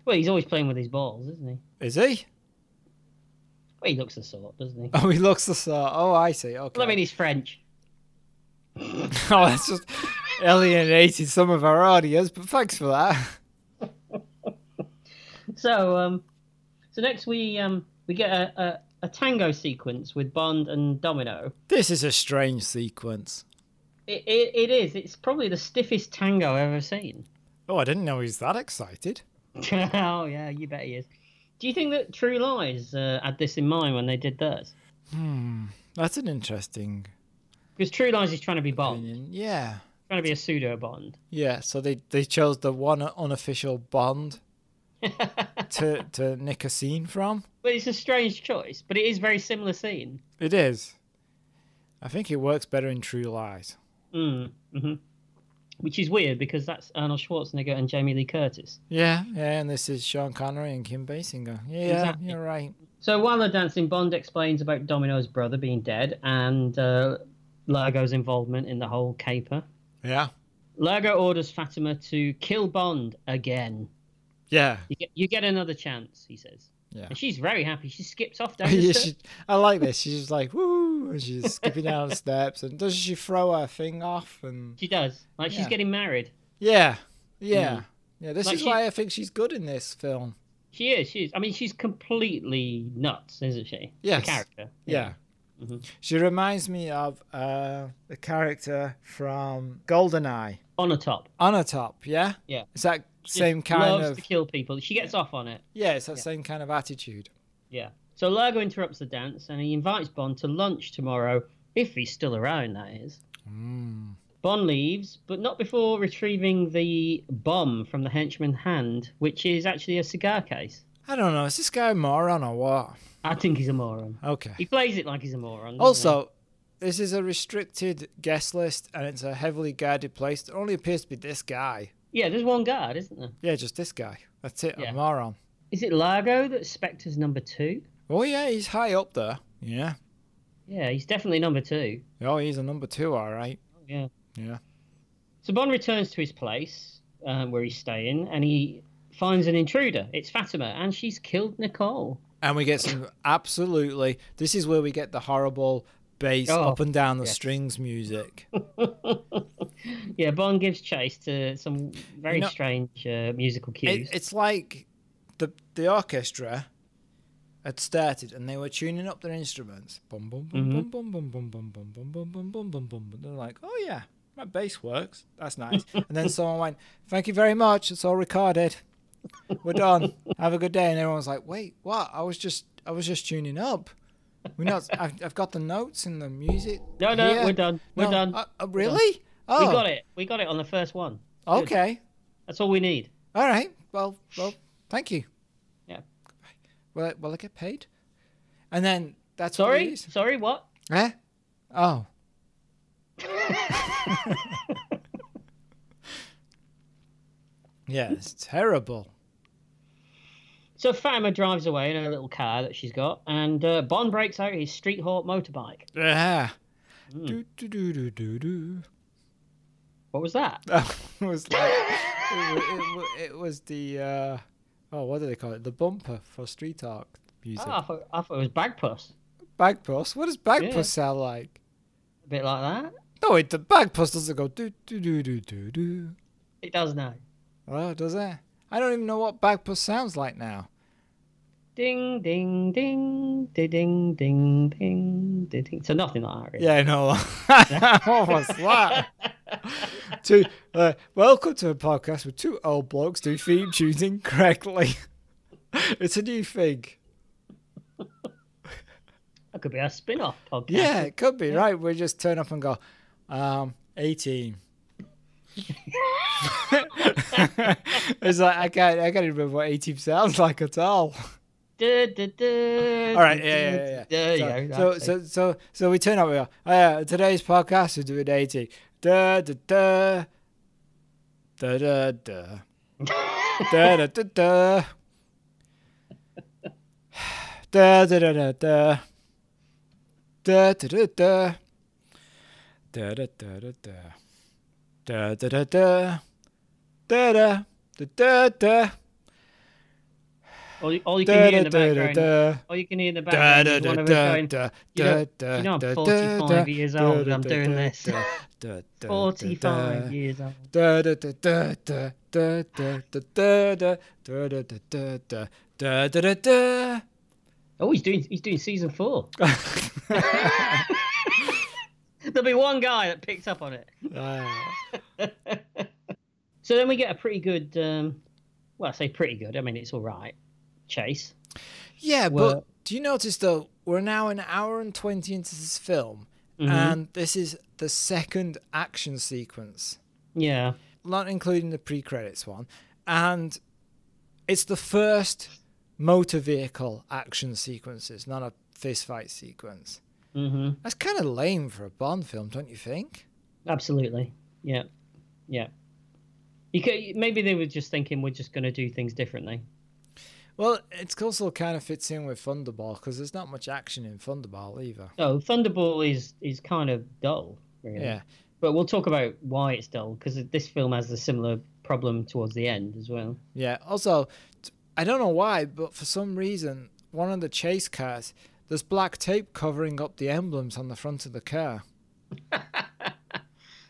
Speaker 3: Well, he's always playing with his balls, isn't he?
Speaker 2: is he?
Speaker 3: Well, he looks the sort, doesn't he?
Speaker 2: Oh, he looks the sort. Oh, I see. Okay.
Speaker 3: Well, I mean, he's French.
Speaker 2: oh, that's just alienated some of our audience. But thanks for that.
Speaker 3: So, um, so next we um we get a, a, a tango sequence with Bond and Domino.
Speaker 2: This is a strange sequence.
Speaker 3: It, it, it is. It's probably the stiffest tango I've ever seen.
Speaker 2: Oh, I didn't know he was that excited.
Speaker 3: oh yeah, you bet he is. Do you think that True Lies uh, had this in mind when they did theirs?
Speaker 2: That's an interesting
Speaker 3: Because True Lies is trying to be Bond,
Speaker 2: opinion. Yeah.
Speaker 3: trying to be a pseudo Bond.
Speaker 2: Yeah, so they, they chose the one unofficial Bond to to nick a scene from.
Speaker 3: But it's a strange choice. But it is very similar scene.
Speaker 2: It is. I think it works better in True Lies.
Speaker 3: which is weird because that's Arnold Schwarzenegger and Jamie Lee Curtis.
Speaker 2: Yeah, yeah, and this is Sean Connery and Kim Basinger. Yeah,
Speaker 3: Exactly.
Speaker 2: you're right.
Speaker 3: So while they're dancing, Bond explains about Domino's brother being dead and uh, Largo's involvement in the whole caper.
Speaker 2: Yeah,
Speaker 3: Largo orders Fatima to kill Bond again.
Speaker 2: yeah,
Speaker 3: You get, you get another chance, he says.
Speaker 2: Yeah.
Speaker 3: And she's very happy. She skips off down
Speaker 2: yeah
Speaker 3: the
Speaker 2: she, I like this. She's just like woo, and she's skipping down the steps, and doesn't she throw her thing off? And
Speaker 3: She does. Like she's
Speaker 2: Yeah.
Speaker 3: getting married.
Speaker 2: yeah, yeah, yeah. This
Speaker 3: Like
Speaker 2: is
Speaker 3: she-
Speaker 2: why I think she's good in this film.
Speaker 3: She is. She is. I mean, she's completely nuts, isn't she?
Speaker 2: Yes.
Speaker 3: The character.
Speaker 2: Yeah.
Speaker 3: Mm-hmm.
Speaker 2: She reminds me of uh, the character from Goldeneye
Speaker 3: On the top.
Speaker 2: on a top. Yeah,
Speaker 3: Yeah.
Speaker 2: it's that
Speaker 3: She
Speaker 2: same kind
Speaker 3: loves
Speaker 2: of
Speaker 3: to kill people. She gets off on it.
Speaker 2: yeah, it's that same kind of attitude.
Speaker 3: Yeah. So Largo interrupts the dance and he invites Bond to lunch tomorrow, if he's still around, that is.
Speaker 2: Hmm.
Speaker 3: Bond leaves, but not before retrieving the bomb from the henchman's hand, which is actually a cigar case.
Speaker 2: I don't know. Is this guy a moron or what?
Speaker 3: I think he's a moron.
Speaker 2: Okay.
Speaker 3: He plays it like he's a moron. doesn't
Speaker 2: Also, this is a restricted guest list and it's a heavily guarded place. There only appears to be this guy.
Speaker 3: he? yeah, there's one guard, isn't there?
Speaker 2: Yeah, just this guy. That's it.
Speaker 3: Yeah.
Speaker 2: A moron.
Speaker 3: Is it Largo that's Spectre's number two?
Speaker 2: Oh, yeah, he's high up there. Yeah.
Speaker 3: Yeah, he's definitely number two.
Speaker 2: Oh, he's a number two, all right.
Speaker 3: Yeah.
Speaker 2: Yeah.
Speaker 3: So Bond returns to his place um, where he's staying, and he finds an intruder. It's Fatima, and she's killed Nicole.
Speaker 2: And we get some absolutely. This is where we get the horrible bass
Speaker 3: Oh,
Speaker 2: up and down the
Speaker 3: yes.
Speaker 2: strings music.
Speaker 3: Yeah, Bond gives chase to some very
Speaker 2: You know-
Speaker 3: strange uh, musical cues.
Speaker 2: it, it's like the the orchestra had started and they were tuning up their instruments. Bum bum bum
Speaker 3: Mm-hmm.
Speaker 2: bum bum bum bum bum bum bum bum bum bum bum bum. bum. They're like, oh yeah, my bass works. That's nice. and then someone went, "Thank you very much. It's all recorded. We're done. Have a good day." And everyone's like, "Wait, what? I was just I was just tuning up." We're not. I've, I've got the notes and the music.
Speaker 3: No, no,
Speaker 2: here.
Speaker 3: we're done. We're
Speaker 2: No,
Speaker 3: done.
Speaker 2: Uh, uh, really? Oh,
Speaker 3: We got it. We got it on the first one. Good.
Speaker 2: Okay.
Speaker 3: That's all we need.
Speaker 2: All right. Well, well, thank you.
Speaker 3: Yeah.
Speaker 2: Will I, will I get paid? And then that's what it
Speaker 3: Sorry?
Speaker 2: is.
Speaker 3: Sorry, what?
Speaker 2: Eh? Oh. yeah, it's terrible.
Speaker 3: So Fatima drives away in her little car that she's got, and uh, Bond breaks out his Street Hawk motorbike.
Speaker 2: Yeah. Do do do do do do.
Speaker 3: What was that?
Speaker 2: That was like it, wa- it, wa- it was the uh, oh what do they call it? The bumper for Street Talk music.
Speaker 3: Oh, I, thought, I thought it was Bagpuss.
Speaker 2: Bagpuss. What does bagpuss
Speaker 3: Yeah.
Speaker 2: sound like?
Speaker 3: A bit like that.
Speaker 2: No, it, the bagpuss doesn't go do do do do do do.
Speaker 3: It does now.
Speaker 2: Oh, does it? I don't even know what bagpuss sounds like now.
Speaker 3: Ding, ding, ding, di- ding, ding, ding, di- ding. So nothing like that, really.
Speaker 2: Yeah, I know. what was that? two, uh, welcome to a podcast with two old blokes do theme tunes incorrectly. it's a new thing.
Speaker 3: That could be a spin off podcast.
Speaker 2: Yeah, it could be, right? We just turn up and go, um, 18. it's like I can't I can't even remember what 18 sounds like at all.
Speaker 3: Da, da, da,
Speaker 2: All right, yeah, yeah, yeah.
Speaker 3: There
Speaker 2: so,
Speaker 3: you go.
Speaker 2: So,
Speaker 3: that's it.
Speaker 2: so, so, so we turn up. We go, uh, today's podcast is doing eighty. Da da da. Da da da. da da da da. Da da da da da. Da da da da. Da da da da da. Da da da da. Da da da da da.
Speaker 3: All, you- all you can
Speaker 2: Da
Speaker 3: hear
Speaker 2: da
Speaker 3: in the
Speaker 2: da
Speaker 3: background.
Speaker 2: da.
Speaker 3: All you can hear in the
Speaker 2: da
Speaker 3: background
Speaker 2: da
Speaker 3: is
Speaker 2: da
Speaker 3: one of us
Speaker 2: da
Speaker 3: going,
Speaker 2: da
Speaker 3: you
Speaker 2: da
Speaker 3: know-
Speaker 2: da
Speaker 3: you know I'm
Speaker 2: da, da,
Speaker 3: 45
Speaker 2: da,
Speaker 3: years
Speaker 2: da,
Speaker 3: old,
Speaker 2: da,
Speaker 3: I'm
Speaker 2: da,
Speaker 3: doing
Speaker 2: da,
Speaker 3: this.
Speaker 2: da, da, da,
Speaker 3: 45
Speaker 2: da,
Speaker 3: years old.
Speaker 2: da, da, da, da, da, da, da, da, da, da, da, da, da, da, da, da, da, da.
Speaker 3: Oh, he's doing he's doing season four. There'll be one guy that picks up on it.
Speaker 2: Ah,
Speaker 3: So then we get a pretty good, um, well, I say pretty good. I mean, it's all right. chase.
Speaker 2: Yeah,
Speaker 3: Well-
Speaker 2: but do you notice though? We're now an hour and twenty into this film,
Speaker 3: Mm-hmm.
Speaker 2: and this is the second action sequence,
Speaker 3: Yeah.
Speaker 2: not including the pre-credits one, and it's the first motor vehicle action sequences, not a fist fight sequence. Mm-hmm. That's kind of lame for a Bond film, don't you think?
Speaker 3: Absolutely. Yeah. Yeah. You could, maybe they were just thinking we're just going to do things differently.
Speaker 2: Well, it's also kind of fits in with Thunderball because there's not much action in Thunderball either.
Speaker 3: Oh, Thunderball is is kind of dull, really.
Speaker 2: Yeah.
Speaker 3: But we'll talk about why it's dull because this film has a similar problem towards the end as well.
Speaker 2: Yeah. Also, t- I don't know why, but for some reason, one of the chase cars, there's black tape covering up the emblems on the front of the car.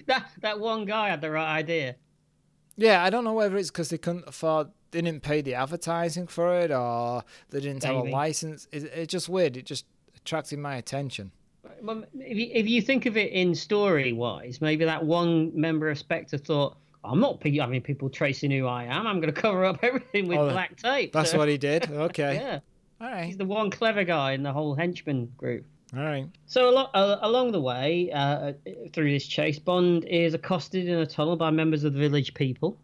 Speaker 3: That that one guy had the right idea.
Speaker 2: Yeah, I don't know whether it's because they couldn't afford, they didn't pay the advertising for it, or they didn't have a
Speaker 3: Maybe.
Speaker 2: license. It, it's just weird. It just attracted my attention.
Speaker 3: Well, If you, if you think of it in story wise, maybe that one member of Spectre thought, "I'm not pe- having people tracing who I am. I'm going to cover up everything with
Speaker 2: Oh,
Speaker 3: black tape."
Speaker 2: That's
Speaker 3: So,
Speaker 2: what he did. Okay.
Speaker 3: Yeah,
Speaker 2: All
Speaker 3: he's
Speaker 2: right.
Speaker 3: the one clever guy in the whole henchman group.
Speaker 2: All right.
Speaker 3: So alo- uh, along the way, uh, through this chase, Bond is accosted in a tunnel by members of the village people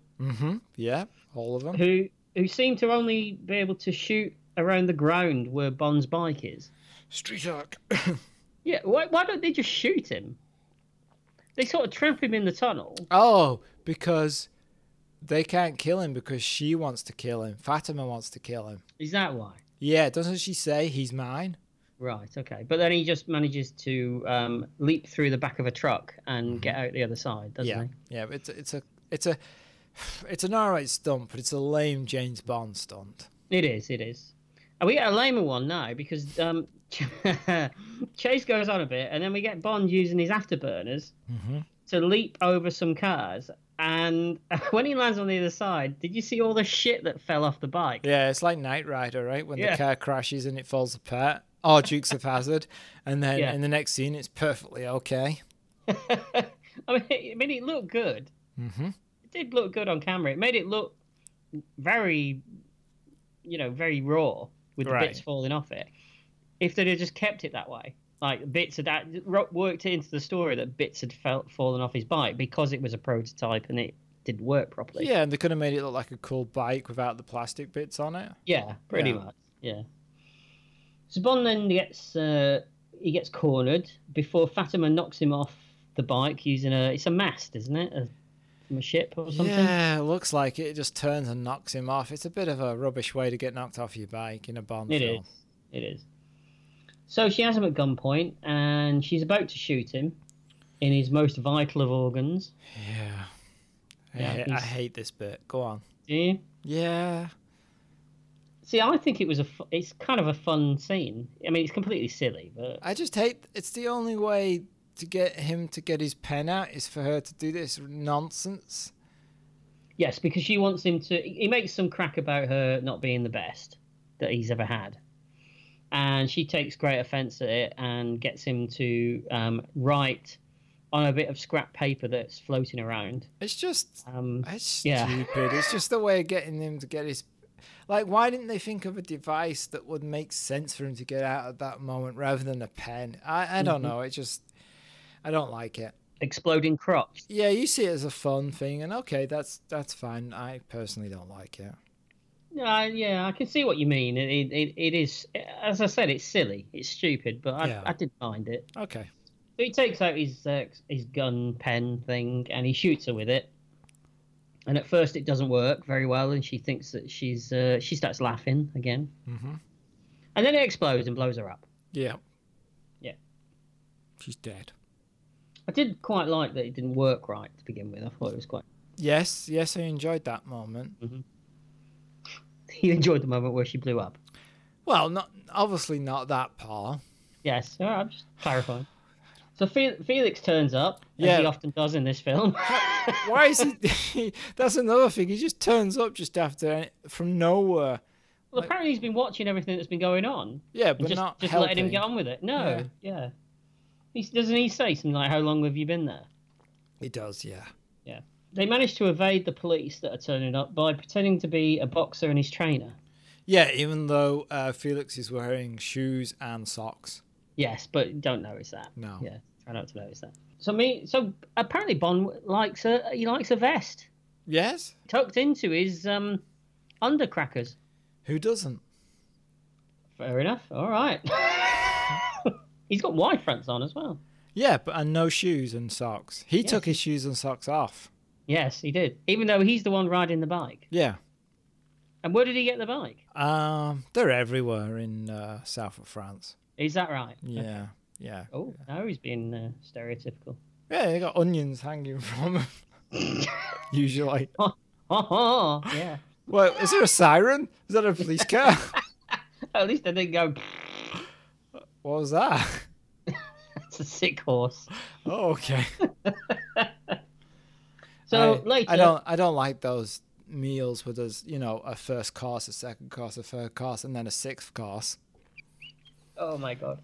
Speaker 2: Yeah. All of them.
Speaker 3: who who seem to only be able to shoot around the ground where Bond's bike is.
Speaker 2: Street arc.
Speaker 3: Yeah, why, why don't they just shoot him? They sort of trap him in the tunnel.
Speaker 2: oh, because they can't kill him because she wants to kill him. Fatima wants to kill him.
Speaker 3: Is that why?
Speaker 2: Yeah, doesn't she say he's mine?
Speaker 3: Right, okay. But then he just manages to um, leap through the back of a truck and get out the other side, doesn't
Speaker 2: Yeah,
Speaker 3: he?
Speaker 2: yeah. but It's it's a it's a it's an alright stunt, but it's a lame James Bond stunt.
Speaker 3: It is. It is. And we get a lamer one now because um, Chase goes on a bit, and then we get Bond using his afterburners to leap over some cars. And when he lands on the other side, did you see all the shit that fell off the bike?
Speaker 2: Yeah, it's like Knight Rider, right? When
Speaker 3: Yeah.
Speaker 2: the car crashes and it falls apart. Or Dukes of Hazard, and then
Speaker 3: Yeah.
Speaker 2: in the next scene it's perfectly okay.
Speaker 3: I mean, I mean, it looked good. Mm-hmm. It did look good on camera. It made it look very, you know, very raw with the
Speaker 2: Right.
Speaker 3: bits falling off it. If they'd have just kept it that way, like bits of that ro- worked it into the story that bits had felt fallen off his bike because it was a prototype and it didn't work properly.
Speaker 2: Yeah, and they could have made it look like a cool bike without the plastic bits on it.
Speaker 3: Yeah, pretty
Speaker 2: Yeah.
Speaker 3: much. Yeah. So Bond then gets uh, he gets cornered before Fatima knocks him off the bike using a it's a mast, isn't it? A, from a ship or something.
Speaker 2: Yeah, it looks like it. It just turns and knocks him off. It's a bit of a rubbish way to get knocked off your bike in a Bond
Speaker 3: It
Speaker 2: film.
Speaker 3: is. It is. So she has him at gunpoint, and she's about to shoot him in his most vital of organs.
Speaker 2: Yeah. I
Speaker 3: Yeah,
Speaker 2: hate- I
Speaker 3: he's-
Speaker 2: hate this bit. Go on.
Speaker 3: Do you?
Speaker 2: Yeah.
Speaker 3: See, I think it was a. fu- It's kind of a fun scene. I mean, it's completely silly, but
Speaker 2: I just hate. It's the only way to get him to get his pen out is for her to do this nonsense.
Speaker 3: yes, because she wants him to. He makes some crack about her not being the best that he's ever had, and she takes great offence at it and gets him to um, write on a bit of scrap paper that's floating around.
Speaker 2: It's just.
Speaker 3: Um,
Speaker 2: it's
Speaker 3: yeah.
Speaker 2: stupid. it's just the way of getting him to get his. Like, why didn't they think of a device that would make sense for him to get out at that moment rather than a pen? I, I don't
Speaker 3: Mm-hmm.
Speaker 2: know. It just. I don't like it.
Speaker 3: exploding crops.
Speaker 2: Yeah, you see it as a fun thing, and okay, that's that's fine. I personally don't like it.
Speaker 3: Uh, yeah, I can see what you mean. It, it, it, it is, as I said, it's silly, it's stupid, but I,
Speaker 2: Yeah.
Speaker 3: I didn't mind it.
Speaker 2: Okay.
Speaker 3: So he takes out his uh, his gun pen thing and he shoots her with it. And at first, it doesn't work very well, and she thinks that she's uh, she starts laughing again. Mm-hmm. And then it explodes and blows her up.
Speaker 2: Yeah.
Speaker 3: Yeah.
Speaker 2: She's dead.
Speaker 3: I did quite like that it didn't work right to begin with. I thought it was quite.
Speaker 2: Yes, yes, I enjoyed that moment.
Speaker 3: Mm. He enjoyed the moment where she blew up.
Speaker 2: Well, not obviously not that part.
Speaker 3: Yes, all right, I'm just clarifying. So Fe- Felix turns up, as
Speaker 2: Yeah.
Speaker 3: he often does in this film.
Speaker 2: Why is he? that's another thing. He just turns up just after any- from nowhere.
Speaker 3: Well, apparently he's been watching everything that's been going on.
Speaker 2: Yeah,
Speaker 3: and
Speaker 2: but
Speaker 3: just,
Speaker 2: not
Speaker 3: just
Speaker 2: helping.
Speaker 3: letting him get on with it. No, yeah. He doesn't he say something like, "How long have you been there?"
Speaker 2: He does, yeah.
Speaker 3: Yeah. They manage to evade the police that are turning up by pretending to be a boxer and his trainer.
Speaker 2: Yeah, even though uh, Felix is wearing shoes and socks.
Speaker 3: Yes, but don't notice that.
Speaker 2: No.
Speaker 3: Yeah, try not to notice that. So me, so apparently Bond likes a he likes a vest
Speaker 2: Yes?
Speaker 3: tucked into his um undercrackers.
Speaker 2: Who doesn't?
Speaker 3: Fair enough. All right. He's got Y fronts on as well.
Speaker 2: Yeah, but and no shoes and socks. He took his shoes and socks off.
Speaker 3: Yes, he did. Even though he's the one riding the bike.
Speaker 2: Yeah.
Speaker 3: And where did he get the bike?
Speaker 2: Um, they're everywhere in uh, south of France.
Speaker 3: Is that right?
Speaker 2: Yeah. Yeah.
Speaker 3: Oh, now he's being uh, stereotypical.
Speaker 2: Yeah, they got onions hanging from them. Usually.
Speaker 3: Oh, yeah.
Speaker 2: Well, is there a siren? Is that a police car?
Speaker 3: At least I didn't go.
Speaker 2: what was that?
Speaker 3: That's a sick horse.
Speaker 2: Oh, okay.
Speaker 3: So
Speaker 2: I,
Speaker 3: later,
Speaker 2: I don't I don't like those meals where there's, you know, a first course, a second course, a third course, and then a sixth course.
Speaker 3: Oh my god.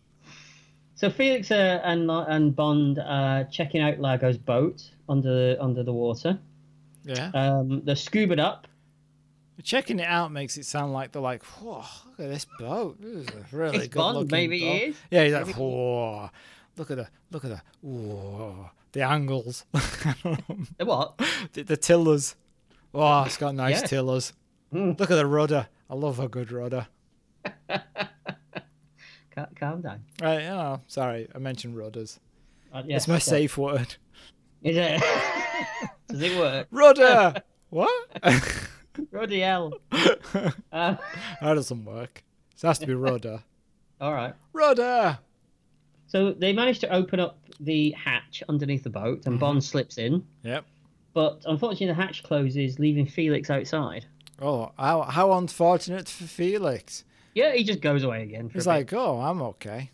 Speaker 3: So Felix uh, and and Bond are checking out Largo's boat under under the water.
Speaker 2: Yeah.
Speaker 3: Um, they're scubaed up.
Speaker 2: Checking it out makes it sound like they're like, whoa, look at this boat. This is a really
Speaker 3: It's
Speaker 2: good
Speaker 3: Bond,
Speaker 2: looking
Speaker 3: maybe he
Speaker 2: boat.
Speaker 3: is.
Speaker 2: Yeah, he's like, whoa, look at the, look at the, whoa, the angles, the,
Speaker 3: The what?
Speaker 2: the tillers. Oh, it's got nice
Speaker 3: Yeah.
Speaker 2: tillers. Look at the rudder. I love a good rudder.
Speaker 3: Cal- Calm down.
Speaker 2: Right, oh, sorry, I mentioned rudders.
Speaker 3: Uh,
Speaker 2: It's
Speaker 3: yes,
Speaker 2: my
Speaker 3: yeah.
Speaker 2: safe word.
Speaker 3: Is it? Does it work?
Speaker 2: Rudder! what?
Speaker 3: Ruddy L. Uh,
Speaker 2: that doesn't work. It has to be rudder.
Speaker 3: all right.
Speaker 2: Rudder!
Speaker 3: So they manage to open up the hatch underneath the boat,
Speaker 2: Mm-hmm.
Speaker 3: and Bond slips in.
Speaker 2: Yep.
Speaker 3: But unfortunately, the hatch closes, leaving Felix outside.
Speaker 2: Oh, how, how unfortunate for Felix.
Speaker 3: Yeah, he just goes away again. For
Speaker 2: He's
Speaker 3: a bit.
Speaker 2: like, oh, I'm okay.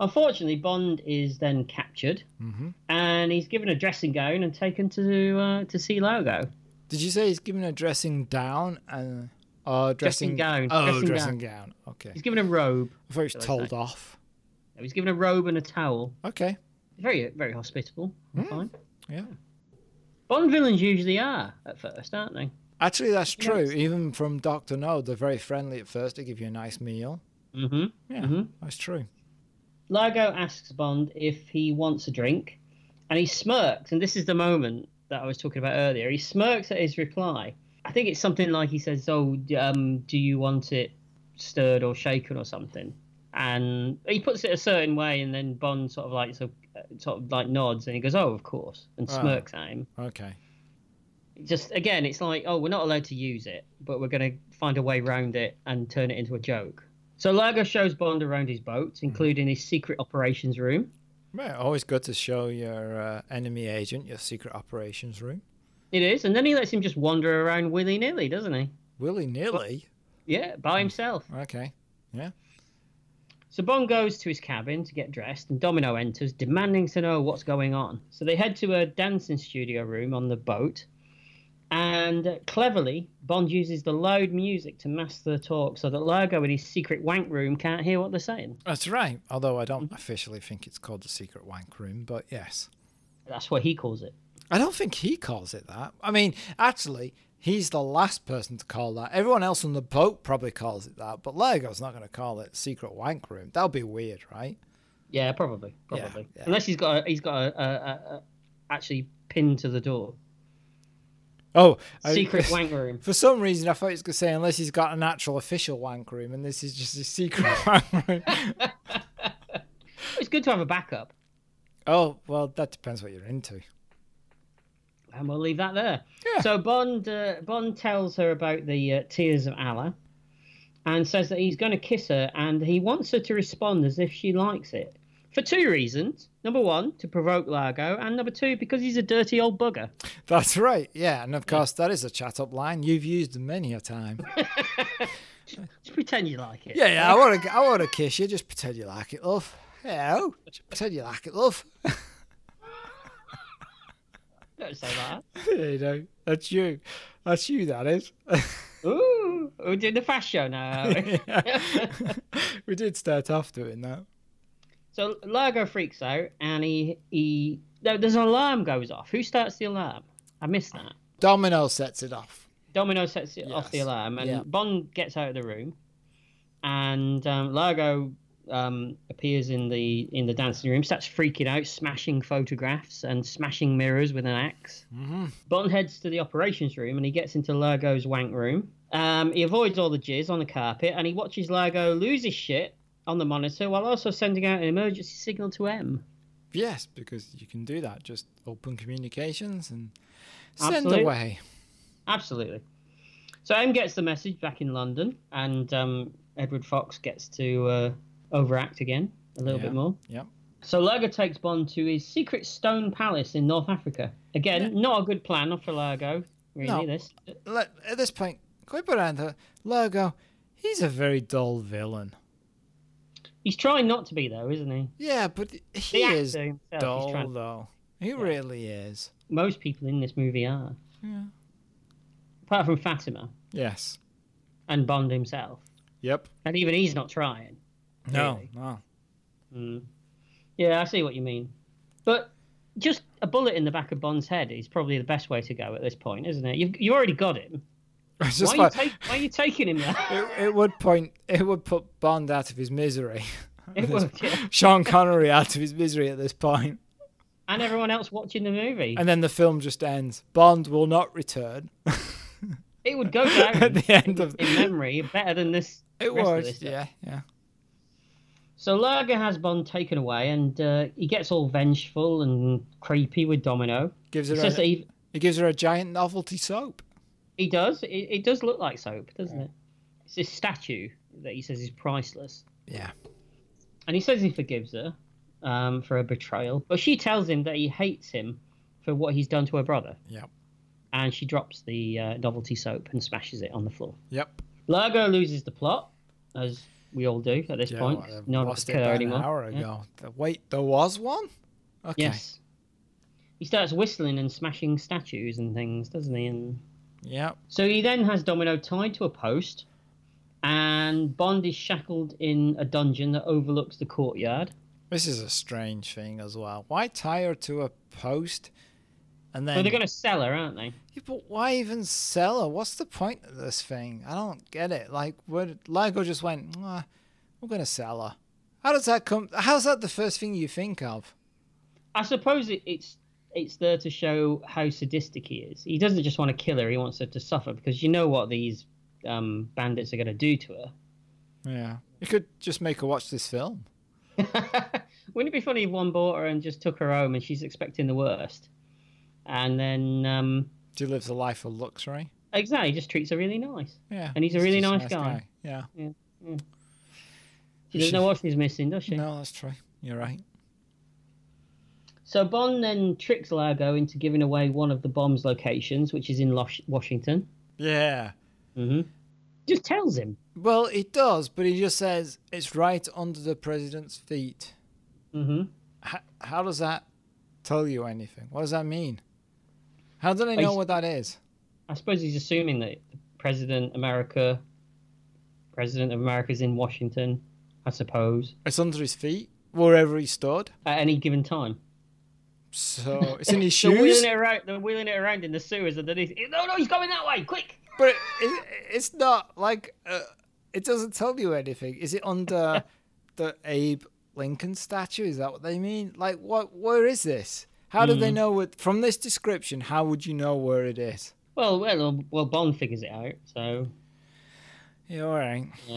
Speaker 3: Unfortunately, Bond is then captured, and he's given a dressing gown and taken to uh, to see Largo.
Speaker 2: Did you say he's given a dressing down and uh dressing,
Speaker 3: Dressing gown,
Speaker 2: Oh, dressing,
Speaker 3: dressing
Speaker 2: gown. Okay.
Speaker 3: He's given a robe.
Speaker 2: I thought he was
Speaker 3: Okay.
Speaker 2: told off.
Speaker 3: He's given a robe and a towel.
Speaker 2: Okay.
Speaker 3: Very very hospitable. I'm Fine.
Speaker 2: Yeah.
Speaker 3: Bond villains usually are at first, aren't they?
Speaker 2: Actually, that's true. Even from Doctor No, they're very friendly at first. They give you a nice meal.
Speaker 3: Mm-hmm.
Speaker 2: Yeah, that's true.
Speaker 3: Largo asks Bond if he wants a drink, and he smirks. And this is the moment that I was talking about earlier. He smirks at his reply. I think it's something like he says, "Oh, d- um, do you want it stirred or shaken or something?" And he puts it a certain way, and then Bond sort of like so, uh, sort of like nods, and he goes, "Oh, of course," and smirks at him.
Speaker 2: Okay.
Speaker 3: Just again, it's like, "Oh, we're not allowed to use it, but we're going to find a way around it and turn it into a joke." So Largo shows Bond around his boat, including his secret operations room.
Speaker 2: Right. Always good to show your uh, enemy agent your secret operations room.
Speaker 3: It is, and then he lets him just wander around willy nilly, doesn't he?
Speaker 2: Willy nilly.
Speaker 3: Yeah, by himself.
Speaker 2: Okay. Yeah.
Speaker 3: So Bond goes to his cabin to get dressed, and Domino enters, demanding to know what's going on. So they head to a dancing studio room on the boat, and uh, cleverly, Bond uses the loud music to mask the talk so that Largo in his secret wank room can't hear what they're saying.
Speaker 2: That's right. Although I don't officially think it's called the secret wank room, but yes.
Speaker 3: That's what he calls it.
Speaker 2: I don't think he calls it that. I mean, actually, he's the last person to call that. Everyone else on the boat probably calls it that, but Lego's not going to call it secret wank room. That'll be weird, right?
Speaker 3: Yeah, probably, probably.
Speaker 2: yeah.
Speaker 3: Unless he's got a, he's got a, a, a, a actually pinned to the door.
Speaker 2: Oh, I-
Speaker 3: Secret wank room.
Speaker 2: For some reason, I thought he was going to say unless he's got an actual official wank room, and this is just a secret wank room.
Speaker 3: It's good to have a backup.
Speaker 2: Oh, well, that depends what you're into.
Speaker 3: and we'll leave that there.
Speaker 2: Yeah.
Speaker 3: So Bond uh, Bond tells her about the uh, tears of Allah, and says that he's going to kiss her, and he wants her to respond as if she likes it for two reasons. Number one, to provoke Largo, and number two, because he's a dirty old bugger.
Speaker 2: That's right, yeah, and of course that is a chat up line you've used many a time.
Speaker 3: Just pretend you like it.
Speaker 2: Yeah, yeah, I want to, I want to kiss you. Just pretend you like it, love. Hello, just pretend you like it, love.
Speaker 3: Don't say that.
Speaker 2: Yeah, you know, that's you. That's you, that is.
Speaker 3: Ooh, we're doing the fast show now. aren't we?
Speaker 2: we did start off doing that.
Speaker 3: so Largo freaks out, and he he no, there's an alarm goes off. Who starts the alarm? I missed that.
Speaker 2: Domino sets it off.
Speaker 3: Domino sets it off the
Speaker 2: Yes.
Speaker 3: alarm, and
Speaker 2: Yeah.
Speaker 3: Bond gets out of the room, and um, Largo um, appears in the in the dancing room, starts freaking out, smashing photographs and smashing mirrors with an ax
Speaker 2: Mm-hmm.
Speaker 3: Bond heads to the operations room, and he gets into Largo's wank room. Um, he avoids all the jizz on the carpet, and he watches Largo lose his shit on the monitor while also sending out an emergency signal to M.
Speaker 2: Yes, because you can do that. Just open communications and send
Speaker 3: Absolutely.
Speaker 2: away.
Speaker 3: Absolutely. So M gets the message back in London, and um, Edward Fox gets to uh, overact again a little
Speaker 2: Yeah.
Speaker 3: bit more.
Speaker 2: Yep.
Speaker 3: So Largo takes Bond to his secret stone palace in North Africa. Again, not a good plan for Largo. Really,
Speaker 2: No.
Speaker 3: this
Speaker 2: Let, at this point, Clipperanda, Largo, he's a very dull villain.
Speaker 3: he's trying not to be though, isn't he?
Speaker 2: Yeah, but
Speaker 3: The
Speaker 2: he
Speaker 3: actor
Speaker 2: is
Speaker 3: himself, he's
Speaker 2: dull,
Speaker 3: trying-
Speaker 2: though. He really is.
Speaker 3: Most people in this movie are.
Speaker 2: Yeah.
Speaker 3: Apart from Fatima
Speaker 2: Yes.
Speaker 3: and Bond himself,
Speaker 2: Yep.
Speaker 3: and even he's not trying.
Speaker 2: No,
Speaker 3: Really?
Speaker 2: no.
Speaker 3: Yeah, I see what you mean. But just a bullet in the back of Bond's head is probably the best way to go at this point, isn't it? You've, you already got him.
Speaker 2: It's
Speaker 3: Why
Speaker 2: just
Speaker 3: are, you
Speaker 2: like-
Speaker 3: take, why are you taking him there?
Speaker 2: it, it would point, it would put Bond out of his misery.
Speaker 3: it worked, yeah.
Speaker 2: Sean Connery out of his misery at this point.
Speaker 3: And everyone else watching the movie.
Speaker 2: And then the film just ends. Bond will not return.
Speaker 3: it would go down
Speaker 2: At the end of-
Speaker 3: in memory better than this.
Speaker 2: It
Speaker 3: rest of
Speaker 2: was,
Speaker 3: this stuff.
Speaker 2: yeah, yeah.
Speaker 3: So Larger has Bond taken away and uh, he gets all vengeful and creepy with Domino.
Speaker 2: Gives
Speaker 3: It's
Speaker 2: her,
Speaker 3: just that
Speaker 2: a,
Speaker 3: he,
Speaker 2: it gives her a giant novelty soap.
Speaker 3: he does. It, it does look like soap, doesn't it? It's this statue that he says is priceless.
Speaker 2: Yeah.
Speaker 3: and he says he forgives her um, for her betrayal, but she tells him that he hates him for what he's done to her brother,
Speaker 2: Yep.
Speaker 3: and she drops the uh, novelty soap and smashes it on the floor.
Speaker 2: Yep.
Speaker 3: Largo loses the plot, as we all do at this
Speaker 2: Yeah,
Speaker 3: point.
Speaker 2: well, I've
Speaker 3: No one
Speaker 2: lost
Speaker 3: lost
Speaker 2: it
Speaker 3: care
Speaker 2: about
Speaker 3: anymore.
Speaker 2: an hour
Speaker 3: Yeah.
Speaker 2: ago. Th- Wait, there was one? Okay.
Speaker 3: Yes. He starts whistling and smashing statues and things, doesn't he? And
Speaker 2: Yep.
Speaker 3: so he then has Domino tied to a post, and Bond is shackled in a dungeon that overlooks the courtyard.
Speaker 2: This is a strange thing as well. Why tie her to a post and then.
Speaker 3: Well, they're going to sell her, aren't they?
Speaker 2: Yeah, but why even sell her? What's the point of this thing? I don't get it. Like, would Ligo just went, "Mwah, we're going to sell her. How does that come? How's that the first thing you think of?
Speaker 3: I suppose it, it's it's there to show how sadistic he is. He doesn't just want to kill her; he wants her to suffer because you know what these um, bandits are going to do to her.
Speaker 2: Yeah. You could just make her watch this film.
Speaker 3: Wouldn't it be funny if one bought her and just took her home and she's expecting the worst, and then um,
Speaker 2: She lives a life of luxury.
Speaker 3: exactly just treats her really nice.
Speaker 2: Yeah.
Speaker 3: And he's a really
Speaker 2: just
Speaker 3: nice guy.
Speaker 2: Yeah.
Speaker 3: She doesn't know what she's missing, does she?
Speaker 2: No, that's true. You're right.
Speaker 3: So Bond then tricks Largo into giving away one of the bomb's locations, which is in Losh- Washington.
Speaker 2: Yeah.
Speaker 3: Just tells him.
Speaker 2: Well, it does, but he just says it's right under the president's feet.
Speaker 3: hmm
Speaker 2: How, how does that tell you anything? What does that mean? How do they
Speaker 3: Like-
Speaker 2: know what that is?
Speaker 3: I suppose he's assuming that President America, President of America is in Washington, I suppose,
Speaker 2: It's under his feet, wherever he stood.
Speaker 3: at any given time.
Speaker 2: So it's in his
Speaker 3: They're
Speaker 2: shoes.
Speaker 3: wheeling it around. They're wheeling it around in the sewers underneath. No, no, he's coming that way. Quick!
Speaker 2: But it, it, it's not like uh, it doesn't tell you anything. Is it under the Abe Lincoln statue? Is that what they mean? Like, what? Where is this? How do they know it? From this description, how would you know where it is?
Speaker 3: Well, well, well. Bond figures it out. So,
Speaker 2: Yeah, all right.
Speaker 3: I,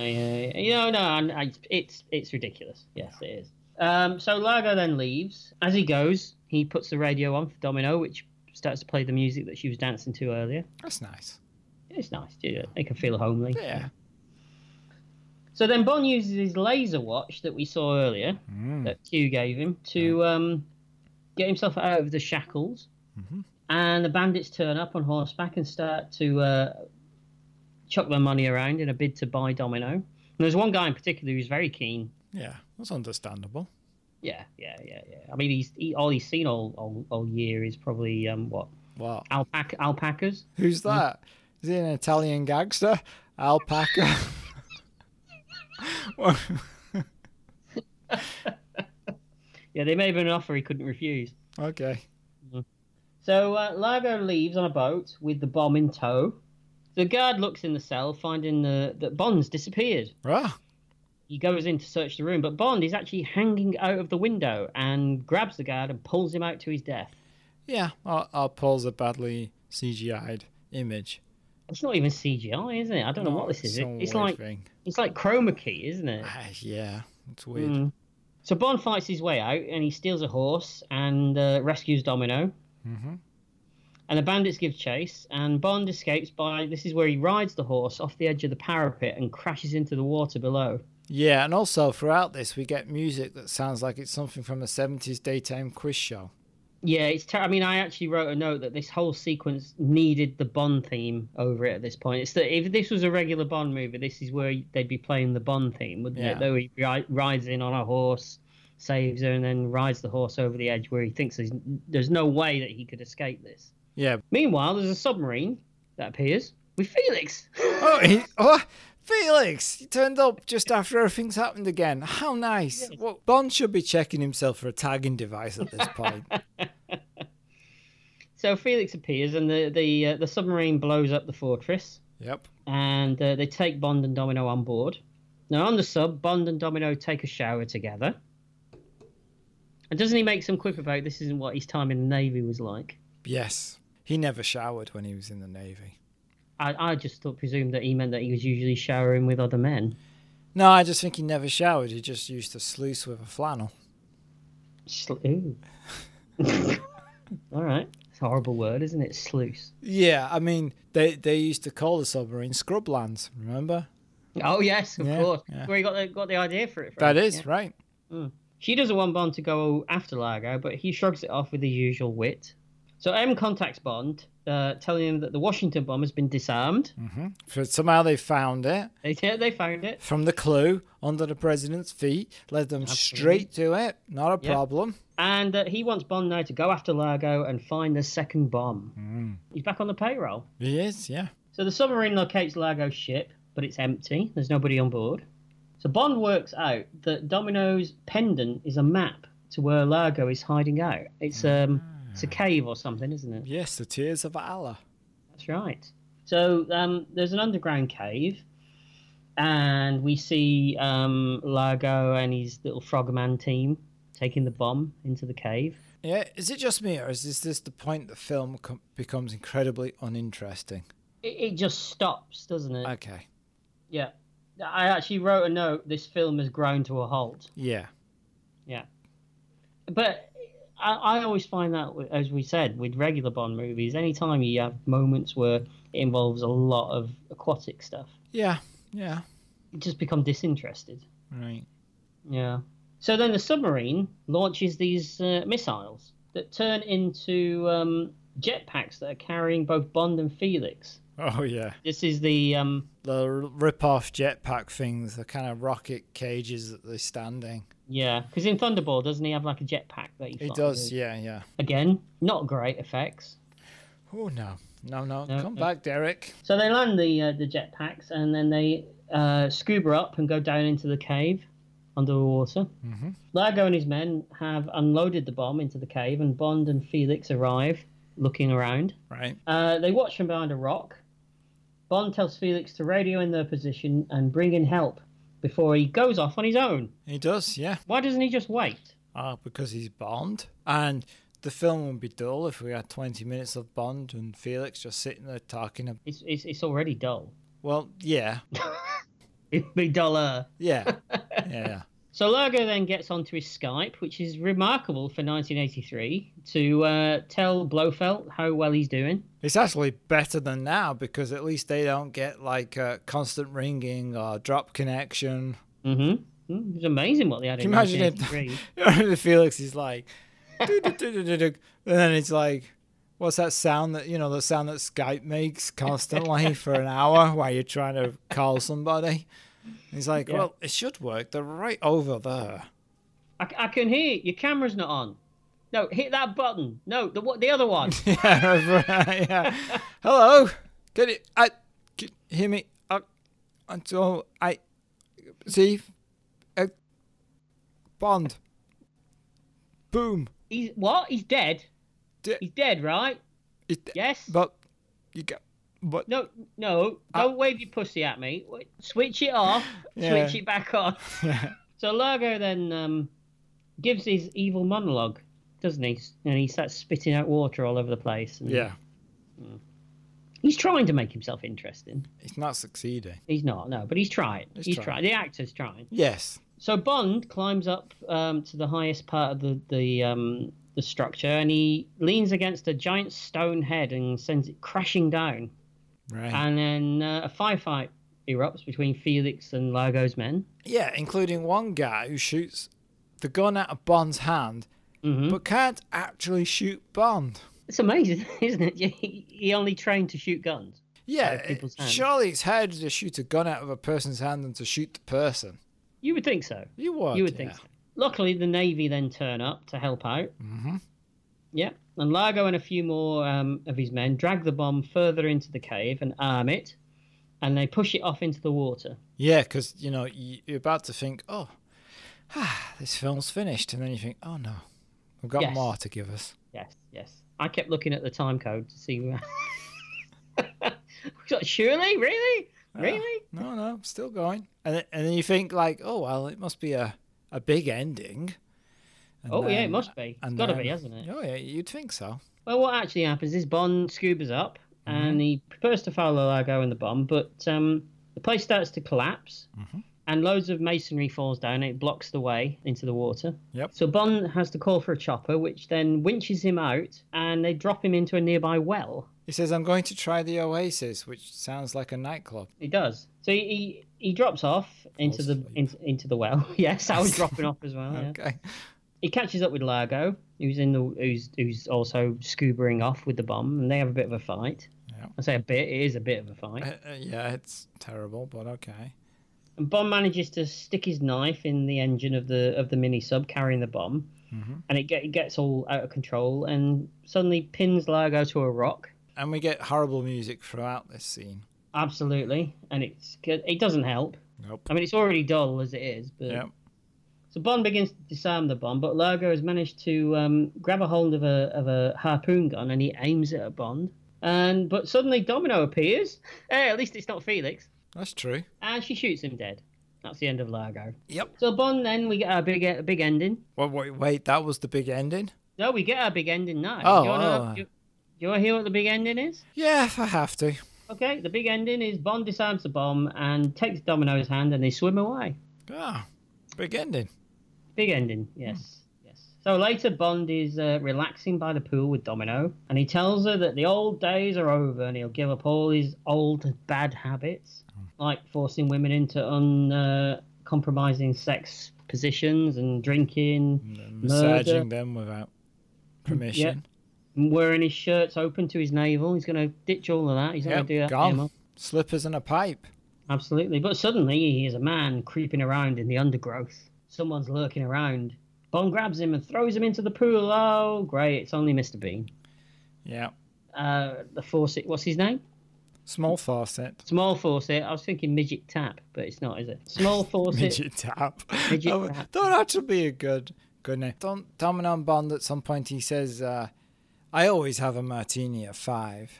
Speaker 3: uh, you know, no, I, I, it's it's ridiculous. Yes, it is. Um, so Largo then leaves. As he goes, he puts the radio on for Domino, which starts to play the music that she was dancing to earlier.
Speaker 2: That's nice.
Speaker 3: It's nice. You know, It can feel homely.
Speaker 2: Yeah.
Speaker 3: So then Bond uses his laser watch that we saw earlier, that Q gave him, to um, get himself out of the shackles. And the bandits turn up on horseback and start to uh, chuck their money around in a bid to buy Domino. And there's one guy in particular who's very keen.
Speaker 2: Yeah, that's understandable.
Speaker 3: Yeah, yeah, yeah, yeah. I mean, he's he, all he's seen all, all all year is probably um what
Speaker 2: Wow.
Speaker 3: alpaca alpacas.
Speaker 2: Who's that? Is he an Italian gangster? Alpaca. Well,
Speaker 3: Yeah, they made him an offer he couldn't refuse.
Speaker 2: okay.
Speaker 3: So uh, Largo leaves on a boat with the bomb in tow. The guard looks in the cell, finding the, that Bond's disappeared.
Speaker 2: Ah,
Speaker 3: He goes in to search the room, but Bond is actually hanging out of the window and grabs the guard and pulls him out to his death.
Speaker 2: yeah. Or, or pulls a badly CGI'd image.
Speaker 3: It's not even CGI, is it? I don't know what this is.
Speaker 2: Some
Speaker 3: It's
Speaker 2: weird
Speaker 3: like
Speaker 2: thing.
Speaker 3: it's like chroma key, isn't it?
Speaker 2: Ah, yeah, it's weird.
Speaker 3: Hmm. So Bond fights his way out and he steals a horse and uh, rescues Domino. Mm-hmm. And the bandits give chase, and Bond escapes by this is where he rides the horse off the edge of the parapet and crashes into the water below.
Speaker 2: Yeah, and also throughout this, we get music that sounds like it's something from a 70s daytime quiz show.
Speaker 3: Yeah, it's. Ter- I mean, I actually wrote a note that this whole sequence needed the Bond theme over it at this point. It's that if this was a regular Bond movie, this is where they'd be playing the Bond theme, wouldn't
Speaker 2: Yeah.
Speaker 3: it? Though he ri- rides in on a horse, saves her, and then rides the horse over the edge where he thinks there's, there's no way that he could escape this.
Speaker 2: Yeah.
Speaker 3: Meanwhile, there's a submarine that appears with Felix.
Speaker 2: Oh, he, oh Felix, you turned up just after everything's happened again. How nice. Well, Bond should be checking himself for a tagging device at this point.
Speaker 3: so Felix appears, and the the uh, the submarine blows up the fortress.
Speaker 2: yep.
Speaker 3: and uh, they take Bond and Domino on board. Now, on the sub, Bond and Domino take a shower together. And doesn't he make some quip about this isn't what his time in the Navy was like?
Speaker 2: Yes. He never showered when he was in the Navy.
Speaker 3: I, I just thought, presumed that he meant that he was usually showering with other men.
Speaker 2: No, I just think he never showered. He just used to sluice with a flannel.
Speaker 3: Slu- Ooh. All right. It's a horrible word, isn't it? Sluice.
Speaker 2: Yeah, I mean, they, they used to call the submarine Scrublands, remember?
Speaker 3: Oh, yes, of
Speaker 2: Yeah,
Speaker 3: course.
Speaker 2: yeah.
Speaker 3: Where he got the, got the idea for it from.
Speaker 2: That is,
Speaker 3: Yeah.
Speaker 2: right?
Speaker 3: She doesn't want Bond to go after Largo, but he shrugs it off with his usual wit. So M contacts Bond, uh, telling him that the Washington bomb has been disarmed.
Speaker 2: So somehow they found it.
Speaker 3: They, they found it.
Speaker 2: from the clue under the president's feet, led them straight to it. Not a
Speaker 3: Yeah.
Speaker 2: problem.
Speaker 3: And uh, he wants Bond now to go after Largo and find the second bomb. He's back on the payroll.
Speaker 2: He is, yeah.
Speaker 3: So the submarine locates Largo's ship, but it's empty. There's nobody on board. So Bond works out that Domino's pendant is a map to where Largo is hiding out. It's um, it's a cave or something, isn't it?
Speaker 2: Yes, the tears of Allah.
Speaker 3: That's right. So um, there's an underground cave, and we see um, Largo and his little frogman team taking the bomb into the cave.
Speaker 2: Yeah, is it just me, or is this, this the point the film com- becomes incredibly uninteresting?
Speaker 3: It, it just stops, doesn't it?
Speaker 2: Okay.
Speaker 3: Yeah. I actually wrote a note. This film has grown to a halt.
Speaker 2: Yeah.
Speaker 3: Yeah. But I, I always find that, as we said, with regular Bond movies, anytime you have moments where it involves a lot of aquatic stuff,
Speaker 2: Yeah. Yeah.
Speaker 3: you just become disinterested.
Speaker 2: Right.
Speaker 3: Yeah. So then the submarine launches these uh, missiles that turn into um, jetpacks that are carrying both Bond and Felix.
Speaker 2: Oh, yeah.
Speaker 3: This is the um,
Speaker 2: The r- rip-off jetpack things, the kind of rocket cages that they're standing.
Speaker 3: yeah, because in Thunderball doesn't he have like a jetpack that he?
Speaker 2: It
Speaker 3: flies
Speaker 2: does,
Speaker 3: with?
Speaker 2: yeah, yeah.
Speaker 3: Again, not great effects.
Speaker 2: Oh, no. No, no.
Speaker 3: No,
Speaker 2: Come
Speaker 3: no.
Speaker 2: back, Derek.
Speaker 3: So they land the uh, the jetpacks and then they uh, scuba up and go down into the cave underwater. Mm-hmm. Largo and his men have unloaded the bomb into the cave, and Bond and Felix arrive, looking around.
Speaker 2: Right.
Speaker 3: Uh, they watch from behind a rock. Bond tells Felix to radio in their position and bring in help before he goes off on his own.
Speaker 2: He does, yeah.
Speaker 3: Why doesn't he just wait?
Speaker 2: Ah, because he's Bond. And the film would be dull if we had 20 minutes of Bond and Felix just sitting there talking. ab-
Speaker 3: It's it's, it's already dull.
Speaker 2: Well, yeah,
Speaker 3: It'd be duller.
Speaker 2: yeah, yeah, yeah.
Speaker 3: So Largo then gets onto his Skype, which is remarkable for 1983, to uh, tell Blofeld how well he's doing.
Speaker 2: It's actually better than now because at least they don't get like uh, constant ringing or drop connection.
Speaker 3: Mm-hmm. It was amazing what they had
Speaker 2: Can
Speaker 3: in
Speaker 2: you imagine it?
Speaker 3: 1983.
Speaker 2: Felix is like, "Doo-doo-doo-doo-doo-doo," and then it's like, what's that sound that, you know, the sound that Skype makes constantly for an hour while you're trying to call somebody? He's like, well, it should work. They're right over there.
Speaker 3: I, I can hear you. your camera's not on. No, hit that button. No, the what the other one.
Speaker 2: yeah. Hello. Can you I can you hear me? Uh, until I see uh, Bond. Boom.
Speaker 3: he's what? He's dead.
Speaker 2: D-
Speaker 3: He's dead, right?
Speaker 2: it-
Speaker 3: Yes.
Speaker 2: But you go. But
Speaker 3: No, no, don't wave your pussy at me. Wait, Switch it off,
Speaker 2: Yeah.
Speaker 3: switch it back on. So Largo then um, gives his evil monologue, doesn't he? And he starts spitting out water all over the place. And
Speaker 2: yeah,
Speaker 3: He's trying to make himself interesting.
Speaker 2: it's not succeeding.
Speaker 3: He's not, no, but he's trying. He's,
Speaker 2: trying.
Speaker 3: trying. The actor's trying.
Speaker 2: Yes.
Speaker 3: So Bond climbs up um, to the highest part of the the, um, the structure, and he leans against a giant stone head and sends it crashing down.
Speaker 2: Right.
Speaker 3: And then uh, a firefight erupts between Felix and Largo's men.
Speaker 2: yeah, including one guy who shoots the gun out of Bond's hand,
Speaker 3: Mm-hmm.
Speaker 2: but can't actually shoot Bond.
Speaker 3: It's amazing, isn't it? He he only trained to shoot guns.
Speaker 2: Yeah,
Speaker 3: Out of people's
Speaker 2: it-
Speaker 3: hand.
Speaker 2: surely it's harder to shoot a gun out of a person's hand than to shoot the person.
Speaker 3: You would think so.
Speaker 2: You would.
Speaker 3: you would think
Speaker 2: yeah.
Speaker 3: so. Luckily, the Navy then turn up to help out. Mm-hmm. Yeah. And Largo and a few more um, of his men drag the bomb further into the cave and arm it, and they push it off into the water.
Speaker 2: Yeah, because you know y- you're about to think, oh, ah, this film's finished, and then you think, oh no, we've got
Speaker 3: Yes.
Speaker 2: more to give us.
Speaker 3: Yes, yes. I kept looking at the time code to see. Where... I thought, Surely? Really?
Speaker 2: Ah,
Speaker 3: Really?
Speaker 2: No, no, I'm still going. And th- and then you think like, oh well, it must be a a big ending. And
Speaker 3: Oh, yeah,
Speaker 2: then-
Speaker 3: it must be. It's
Speaker 2: and
Speaker 3: got to
Speaker 2: then-
Speaker 3: be, hasn't it?
Speaker 2: Oh yeah, you'd think so.
Speaker 3: Well, what actually happens is Bond scuba's up and he prefers to follow Largo and the bomb, but um, the place starts to collapse and loads of masonry falls down. And it blocks the way into the water.
Speaker 2: Yep.
Speaker 3: So Bond has to call for a chopper, which then winches him out and they drop him into a nearby well.
Speaker 2: He says, I'm going to try the Oasis, which sounds like a nightclub.
Speaker 3: He does. So he. he he drops off into the in, into the well. yes, I was dropping off as well. Yeah.
Speaker 2: Okay.
Speaker 3: He catches up with Largo, who's in the who's who's also scubaing off with the bomb, and they have a bit of a fight.
Speaker 2: Yeah.
Speaker 3: I say a bit. It is a bit of a fight.
Speaker 2: Uh, uh, yeah, it's terrible, but okay.
Speaker 3: And Bond manages to stick his knife in the engine of the of the mini sub carrying the bomb,
Speaker 2: Mm-hmm.
Speaker 3: and it, get, it gets all out of control and suddenly pins Largo to a rock.
Speaker 2: And we get horrible music throughout this scene.
Speaker 3: Absolutely, and it's it doesn't help.
Speaker 2: Nope.
Speaker 3: I mean, it's already dull as it is. But
Speaker 2: Yep.
Speaker 3: so Bond begins to disarm the bomb, but Largo has managed to um, grab a hold of a of a harpoon gun and he aims it at Bond. And but suddenly Domino appears. Hey, at least it's not Felix,
Speaker 2: That's true.
Speaker 3: and she shoots him dead. That's the end of Largo.
Speaker 2: Yep.
Speaker 3: So Bond, then we get our big a big ending.
Speaker 2: Wait, wait, wait, that was the big ending?
Speaker 3: No, we get our big ending now.
Speaker 2: Oh,
Speaker 3: do you
Speaker 2: oh.
Speaker 3: want to hear what the big ending is?
Speaker 2: Yeah, if I have to.
Speaker 3: Okay, the big ending is Bond disarms the bomb and takes Domino's hand and they swim away.
Speaker 2: Ah, big ending.
Speaker 3: Big ending, yes. yes. So later, Bond is uh, relaxing by the pool with Domino and he tells her that the old days are over and he'll give up all his old bad habits, like forcing women into uncompromising uh, compromising sex positions and drinking,
Speaker 2: Massaging them without permission.
Speaker 3: and wearing his shirts open to his navel. He's going to ditch all of that. He's not going to do that anymore.
Speaker 2: gone. Slippers and a pipe.
Speaker 3: Absolutely. But suddenly he hears a man creeping around in the undergrowth. Someone's lurking around. Bond grabs him and throws him into the pool. Oh, great. It's only Mr. Bean.
Speaker 2: Yeah.
Speaker 3: Uh, the Fawcett, what's his name?
Speaker 2: Small faucet.
Speaker 3: Small Fawcett. I was thinking Midget Tap, but it's not, is it? Small Fawcett.
Speaker 2: Midget tap.
Speaker 3: Midget
Speaker 2: Oh,
Speaker 3: tap.
Speaker 2: That'd actually be a good, good name. Don, Domino and Bond at some point he says, uh, I always have a martini at five.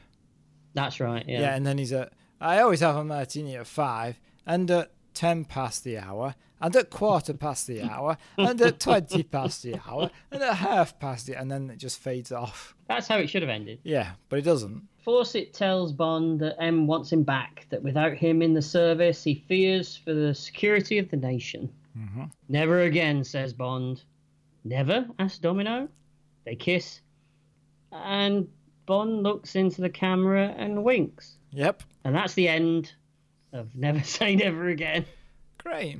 Speaker 3: That's right. Yeah.
Speaker 2: Yeah. and then he's at, I always have a martini at five, and at 10 past the hour, and at quarter past the hour, and at 20 past the hour, and at half past the, and then it just fades off.
Speaker 3: That's how it should have ended.
Speaker 2: Yeah, but it doesn't.
Speaker 3: Fawcett tells Bond that M wants him back, that without him in the service, he fears for the security of the nation. Never again, says Bond. Never? asks Domino. They kiss, and Bond looks into the camera and winks.
Speaker 2: Yep.
Speaker 3: And that's the end of Never Say Never Again.
Speaker 2: Great.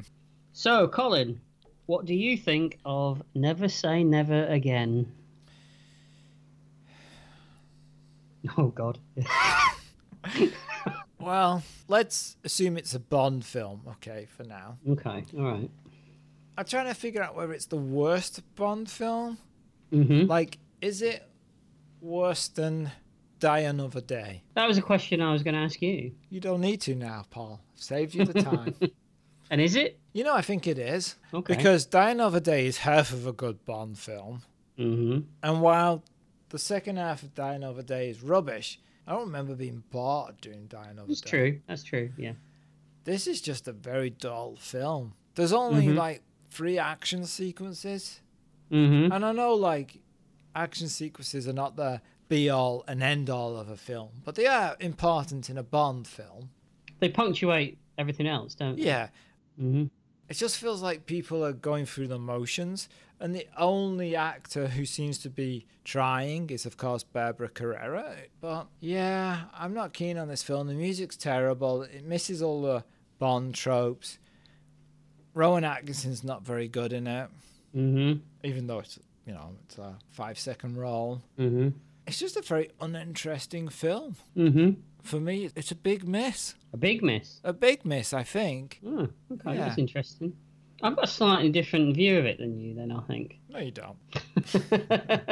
Speaker 3: So, Colin, what do you think of Never Say Never Again? Oh, God.
Speaker 2: Well, let's assume it's a Bond film, okay, for now.
Speaker 3: okay, all right.
Speaker 2: I'm trying to figure out whether it's the worst Bond film.
Speaker 3: Mm-hmm.
Speaker 2: Like, is it worse than Die Another Day?
Speaker 3: That was a question I was going to ask you.
Speaker 2: You don't need to now, Paul. I've saved you the time.
Speaker 3: And is it?
Speaker 2: You know, I think it is.
Speaker 3: Okay.
Speaker 2: Because Die Another Day is half of a good Bond film.
Speaker 3: Mm-hmm.
Speaker 2: And while the second half of Die Another Day is rubbish, I don't remember being bored during Die Another
Speaker 3: That's
Speaker 2: Day.
Speaker 3: true. That's true. Yeah.
Speaker 2: This is just a very dull film. There's only like three action sequences.
Speaker 3: Mm-hmm.
Speaker 2: And I know like action sequences are not the be all and end all of a film, but they are important in a Bond film.
Speaker 3: They punctuate everything else, don't they?
Speaker 2: Yeah.
Speaker 3: hmm
Speaker 2: It just feels like people are going through the motions, and the only actor who seems to be trying is, of course, Barbara Carrera. But yeah, I'm not keen on this film. The music's terrible. It misses all the Bond tropes. Rowan Atkinson's not very good in it,
Speaker 3: hmm
Speaker 2: even though it's you know it's a five-second role.
Speaker 3: hmm
Speaker 2: It's just a very uninteresting film
Speaker 3: hmm
Speaker 2: for me. It's a big miss,
Speaker 3: A big miss.
Speaker 2: a big miss, I think.
Speaker 3: Oh, okay,
Speaker 2: Yeah.
Speaker 3: that's interesting. I've got a slightly different view of it than you, then I think.
Speaker 2: No, you don't.
Speaker 3: oh,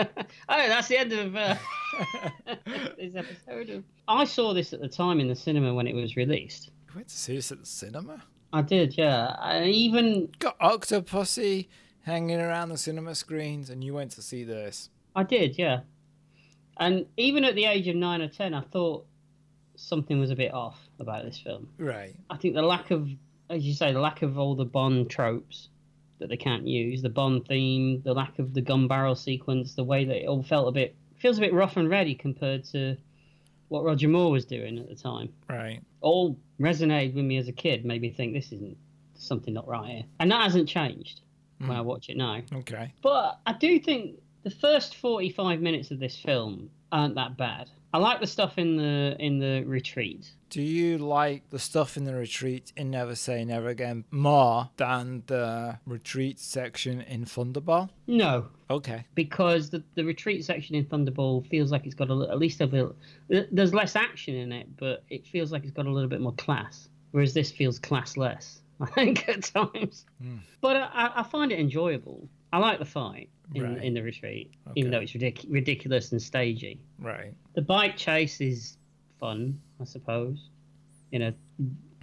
Speaker 3: that's the end of uh, this episode. Of... I saw this at the time in the cinema when it was released.
Speaker 2: You went to see this at the cinema.
Speaker 3: I did, yeah. I even
Speaker 2: got Octopussy hanging around the cinema screens, and you went to see this.
Speaker 3: I did, yeah. And even at the age of nine or ten, I thought something was a bit off about this film.
Speaker 2: Right.
Speaker 3: I think the lack of, as you say, the lack of all the Bond tropes that they can't use, the Bond theme, the lack of the gun barrel sequence, the way that it all felt a bit feels a bit rough and ready compared to what Roger Moore was doing at the time.
Speaker 2: Right.
Speaker 3: All resonated with me as a kid, made me think this isn't something not right here, and that hasn't changed when I watch it now.
Speaker 2: Okay.
Speaker 3: But I do think the first forty-five minutes of this film aren't that bad. I like the stuff in the in the retreat.
Speaker 2: Do you like the stuff in the retreat in Never Say Never Again more than the retreat section in Thunderball?
Speaker 3: No,
Speaker 2: Okay.
Speaker 3: because the, the retreat section in Thunderball feels like it's got a, li- at least a little. There's less action in it, but it feels like it's got a little bit more class. Whereas this feels classless, I think at times. But I- I, I find it enjoyable. I like the fight in,
Speaker 2: Right.
Speaker 3: in the retreat, even though it's ridic- ridiculous and stagey.
Speaker 2: Right.
Speaker 3: The bike chase is fun, I suppose, in a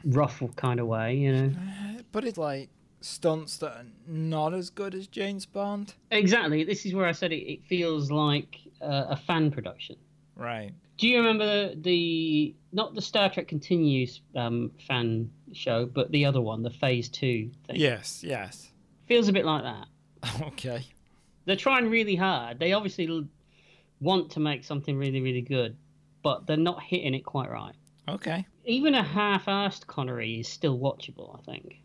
Speaker 3: rough kind of way. You know,
Speaker 2: But it's like stunts that are not as good as James Bond.
Speaker 3: exactly. This is where I said it, it feels like uh, a fan production.
Speaker 2: Right.
Speaker 3: Do you remember the, the not the Star Trek Continues um, fan show, but the other one, the Phase Two thing?
Speaker 2: Yes. Yes.
Speaker 3: feels a bit like that.
Speaker 2: Okay.
Speaker 3: They're trying really hard. They obviously l- want to make something really, really good, but they're not hitting it quite right.
Speaker 2: Okay.
Speaker 3: Even a half-assed Connery is still watchable, I think.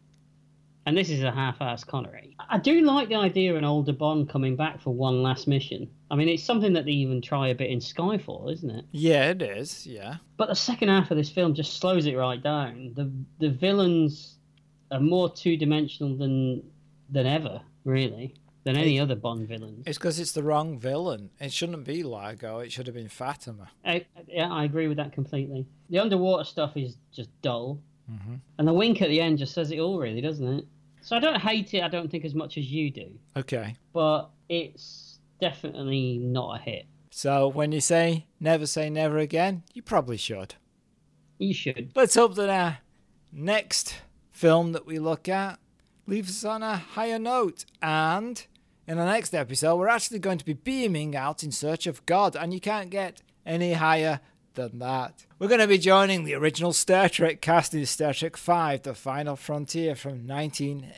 Speaker 3: And this is a half-assed Connery. I I do like the idea of an older Bond coming back for one last mission. I mean, it's something that they even try a bit in Skyfall, isn't it?
Speaker 2: Yeah, it is. Yeah.
Speaker 3: But the second half of this film just slows it right down. The the villains are more two dimensional than than ever, really, than any other Bond villains.
Speaker 2: It's because it's the wrong villain. It shouldn't be Largo. It should have been Fatima.
Speaker 3: I, yeah, I agree with that completely. The underwater stuff is just dull, and the wink at the end just says it all, really, doesn't it? So I don't hate it. I don't think as much as you do,
Speaker 2: Okay.
Speaker 3: but it's definitely not a hit.
Speaker 2: So when you say never say never again, you probably should.
Speaker 3: You should.
Speaker 2: Let's hope that our next film that we look at leaves us on a higher note. And in the next episode, we're actually going to be beaming out in search of God, and you can't get any higher than that. We're going to be joining the original Star Trek cast in Star Trek V, The Final Frontier from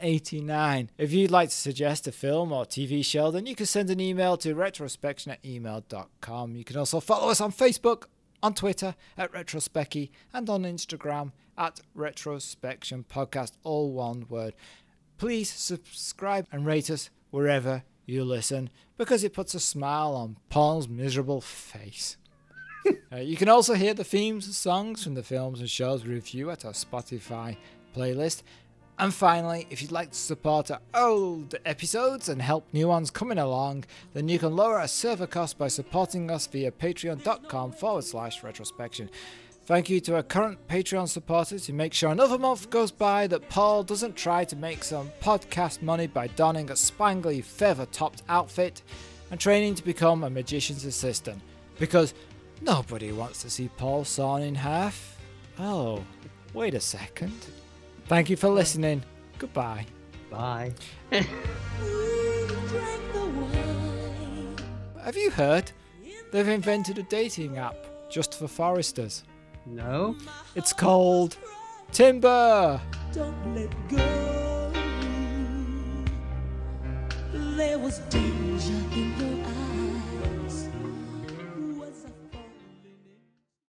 Speaker 2: 1989. If you'd like to suggest a film or TV show, then you can send an email to retrospection at email.com. You can also follow us on Facebook on Twitter at Retrospecky and on Instagram at Retrospection Podcast, all one word. Please subscribe and rate us wherever you listen because it puts a smile on Paul's miserable face. Uh, you can also hear the themes and songs from the films and shows we review at our Spotify playlist. And finally, if you'd like to support our old episodes and help new ones coming along, then you can lower our server cost by supporting us via patreon.com forward slash retrospection. Thank you to our current Patreon supporters who make sure another month goes by that Paul doesn't try to make some podcast money by donning a spangly feather topped outfit and training to become a magician's assistant. Because nobody wants to see Paul sawn in half. Oh, wait a second. Thank you for listening. Goodbye.
Speaker 3: Bye.
Speaker 1: Who drank the wine?
Speaker 2: Have you heard? They've invented a dating app just for foresters.
Speaker 3: No.
Speaker 2: It's called Timber.
Speaker 1: Don't let go. There was danger in your eyes.